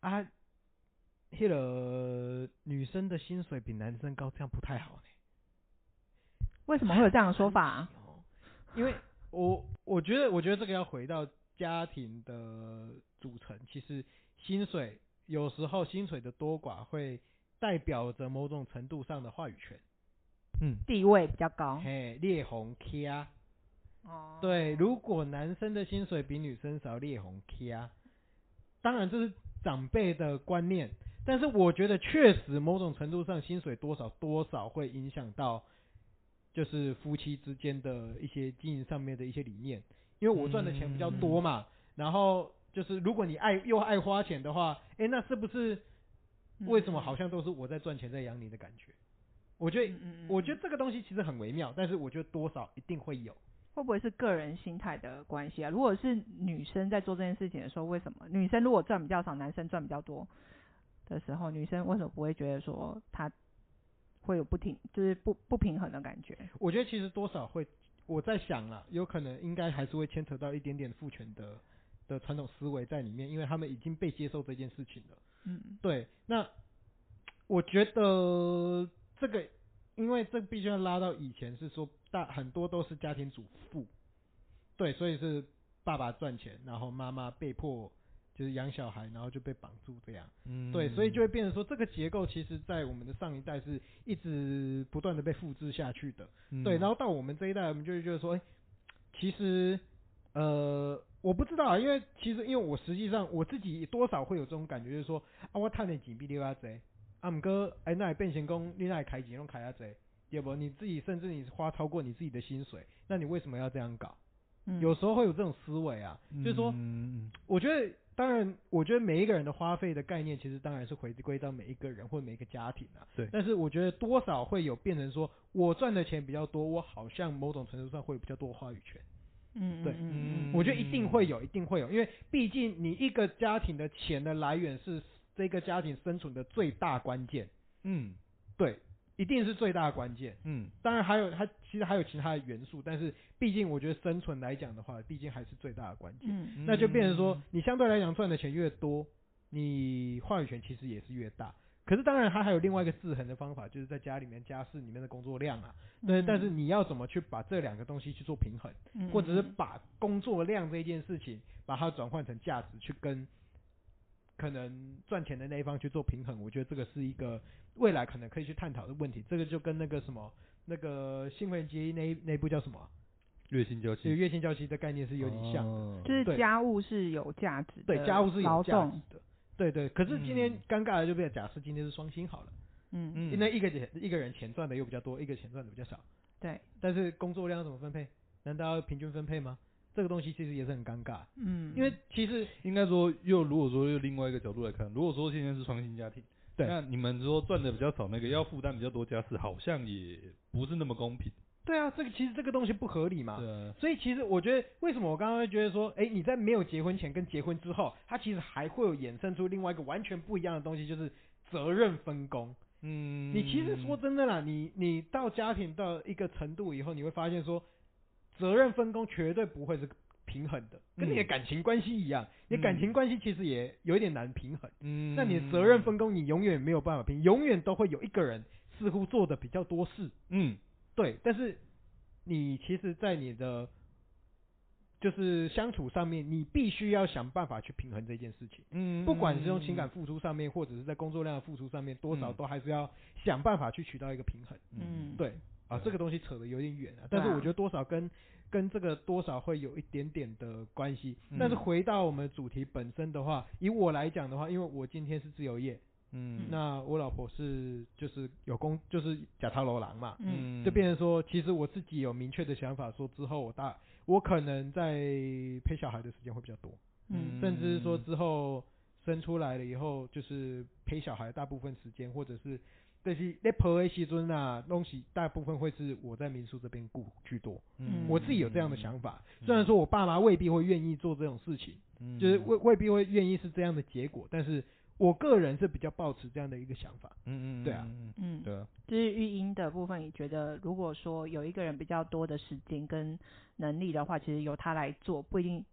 Speaker 2: 啊，那个女生的薪水比男生高，这样不太好呢。
Speaker 1: 为什么会有这样的说法、啊
Speaker 2: *laughs* 哦，因为我我觉得我觉得这个要回到家庭的组成，其实薪水有时候薪水的多寡会代表着某种程度上的话语权。
Speaker 3: 嗯
Speaker 1: 地位比较高
Speaker 2: 嘿，烈红 K 啊，
Speaker 1: 哦
Speaker 2: 对，如果男生的薪水比女生少，烈红 K 啊，当然这是长辈的观念，但是我觉得确实某种程度上薪水多少多少会影响到，就是夫妻之间的一些经营上面的一些理念，因为我赚的钱比较多嘛，然后就是如果你爱又爱花钱的话，诶，那是不是
Speaker 1: 嗯
Speaker 2: 为什么好像都是我在赚钱在养你的感觉？我觉得，
Speaker 1: 嗯嗯嗯
Speaker 2: 我觉得这个东西其实很微妙，但是我觉得多少一定会有。
Speaker 1: 会不会是个人心态的关系啊？如果是女生在做这件事情的时候，为什么女生如果赚比较少，男生赚比较多的时候，女生为什么不会觉得说她会有不平，就是不不平衡的感觉？
Speaker 2: 我觉得其实多少会，我在想啦，有可能应该还是会牵扯到一点点父权的的传统思维在里面，因为他们已经被接受这件事情了。
Speaker 1: 嗯
Speaker 2: 对，那我觉得这个，因为这必须要拉到以前是说大很多都是家庭主妇，对，所以是爸爸赚钱，然后妈妈被迫就是养小孩，然后就被绑住这样。
Speaker 3: 嗯
Speaker 2: 对，所以就会变成说，这个结构其实在我们的上一代是一直不断的被复制下去的。
Speaker 3: 嗯
Speaker 2: 对，然后到我们这一代，我们就会觉得说，哎、其实呃，我不知道啊，因为其实因为我实际上我自己多少会有这种感觉，就是说啊，我探的紧比你啊贼，啊姆哥，哎、那也变成功，你那也开钱用开啊贼，对不？你自己甚至你花超过你自己的薪水，那你为什么要这样搞？
Speaker 1: 嗯，
Speaker 2: 有时候会有这种思维啊，就是说，
Speaker 3: 嗯
Speaker 2: 我觉得，当然，我觉得每一个人的花费的概念，其实当然是回归到每一个人或每一个家庭啊。
Speaker 3: 对
Speaker 2: 但是我觉得多少会有变成说，我赚的钱比较多，我好像某种程度上会有比较多话语权。
Speaker 1: 嗯，
Speaker 2: 对
Speaker 1: 嗯嗯嗯
Speaker 2: 我觉得一定会有，一定会有，因为毕竟你一个家庭的钱的来源是这个家庭生存的最大关键，
Speaker 3: 嗯
Speaker 2: 对，一定是最大的关键。
Speaker 3: 嗯
Speaker 2: 当然还有它其实还有其他的元素，但是毕竟我觉得生存来讲的话，毕竟还是最大的关键。
Speaker 1: 嗯
Speaker 3: 嗯，
Speaker 2: 那就变成说，你相对来讲赚的钱越多，你话语权其实也是越大。可是当然，它还有另外一个制衡的方法，就是在家里面家事里面的工作量啊。对，但是你要怎么去把这两个东西去做平衡，
Speaker 1: 嗯
Speaker 2: 或者是
Speaker 1: 嗯
Speaker 2: 把工作量这件事情，把它转换成价值去跟可能赚钱的那一方去做平衡，我觉得这个是一个未来可能可以去探讨的问题。这个就跟那个什么，那个《新垣结衣》那一那一部叫什么啊，
Speaker 3: 月薪交
Speaker 2: 就《
Speaker 3: 期
Speaker 2: 月薪娇妻》的概念是有点像的。
Speaker 3: 哦
Speaker 1: 嗯就是
Speaker 2: 对
Speaker 1: 家务是有价值的，
Speaker 2: 对，家务是有
Speaker 1: 呃劳
Speaker 2: 价
Speaker 1: 动
Speaker 2: 值，的。对对，可是今天
Speaker 3: 嗯
Speaker 2: 尴尬的就变成，假设今天是双薪好了，
Speaker 1: 嗯，
Speaker 3: 嗯，
Speaker 2: 那一个钱一个人钱赚的又比较多，一个钱赚的比较少，
Speaker 1: 对，
Speaker 2: 但是工作量怎么分配？难道要平均分配吗？这个东西其实也是很尴尬，
Speaker 1: 嗯，
Speaker 2: 因为其实
Speaker 3: 应该说，又如果说又另外一个角度来看，如果说现在是双薪家庭，
Speaker 2: 对
Speaker 3: 那你们说赚的比较少，那个要负担比较多家事，好像也不是那么公平，
Speaker 2: 对啊，这个其实这个东西不合理嘛。
Speaker 3: 对啊，
Speaker 2: 所以其实我觉得，为什么我刚刚会觉得说，哎，你在没有结婚前跟结婚之后，它其实还会有衍生出另外一个完全不一样的东西，就是责任分工。
Speaker 3: 嗯，
Speaker 2: 你其实说真的啦，你你到家庭到一个程度以后，你会发现说，责任分工绝对不会是平衡的，跟你的
Speaker 3: 嗯
Speaker 2: 感情关系一样，你的感情关系其实也有一点难平衡。
Speaker 3: 嗯，
Speaker 2: 那你的责任分工，你永远没有办法平，永远都会有一个人似乎做的比较多事，
Speaker 3: 嗯，
Speaker 2: 对，但是你其实，在你的就是相处上面，你必须要想办法去平衡这件事情。
Speaker 3: 嗯，
Speaker 2: 不管是用情感付出上面，或者是在工作量的付出上面，多少
Speaker 3: 嗯
Speaker 2: 都还是要想办法去取到一个平衡。
Speaker 1: 嗯，
Speaker 2: 对啊，
Speaker 3: 对
Speaker 2: 这个东西扯得有点远啊，但是
Speaker 1: 对啊
Speaker 2: 我觉得多少跟跟这个多少会有一点点的关系。
Speaker 3: 嗯
Speaker 2: 但是回到我们主题本身的话，以我来讲的话，因为我今天是自由业，
Speaker 3: 嗯，
Speaker 2: 那我老婆是就是有工就是假桃楼郎嘛，
Speaker 1: 嗯
Speaker 2: 就变成说，其实我自己有明确的想法，说之后我大我可能在陪小孩的时间会比较多。
Speaker 1: 嗯
Speaker 2: 甚至是说之后生出来了以后，就是陪小孩大部分时间，或者是这些在陪的时尊啊，东西大部分会是我在民宿这边顾居多。
Speaker 1: 嗯
Speaker 2: 我自己有这样的，想法，虽然说我爸妈未必会愿意做这种事情，
Speaker 3: 嗯
Speaker 2: 就是未，未必会愿意是这样的结果，但是我个人是比较抱持这样的一个想法。
Speaker 3: 嗯嗯，
Speaker 2: 对啊
Speaker 3: 嗯，
Speaker 1: 嗯，
Speaker 3: 对啊，
Speaker 1: 就是育婴的部分，你觉得如果说有一个人比较多的时间跟能力的话，其实由他来做，不一定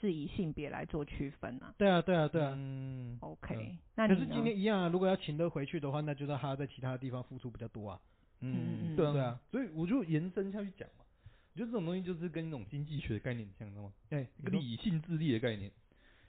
Speaker 1: 是以性别来做区分啊。
Speaker 2: 对啊，对啊，对啊。
Speaker 3: 嗯，
Speaker 1: OK，、
Speaker 3: 嗯
Speaker 1: 那
Speaker 2: 可
Speaker 1: 你
Speaker 2: 是
Speaker 1: 呢
Speaker 2: 今天一样啊，如果要请得回去的话，那就让他在其他地方付出比较多啊。
Speaker 1: 嗯嗯嗯
Speaker 3: 对啊
Speaker 2: 对啊，
Speaker 3: 所以我就延伸下去讲嘛，我觉得这种东西就是跟一种经济学的概念很像，知道吗？
Speaker 2: 对，
Speaker 3: 一个理性自立的概念，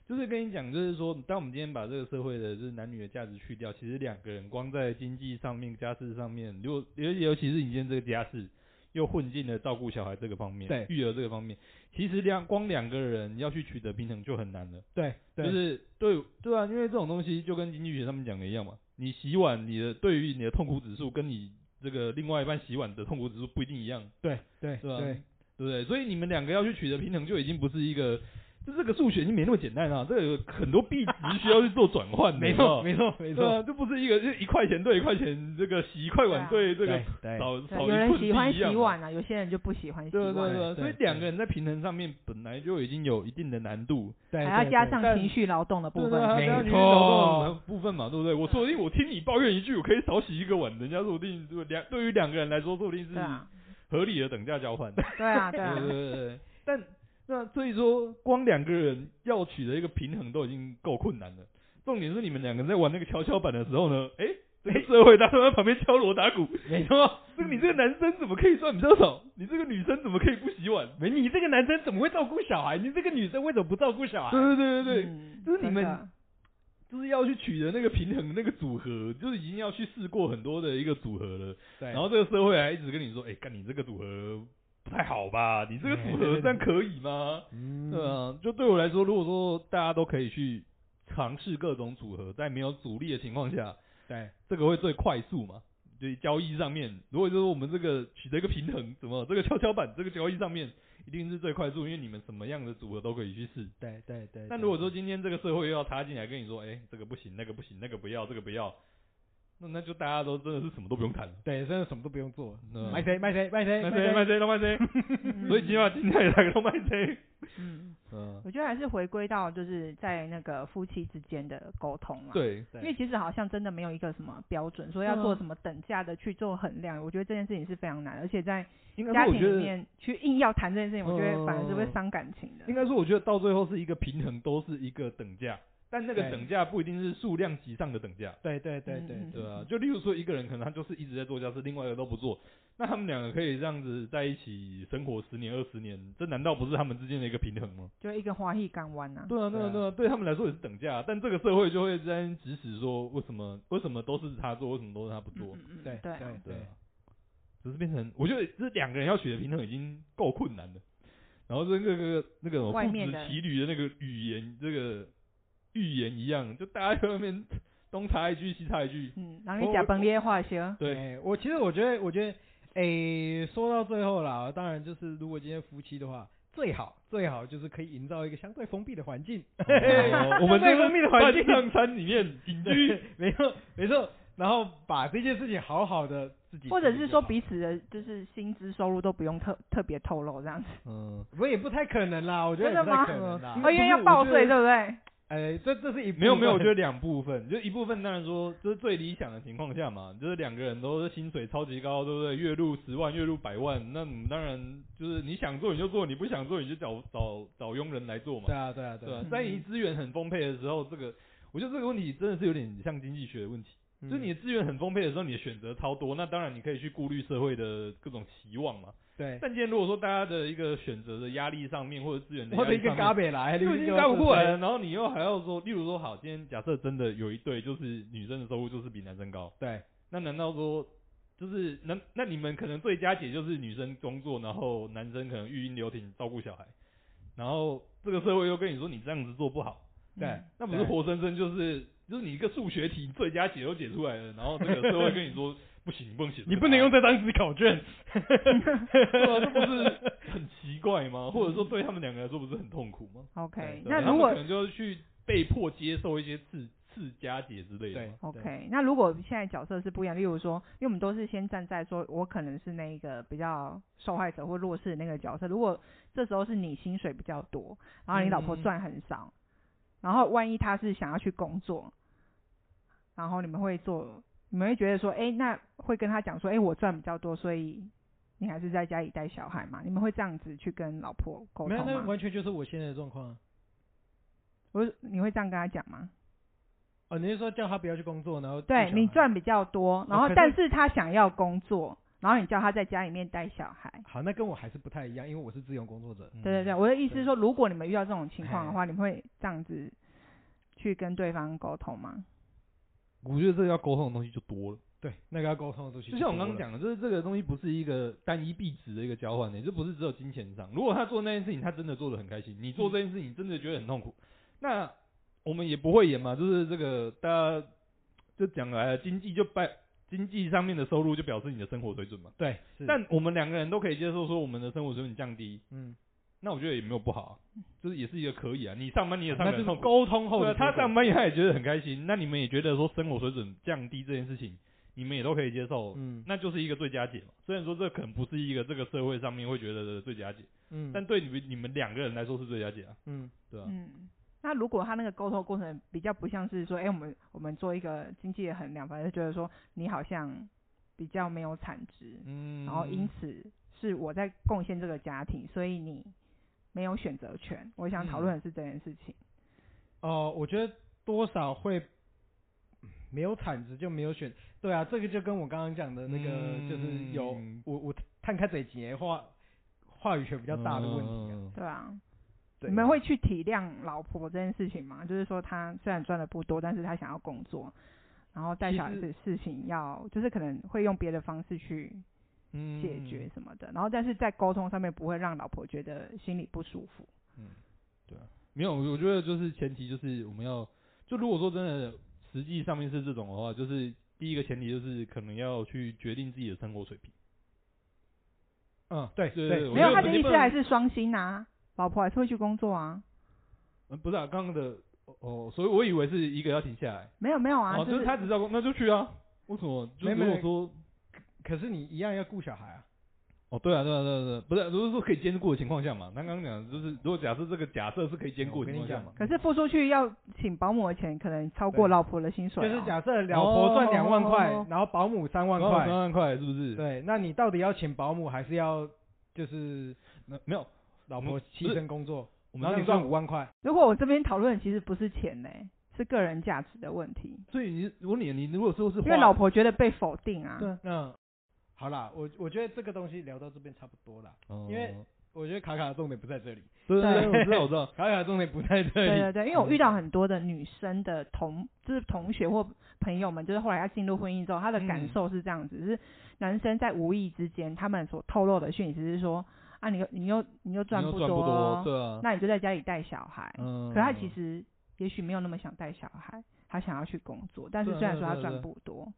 Speaker 3: 就是跟你讲，就是说，当我们今天把这个社会的就是男女的价值去掉，其实两个人光在经济上面、家事上面，如果尤尤其是你今天这个家事，又混进了照顾小孩这个方面，
Speaker 2: 对
Speaker 3: 育儿这个方面，其实两光两个人要去取得平衡就很难了。
Speaker 2: 对，对
Speaker 3: 就是对对啊，因为这种东西就跟经济学上面讲的一样嘛，你洗碗，你的对于你的痛苦指数跟你这个另外一半洗碗的痛苦指数不一定一样，
Speaker 2: 对对
Speaker 3: 是吧
Speaker 2: 对，
Speaker 3: 对不对？所以你们两个要去取得平衡，就已经不是一个，就这个数学已经没那么简单啊了、这个啊有很多币值需要去做转 *laughs* 换的，
Speaker 2: 没
Speaker 3: 你知道
Speaker 2: 错
Speaker 3: 吗
Speaker 2: 没错没
Speaker 3: 对
Speaker 2: 错，
Speaker 3: 啊，这不是一个就一块钱对一块钱，这个洗一块碗对啊这个
Speaker 2: 对
Speaker 3: 少
Speaker 1: 对
Speaker 3: 少一
Speaker 1: 有人
Speaker 3: 寸
Speaker 1: 喜欢
Speaker 3: 地一
Speaker 1: 洗
Speaker 3: 样嘛
Speaker 1: 碗啊，有些人就不喜欢洗
Speaker 3: 对对
Speaker 1: 碗，
Speaker 3: 对，
Speaker 2: 对
Speaker 3: 所以
Speaker 2: 对
Speaker 3: 两个人在平衡上面本来就已经有一定的难度，
Speaker 2: 对，
Speaker 1: 还要
Speaker 2: 对
Speaker 1: 加
Speaker 2: 对
Speaker 1: 上
Speaker 3: 但
Speaker 1: 情绪劳动的部
Speaker 3: 对啊，
Speaker 1: 分。
Speaker 3: 还要
Speaker 2: 没
Speaker 3: 去找这
Speaker 2: 错
Speaker 3: 种部分嘛，对不对？我
Speaker 2: 嗯
Speaker 3: 说不定我听你抱怨一句，我可以少洗一个碗，人家说不定对两对于两个人来说，说不定
Speaker 1: 对
Speaker 3: 是
Speaker 1: 啊，
Speaker 3: 合理的等价交换。
Speaker 1: 对
Speaker 3: *laughs*
Speaker 1: 啊，对啊
Speaker 3: 对，对对对，但那所以说，光两个人要取得一个平衡都已经够困难了，重点是你们两个人在玩那个跷跷板的时
Speaker 2: *laughs*
Speaker 3: 候呢，哎、这个社会大家都在旁边敲锣打鼓，
Speaker 2: 没
Speaker 3: 错，这个你这个男生怎么可以赚比较少？你这个女生怎么可以不洗碗？
Speaker 2: 没，你这个男生怎么会照顾小孩？你这个女生为什么不照顾小孩？
Speaker 3: 对对对对对，
Speaker 1: 嗯
Speaker 3: 就是你们
Speaker 1: 真的
Speaker 3: 就是要去取得那个平衡那个组合，就是已经要去试过很多的一个组合了，
Speaker 2: 对
Speaker 3: 然后这个社会还一直跟你说，哎、干你这个组合不太好吧？你这个组
Speaker 2: 对对
Speaker 3: 合
Speaker 2: 对
Speaker 3: 这样可以吗？
Speaker 2: 哎嗯
Speaker 3: 对啊，就对我来说，如果说大家都可以去尝试各种组合，在没有阻力的情况下，
Speaker 2: 对
Speaker 3: 这个会最快速嘛？对，交易上面，如果就是我们这个取得一个平衡，怎么这个跷跷板这个交易上面一定是最快速，因为你们什么样的组合都可以去试。
Speaker 2: 对对对。
Speaker 3: 但
Speaker 2: 对
Speaker 3: 如果说今天这个社会又要插进来跟你说，哎、这个不行，那个不行，那个不要，这个不要，那那就大家都真的是什么都不用看了。
Speaker 2: 对，真的什么都不用做，
Speaker 3: 嗯
Speaker 2: 卖谁卖谁卖谁
Speaker 3: 卖谁卖谁都卖谁， *laughs* 所以起码今天也大家都卖谁。
Speaker 1: 嗯，
Speaker 3: 嗯，
Speaker 1: 我觉得还是回归到就是在那个夫妻之间的沟通啊啦。
Speaker 3: 对，
Speaker 1: 因为其实好像真的没有一个什么标准，说要
Speaker 3: 对啊
Speaker 1: 做什么等价的去做衡量，我觉得这件事情是非常难，而且在
Speaker 3: 应该
Speaker 1: 家
Speaker 3: 说我
Speaker 1: 庭
Speaker 3: 觉
Speaker 1: 里
Speaker 3: 得
Speaker 1: 面去硬要谈这件事情，我觉得反而是会
Speaker 3: 嗯
Speaker 1: 伤感情的。
Speaker 3: 应该说，我觉得到最后是一个平衡，都是一个等价，但那个
Speaker 2: 对
Speaker 3: 等价不一定是数量级上的等价，
Speaker 2: 对对对对
Speaker 1: 嗯
Speaker 2: 对，
Speaker 3: 对啊，就例如说，一个人可能他就是一直在做家事，另外一个都不做，那他们两个可以这样子在一起生活十年、二十年，这难道不是他们之间的一个平衡吗？
Speaker 1: 就一个花艺港湾呐、
Speaker 3: 对啊，对
Speaker 2: 对
Speaker 3: 啊，
Speaker 2: 啊
Speaker 3: 对啊，对他们来说也是等价，啊但这个社会就会在那边指使说，为什么为什么都是他做，为什么都是他不做？
Speaker 1: 嗯嗯嗯
Speaker 2: 对
Speaker 1: 对啊
Speaker 2: 对
Speaker 3: 对啊，只是变成我觉得这两个人要取得平衡已经够困难了，然后这个个那个什么
Speaker 1: 外
Speaker 3: 父
Speaker 1: 面
Speaker 3: 子
Speaker 1: 的
Speaker 3: 骑驴的那个语言，这个预言一样，就大家在外面东插一句西插一句，
Speaker 1: 嗯，然后你假崩裂化学，
Speaker 3: 对，
Speaker 2: 哎我其实我觉得，我觉得，诶、说到最后啦，当然就是如果今天夫妻的话，最好最好就是可以营造一个相对封闭的环境，
Speaker 3: 哦我们
Speaker 2: 在
Speaker 3: 这
Speaker 2: 封
Speaker 3: 个
Speaker 2: 闭的环境
Speaker 3: 在上餐里面隐居，
Speaker 2: *laughs* 没错没错，然后把这件事情好好的自己处理就好，
Speaker 1: 或者是说彼此的就是薪资收入都不用特特别透露这样子，
Speaker 3: 嗯，
Speaker 2: 我也不太可能啦，我觉得也
Speaker 1: 真
Speaker 2: 不
Speaker 1: 的吗
Speaker 2: 太可能啦
Speaker 3: 嗯。
Speaker 1: 哦，因为要报税对不对？
Speaker 2: 哎、这这是一
Speaker 3: 没有没有，我觉
Speaker 2: 得
Speaker 3: 得两部分，就一部分当然说，这是最理想的情况下嘛，就是两个人都是薪水超级高，对不对？月入十万，月入百万，那我们当然就是你想做你就做，你不想做你就找找找佣人来做嘛
Speaker 2: 对。啊对啊
Speaker 3: 对
Speaker 2: 啊
Speaker 3: 啊，在你资源很丰沛的时候，这个我觉得这个问题真的是有点像经济学的问题，
Speaker 2: 嗯
Speaker 3: 就是你的资源很丰沛的时候，你的选择超多，那当然你可以去顾虑社会的各种期望嘛。
Speaker 2: 对，
Speaker 3: 但今天如果说大家的一个选择的压力上面，或者资源的压
Speaker 2: 或者一
Speaker 3: 力
Speaker 2: 个
Speaker 3: 上面
Speaker 2: 嘎北来，
Speaker 3: 就已经干不过来了，然后你又还要说，例如说好，今天假设真的有一对就是女生的收入就是比男生高，
Speaker 2: 对，
Speaker 3: 那难道说就是那那你们可能最佳解就是女生工作，然后男生可能育婴留停照顾小孩，然后这个社会又跟你说你这样子做不好，
Speaker 2: 对
Speaker 1: 嗯
Speaker 3: 那不是
Speaker 2: 对
Speaker 3: 活生生就是就是你一个数学题最佳解都解出来了，然后这个社会跟你说不行，你不能写这个答案，
Speaker 2: 你不能用这张思考卷，
Speaker 3: 对啊，这不是很奇怪吗？或者说对他们两个来说不是很痛苦吗？
Speaker 1: ，OK，
Speaker 3: 对
Speaker 1: 那
Speaker 3: 然后
Speaker 1: 如果
Speaker 3: 可能就是去被迫接受一些次次加解之类的
Speaker 2: 对
Speaker 3: 嘛。
Speaker 1: OK，那如果现在角色是不一样，例如说，因为我们都是先站在说我可能是那个比较受害者或弱势的那个角色，如果这时候是你薪水比较多，然后你老婆
Speaker 3: 嗯
Speaker 1: 赚很少，然后万一她是想要去工作，然后你们会做，你们会觉得说，哎、那会跟她讲说，哎、我赚比较多，所以你还是在家里带小孩嘛？你们会这样子去跟老婆沟
Speaker 2: 没有，
Speaker 1: 通
Speaker 2: 那
Speaker 1: 吗？
Speaker 2: 完全就是我现在的状况啊。
Speaker 1: 我是你会这样跟她讲吗？
Speaker 2: 哦，你是说叫他不要去工作，然后顾
Speaker 1: 对
Speaker 2: 小
Speaker 1: 你
Speaker 2: 孩
Speaker 1: 赚比较多，然后
Speaker 2: 啊哦可是
Speaker 1: 但是他想要工作，然后你叫他在家里面带小孩。
Speaker 2: 好，那跟我还是不太一样，因为我是自由工作者。嗯
Speaker 1: 对对对，我的意思是
Speaker 2: 对
Speaker 1: 说，如果你们遇到这种情况的话，你们会这样子去跟对方沟通吗？
Speaker 3: 我觉得这个要沟通的东西就多了，
Speaker 2: 对，那个要沟通的东西。
Speaker 3: 就像我刚刚，讲的，就是这个东西不是一个单一币值的一个交换的、这不是只有金钱上。如果他做那件事情，他真的做的很开心，你做这件事情真的觉得很痛苦，那我们也不会演嘛，就是这个大家就讲来了，哎经济就拜经济上面的收入就表示你的生活水准嘛。
Speaker 2: 对，是
Speaker 3: 但我们两个人都可以接受说我们的生活水准降低，
Speaker 2: 嗯，
Speaker 3: 那我觉得也没有不好、啊，就是也是一个可以啊。你上班你也上
Speaker 2: 那
Speaker 3: 班
Speaker 2: 就是
Speaker 3: 痛苦，
Speaker 2: 沟通后
Speaker 3: 对
Speaker 2: 的
Speaker 3: 啊，
Speaker 2: 结果。
Speaker 3: 他上班他也觉得很开心，那你们也觉得说生活水准降低这件事情，你们也都可以接受，
Speaker 2: 嗯
Speaker 3: 那就是一个最佳解嘛。虽然说这可能不是一个这个社会上面会觉得的最佳解，
Speaker 2: 嗯，
Speaker 3: 但对你们你们两个人来说是最佳解啊，
Speaker 2: 嗯，
Speaker 3: 对啊，
Speaker 1: 嗯，那如果他那个沟通过程比较不像是说，哎、我们我们做一个经济的衡量，反正觉得说你好像比较没有产值，
Speaker 3: 嗯
Speaker 1: 然后因此是我在贡献这个家庭，所以你没有选择权。我想讨论的是这件事情。
Speaker 2: 哦，我觉得多少会嗯没有产值就没有选，对啊，这个就跟我刚刚讲的那个就是有
Speaker 3: 嗯
Speaker 2: 我我探开嘴节话话语权比
Speaker 3: 比
Speaker 2: 较大的问题啊。
Speaker 1: 对啊，
Speaker 2: 对
Speaker 1: 你们会去体谅老婆这件事情吗？就是说，她虽然赚的不多，但是她想要工作，然后带小孩
Speaker 3: 其实
Speaker 1: 的事情要，就是可能会用别的方式去
Speaker 3: 嗯
Speaker 1: 解决，什么的。然后，但是在沟通上面不会让老婆觉得心里不舒服。
Speaker 2: 嗯
Speaker 3: 啊没有，我我觉得就是前提就是我们要，就如果说真的实际上面是这种的话，就是第一个前提就是可能要去决定自己的生活水平。
Speaker 2: 嗯，对
Speaker 3: 对对
Speaker 2: 对，
Speaker 3: 我
Speaker 1: 没
Speaker 3: 觉
Speaker 1: 有，
Speaker 3: 得
Speaker 1: 他
Speaker 3: 肯
Speaker 1: 的
Speaker 3: 定
Speaker 1: 意
Speaker 3: 不
Speaker 1: 思
Speaker 3: 能
Speaker 1: 还是双薪啊，老婆还是会去工作啊。
Speaker 3: 嗯，不是啊，刚刚的哦哦，所以我以为是一个要停下来，
Speaker 1: 没有没有啊，
Speaker 3: 哦，
Speaker 1: 就
Speaker 3: 就是他只知道工那就去啊，为什么？就
Speaker 2: 没
Speaker 3: 如果
Speaker 2: 没
Speaker 3: 说，
Speaker 2: 可是你一样要顾小孩啊。
Speaker 3: 哦，对啊，对啊，对啊，对啊，不是，如果说可以兼顾的情况下嘛，刚刚讲的就是，如果假设这个假设是可以兼顾的情况下嘛，
Speaker 1: 可是付出去要请保姆的钱，可能超过
Speaker 2: 对
Speaker 1: 老婆的薪水、
Speaker 2: 就
Speaker 1: 哦。
Speaker 2: 是假设老婆赚两万块
Speaker 3: 哦，
Speaker 2: 然后保姆三万
Speaker 3: 刚好三
Speaker 2: 块，
Speaker 3: 万块是不是？
Speaker 2: 对，那你到底要请保姆还是要就是
Speaker 3: 那没有，
Speaker 2: 老婆牺牲工作？
Speaker 3: 我们
Speaker 2: 然后
Speaker 3: 这
Speaker 2: 你
Speaker 3: 样
Speaker 2: 赚
Speaker 3: 算，
Speaker 2: 五万块，
Speaker 1: 如果我这边讨论，其实不是钱呢、是个人价值的问题，
Speaker 3: 所以你如果你你如果说是
Speaker 1: 因为
Speaker 3: 花
Speaker 1: 老婆觉得被否定啊。
Speaker 2: 对，那好啦，我我觉得这个东西聊到这边差不多啦。
Speaker 3: 哦
Speaker 2: 因为我觉得卡卡的重点不在这里，
Speaker 3: 对 *laughs* 对
Speaker 1: 对
Speaker 3: *laughs* 对，
Speaker 2: *laughs*
Speaker 3: 我知道我知道，
Speaker 2: 卡卡的重点不在这
Speaker 1: 对
Speaker 2: 里。
Speaker 1: 对对，因为我遇到很多的女生的同，就是同学或朋友们，就是后来她进入婚姻之后，她的感
Speaker 2: 嗯
Speaker 1: 受是这样子，就是男生在无意之间，他们所透露的讯息是说，啊，你又你又你又赚
Speaker 3: 你又
Speaker 1: 不
Speaker 3: 赚不
Speaker 1: 哦
Speaker 3: 对啊，
Speaker 1: 那你就在家里带小孩。
Speaker 3: 嗯，
Speaker 1: 可他其实也许没有那么想带小孩，他想要去工作，但是虽
Speaker 3: 对啊
Speaker 1: 然
Speaker 3: 对
Speaker 1: 说
Speaker 3: 啊
Speaker 1: 他
Speaker 3: 对啊
Speaker 1: 赚
Speaker 3: 对啊
Speaker 1: 不多，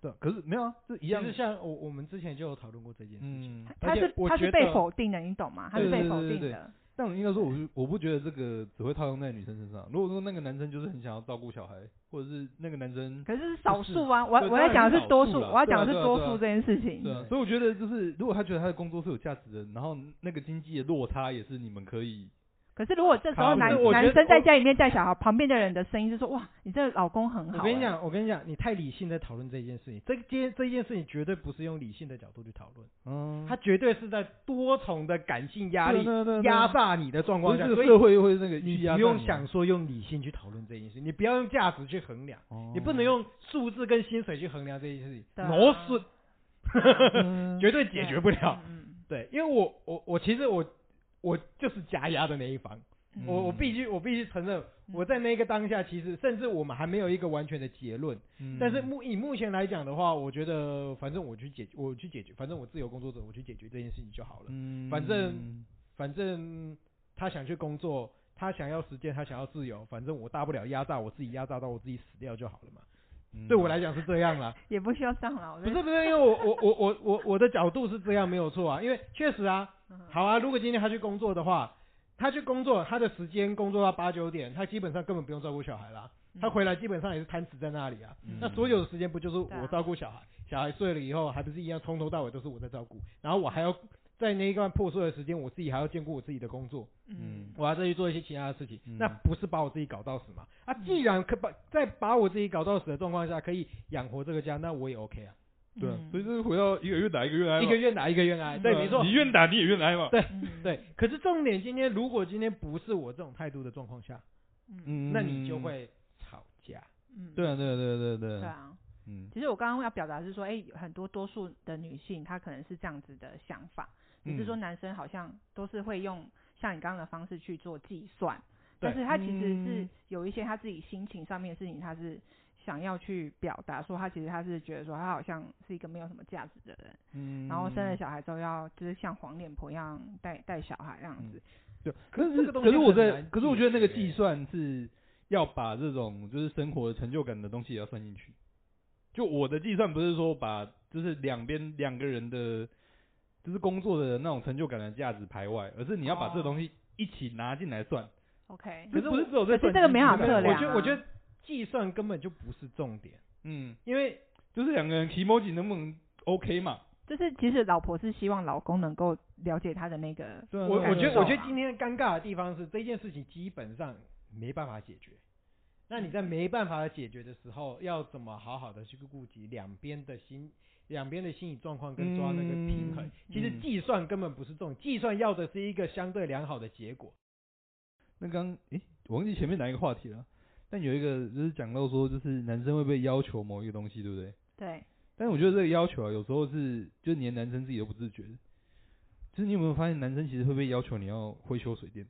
Speaker 3: 对，可是没有啊，这一
Speaker 2: 其
Speaker 3: 样
Speaker 2: 实，像我我们之前就有讨论过这件事情，
Speaker 3: 嗯，
Speaker 1: 他
Speaker 2: 而且
Speaker 1: 是
Speaker 2: 我
Speaker 1: 他是
Speaker 2: 觉
Speaker 1: 被
Speaker 2: 得
Speaker 1: 否定的，你懂吗？他
Speaker 3: 对
Speaker 1: 是被
Speaker 3: 对
Speaker 1: 否
Speaker 3: 对对
Speaker 1: 定
Speaker 3: 对
Speaker 1: 的，
Speaker 3: 但应该说，我就我不觉得这个只会套用在女生身上。如果说那个男生就是很想要照顾小孩，或者是那个男生，
Speaker 1: 可是是少
Speaker 3: 是
Speaker 1: 数啊，我
Speaker 3: 对
Speaker 1: 我
Speaker 3: 当
Speaker 1: 在
Speaker 3: 然
Speaker 1: 讲
Speaker 3: 是
Speaker 1: 的是
Speaker 3: 少
Speaker 1: 多
Speaker 3: 数
Speaker 1: 数，
Speaker 3: 啦
Speaker 1: 我要
Speaker 3: 对啊
Speaker 1: 讲的
Speaker 3: 对
Speaker 1: 是
Speaker 3: 啊
Speaker 1: 多
Speaker 3: 对啊
Speaker 1: 数这件事情。
Speaker 3: 对啊，所以我觉得就是，如果他觉得他的工作是有价值的，然后那个经济的落差也是你们可以，
Speaker 1: 可是如果这时
Speaker 3: 好
Speaker 1: 候
Speaker 3: 不
Speaker 1: 男
Speaker 3: 是我觉
Speaker 1: 男
Speaker 3: 得
Speaker 1: 生在
Speaker 3: 我
Speaker 1: 家里面带小孩，旁边的人的声音就说：“哇，你这老公很好。”啊
Speaker 2: 我跟你，讲，我跟你讲，你太理性在讨论这件事情，这件这件事情绝对不是用理性的角度去讨论，
Speaker 3: 嗯，
Speaker 2: 它绝对是在多重的感性压力
Speaker 3: 对对对
Speaker 2: 压
Speaker 3: 对
Speaker 2: 榨你的状
Speaker 3: 不
Speaker 2: 况
Speaker 3: 是
Speaker 2: 下，
Speaker 3: 这
Speaker 2: 所
Speaker 3: 个
Speaker 2: 以
Speaker 3: 社会会那个
Speaker 2: 你
Speaker 3: 去压啊
Speaker 2: 不
Speaker 3: 榨
Speaker 2: 用
Speaker 3: 你
Speaker 2: 想，说用理性去讨论这件事，你不要用价值去衡量，
Speaker 3: 哦
Speaker 2: 你不能用数字跟薪水去衡量这件事情，
Speaker 1: 对啊
Speaker 2: 螺丝 *laughs*
Speaker 3: 嗯
Speaker 2: 绝对解决不了。
Speaker 1: 嗯
Speaker 2: 对，因为我我我其实我我就是加压的那一方，
Speaker 1: 嗯
Speaker 2: 我我必须我必须承认，我在那个当下，其实甚至我们还没有一个完全的结论。
Speaker 3: 嗯
Speaker 2: 但是目以目前来讲的话，我觉得反正我去解我去解决，反正我自由工作者我去解决这件事情就好了。
Speaker 3: 嗯
Speaker 2: 反正反正他想去工作，他想要时间，他想要自由，反正我大不了压榨我自己，压榨到我自己死掉就好了嘛。
Speaker 3: 嗯哎
Speaker 2: 对我来讲是这样啦，
Speaker 1: 也不需要上了，我
Speaker 2: 不
Speaker 1: 在
Speaker 2: 是不是，因为我我我我我我的角度是这样没有错啊，因为确实啊，
Speaker 1: 嗯
Speaker 2: 好啊，如果今天他去工作的话，他去工作，他的时间工作到八九点，他基本上根本不用照顾小孩啦，他回来基本上也是瘫死在那里啊。
Speaker 3: 嗯
Speaker 2: 那所有的时间不就是
Speaker 1: 对啊
Speaker 2: 我照顾小孩，小孩睡了以后还不是一样，从头到尾都是我在照顾，然后我还要在那一段破碎的时间，我自己还要兼顾我自己的工作，
Speaker 1: 嗯
Speaker 3: 嗯
Speaker 2: 我还要再去做一些其他的事情，
Speaker 3: 嗯
Speaker 2: 那不是把我自己搞到死吗？啊，既然可把在把我自己搞到死的状况下可以养活这个家，那我也 OK 啊，
Speaker 3: 对啊，所以
Speaker 1: 嗯
Speaker 3: 这是回到一个月打一个月挨嘛，
Speaker 2: 一个愿打一个愿挨，对，
Speaker 3: 啊
Speaker 2: 没错
Speaker 3: 你，愿打你也愿挨嘛，
Speaker 2: 对
Speaker 1: 嗯
Speaker 2: 对。可是重点今天，如果今天不是我这种态度的状况下，
Speaker 1: 嗯
Speaker 3: 嗯，
Speaker 2: 那你就会吵架。
Speaker 1: 嗯
Speaker 3: 对啊对啊对啊对啊
Speaker 1: 对
Speaker 3: 对啊，
Speaker 1: 啊。
Speaker 3: 嗯，
Speaker 1: 其实我刚刚要表达的是说，哎、很多多数的女性她可能是这样子的想法，只是说男生好像都是会用像你刚刚的方式去做计算，但
Speaker 2: 对
Speaker 1: 是他其实是
Speaker 3: 嗯
Speaker 1: 有一些他自己心情上面的事情，他是想要去表达说，他其实他是觉得说他好像是一个没有什么价值的人，
Speaker 3: 嗯，
Speaker 1: 然后生了小孩之后要就是像黄脸婆一样带带小孩这样子，
Speaker 3: 对，可
Speaker 2: 这
Speaker 3: 是
Speaker 2: 个东
Speaker 3: 可
Speaker 2: 西
Speaker 3: 是我
Speaker 2: 很
Speaker 3: 在
Speaker 2: 难，
Speaker 3: 可是我觉得那个
Speaker 2: 解
Speaker 3: 计
Speaker 2: 决欸
Speaker 3: 算是要把这种就是生活的成就感的东西也要算进去。就我的计算不是说把就是两边两个人的，就是工作的那种成就感的价值排外，而是你要把这个
Speaker 1: 哦
Speaker 3: 东西一起拿进来算。
Speaker 1: OK，
Speaker 2: 可
Speaker 3: 这
Speaker 2: 是
Speaker 3: 不
Speaker 2: 我
Speaker 3: 是只有在
Speaker 1: 可是
Speaker 3: 算
Speaker 1: 这个
Speaker 3: 经
Speaker 1: 没
Speaker 3: 济
Speaker 1: 法
Speaker 3: 上
Speaker 1: 测
Speaker 3: 的
Speaker 2: 我
Speaker 1: 量
Speaker 2: 觉得
Speaker 1: 啊
Speaker 2: 我觉得计算根本就不是重点，
Speaker 3: 嗯，
Speaker 2: 因为
Speaker 3: 就是两个人 emoji 能不能 OK 嘛？
Speaker 1: 就是其实老婆是希望老公能够了解她的那个
Speaker 3: 对啊
Speaker 2: 我
Speaker 3: 对啊
Speaker 1: 感
Speaker 2: 我觉得
Speaker 1: 受
Speaker 2: 我觉得
Speaker 1: 啊
Speaker 2: 今天尴尬的地方是这件事情基本上没办法解决。那
Speaker 3: 嗯
Speaker 2: 你在没办法解决的时候，要怎么好好的去顾及两边的心、两边的心理状况跟抓那个平衡？
Speaker 3: 嗯
Speaker 2: 其实
Speaker 3: 嗯
Speaker 2: 计算根本不是重点，计算要的是一个相对良好的结果。
Speaker 3: 那刚诶，我忘记前面哪一个话题了，但有一个就是讲到说，就是男生会被要求某一个东西，对不对？
Speaker 1: 对，
Speaker 3: 但是我觉得这个要求啊，有时候是就是连男生自己都不自觉的。就是你有没有发现，男生其实会被要求你要会修水电？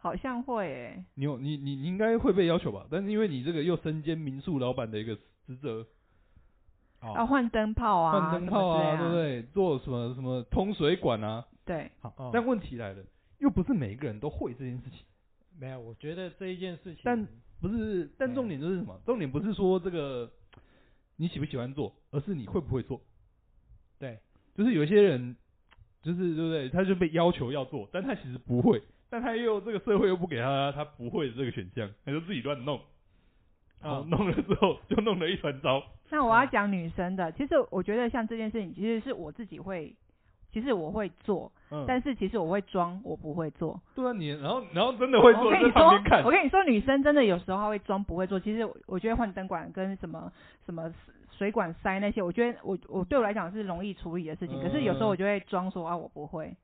Speaker 1: 好像会、欸，
Speaker 3: 你有你你你应该会被要求吧？但是因为你这个又身兼民宿老板的一个职责，
Speaker 1: 要哦换灯泡啊，
Speaker 3: 哦换灯泡
Speaker 1: 什
Speaker 3: 啊，对不
Speaker 1: 么之类啊
Speaker 3: 对？做什么什么通水管啊？
Speaker 1: 对，
Speaker 3: 好，
Speaker 2: 哦
Speaker 3: 但问题来了，又不是每一个人都会这件事情。
Speaker 2: 没有，我觉得这一件事情，
Speaker 3: 但不是，但重点就是什么？重点不是说这个你喜不喜欢做，而是你会不会做。
Speaker 2: 对，
Speaker 3: 就是有一些人，就是对不对？他就被要求要做，但他其实不会，但他又这个社会又不给他他不会的这个选项，他就自己乱弄。然后
Speaker 2: 嗯
Speaker 3: 弄了之后就弄了一团糟。
Speaker 1: 那我要讲女生的，其实我觉得像这件事情，其实是我自己会，其实我会做，
Speaker 3: 嗯，
Speaker 1: 但是其实我会装我不会做。
Speaker 3: 对啊，你然后然后真的会
Speaker 1: 我
Speaker 3: 坐
Speaker 1: 跟
Speaker 3: 在
Speaker 1: 你
Speaker 3: 旁
Speaker 1: 哦说
Speaker 3: 边看，
Speaker 1: 我，跟你说，女生真的有时候她会装不会做。其实我我觉得换灯管跟什么什么水管塞那些，我觉得我我对我来讲是容易处理的事
Speaker 3: 嗯
Speaker 1: 情。可是有时候我就会装说啊我不会，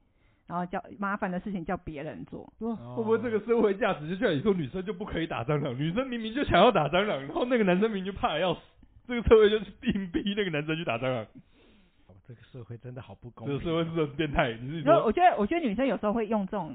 Speaker 1: 然后叫麻烦的事情叫别人做。
Speaker 3: 对啊会不会这个社会价值就像你说女生就不可以打蟑螂，女生明明就想要打蟑螂，然后那个男生明明就怕得要死，这个社会就是硬逼那个男生去打蟑螂，
Speaker 2: 哦这个社会真的好不公
Speaker 3: 这
Speaker 2: 平
Speaker 3: 个
Speaker 2: 哦。
Speaker 3: 社会是很变态，你是
Speaker 1: 然后
Speaker 3: 说
Speaker 1: 我觉得我觉得女生有时候会用这种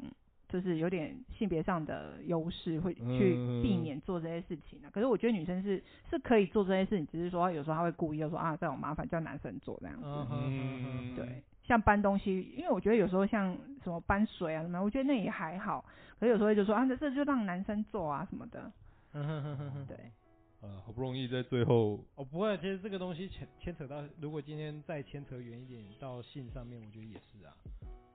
Speaker 1: 就是有点性别上的优势，会去避
Speaker 3: 嗯
Speaker 1: 免做这些事情啊。可是我觉得女生是是可以做这些事情，只是说有时候她会故意就说啊这种麻烦叫男生做这样子。
Speaker 2: 嗯哼哼哼哼
Speaker 1: 对，像搬东西，因为我觉得有时候像什么搬水啊什么，我觉得那也还好。可是有时候就说啊，这这就让男生做啊什么的。
Speaker 2: 嗯哼哼哼哼
Speaker 1: 对，
Speaker 3: 啊，好不容易在最后
Speaker 2: 哦，不会，其实这个东西牵牵扯到，如果今天再牵扯远一点到性上面，我觉得也是啊，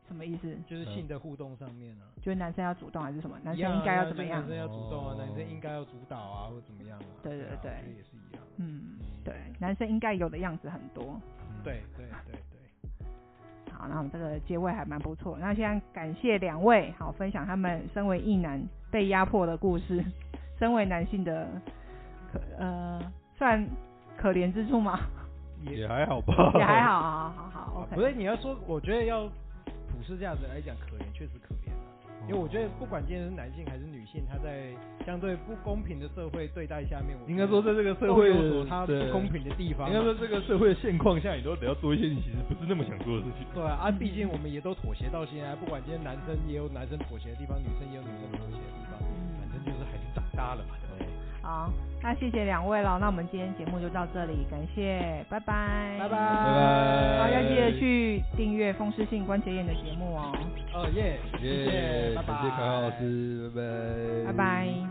Speaker 1: 什么意思？
Speaker 2: 就是
Speaker 3: 嗯
Speaker 2: 性的互动上面啊，
Speaker 1: 就是男生要主动还是什么？男
Speaker 2: 一
Speaker 1: 生
Speaker 2: 样啊
Speaker 1: 应该要
Speaker 2: 对
Speaker 1: 怎么
Speaker 2: 就
Speaker 1: 样
Speaker 2: 男？生要主动啊，男
Speaker 3: 哦
Speaker 2: 生应该要主导啊，或者怎么样啊？
Speaker 1: 对
Speaker 2: 啊
Speaker 1: 对对
Speaker 2: 我觉得也是一样。
Speaker 1: 嗯，对，男生应该有的样子很多。
Speaker 2: 对对对对，
Speaker 1: 好，那我们这个结尾还蛮不错。那现在感谢两位，好分享他们身为一男被压迫的故事，身为男性的可呃算可怜之处 *laughs* 吗？
Speaker 3: 也还好吧，
Speaker 1: 也还，好，好好好
Speaker 2: 啊
Speaker 1: ，OK。
Speaker 2: 不是你要说，我觉得要普世价值来讲，可怜确实可怜啊。因为我觉得不管今天是男性还是女性，他在相对不公平的社会对待下面，我
Speaker 3: 应该说在这个社
Speaker 2: 都
Speaker 3: 会
Speaker 2: 有所他
Speaker 3: 它
Speaker 2: 不公平的地方啊
Speaker 3: 应
Speaker 2: 嘛。
Speaker 3: 该说这个社会现况下，你都得要做一些你其实不是那么想做的事情。
Speaker 2: 对啊，啊毕竟我们也都妥协到现在，不管今天男生也有男生妥协的地方，女生也有女生妥协的地方，
Speaker 1: 嗯
Speaker 2: 反正就是还是长大了嘛，对不对？
Speaker 1: 好，那谢谢两位了，那我们今天节目就到这里，感谢，拜拜，
Speaker 2: 拜拜，
Speaker 1: 大
Speaker 3: 拜
Speaker 1: 家记得去订阅风湿性关节炎的节目哦，
Speaker 2: 哦耶，谢
Speaker 3: 耶，
Speaker 2: 谢，拜拜，
Speaker 3: 感谢卡老师，
Speaker 1: 拜
Speaker 3: 拜拜，
Speaker 1: 拜。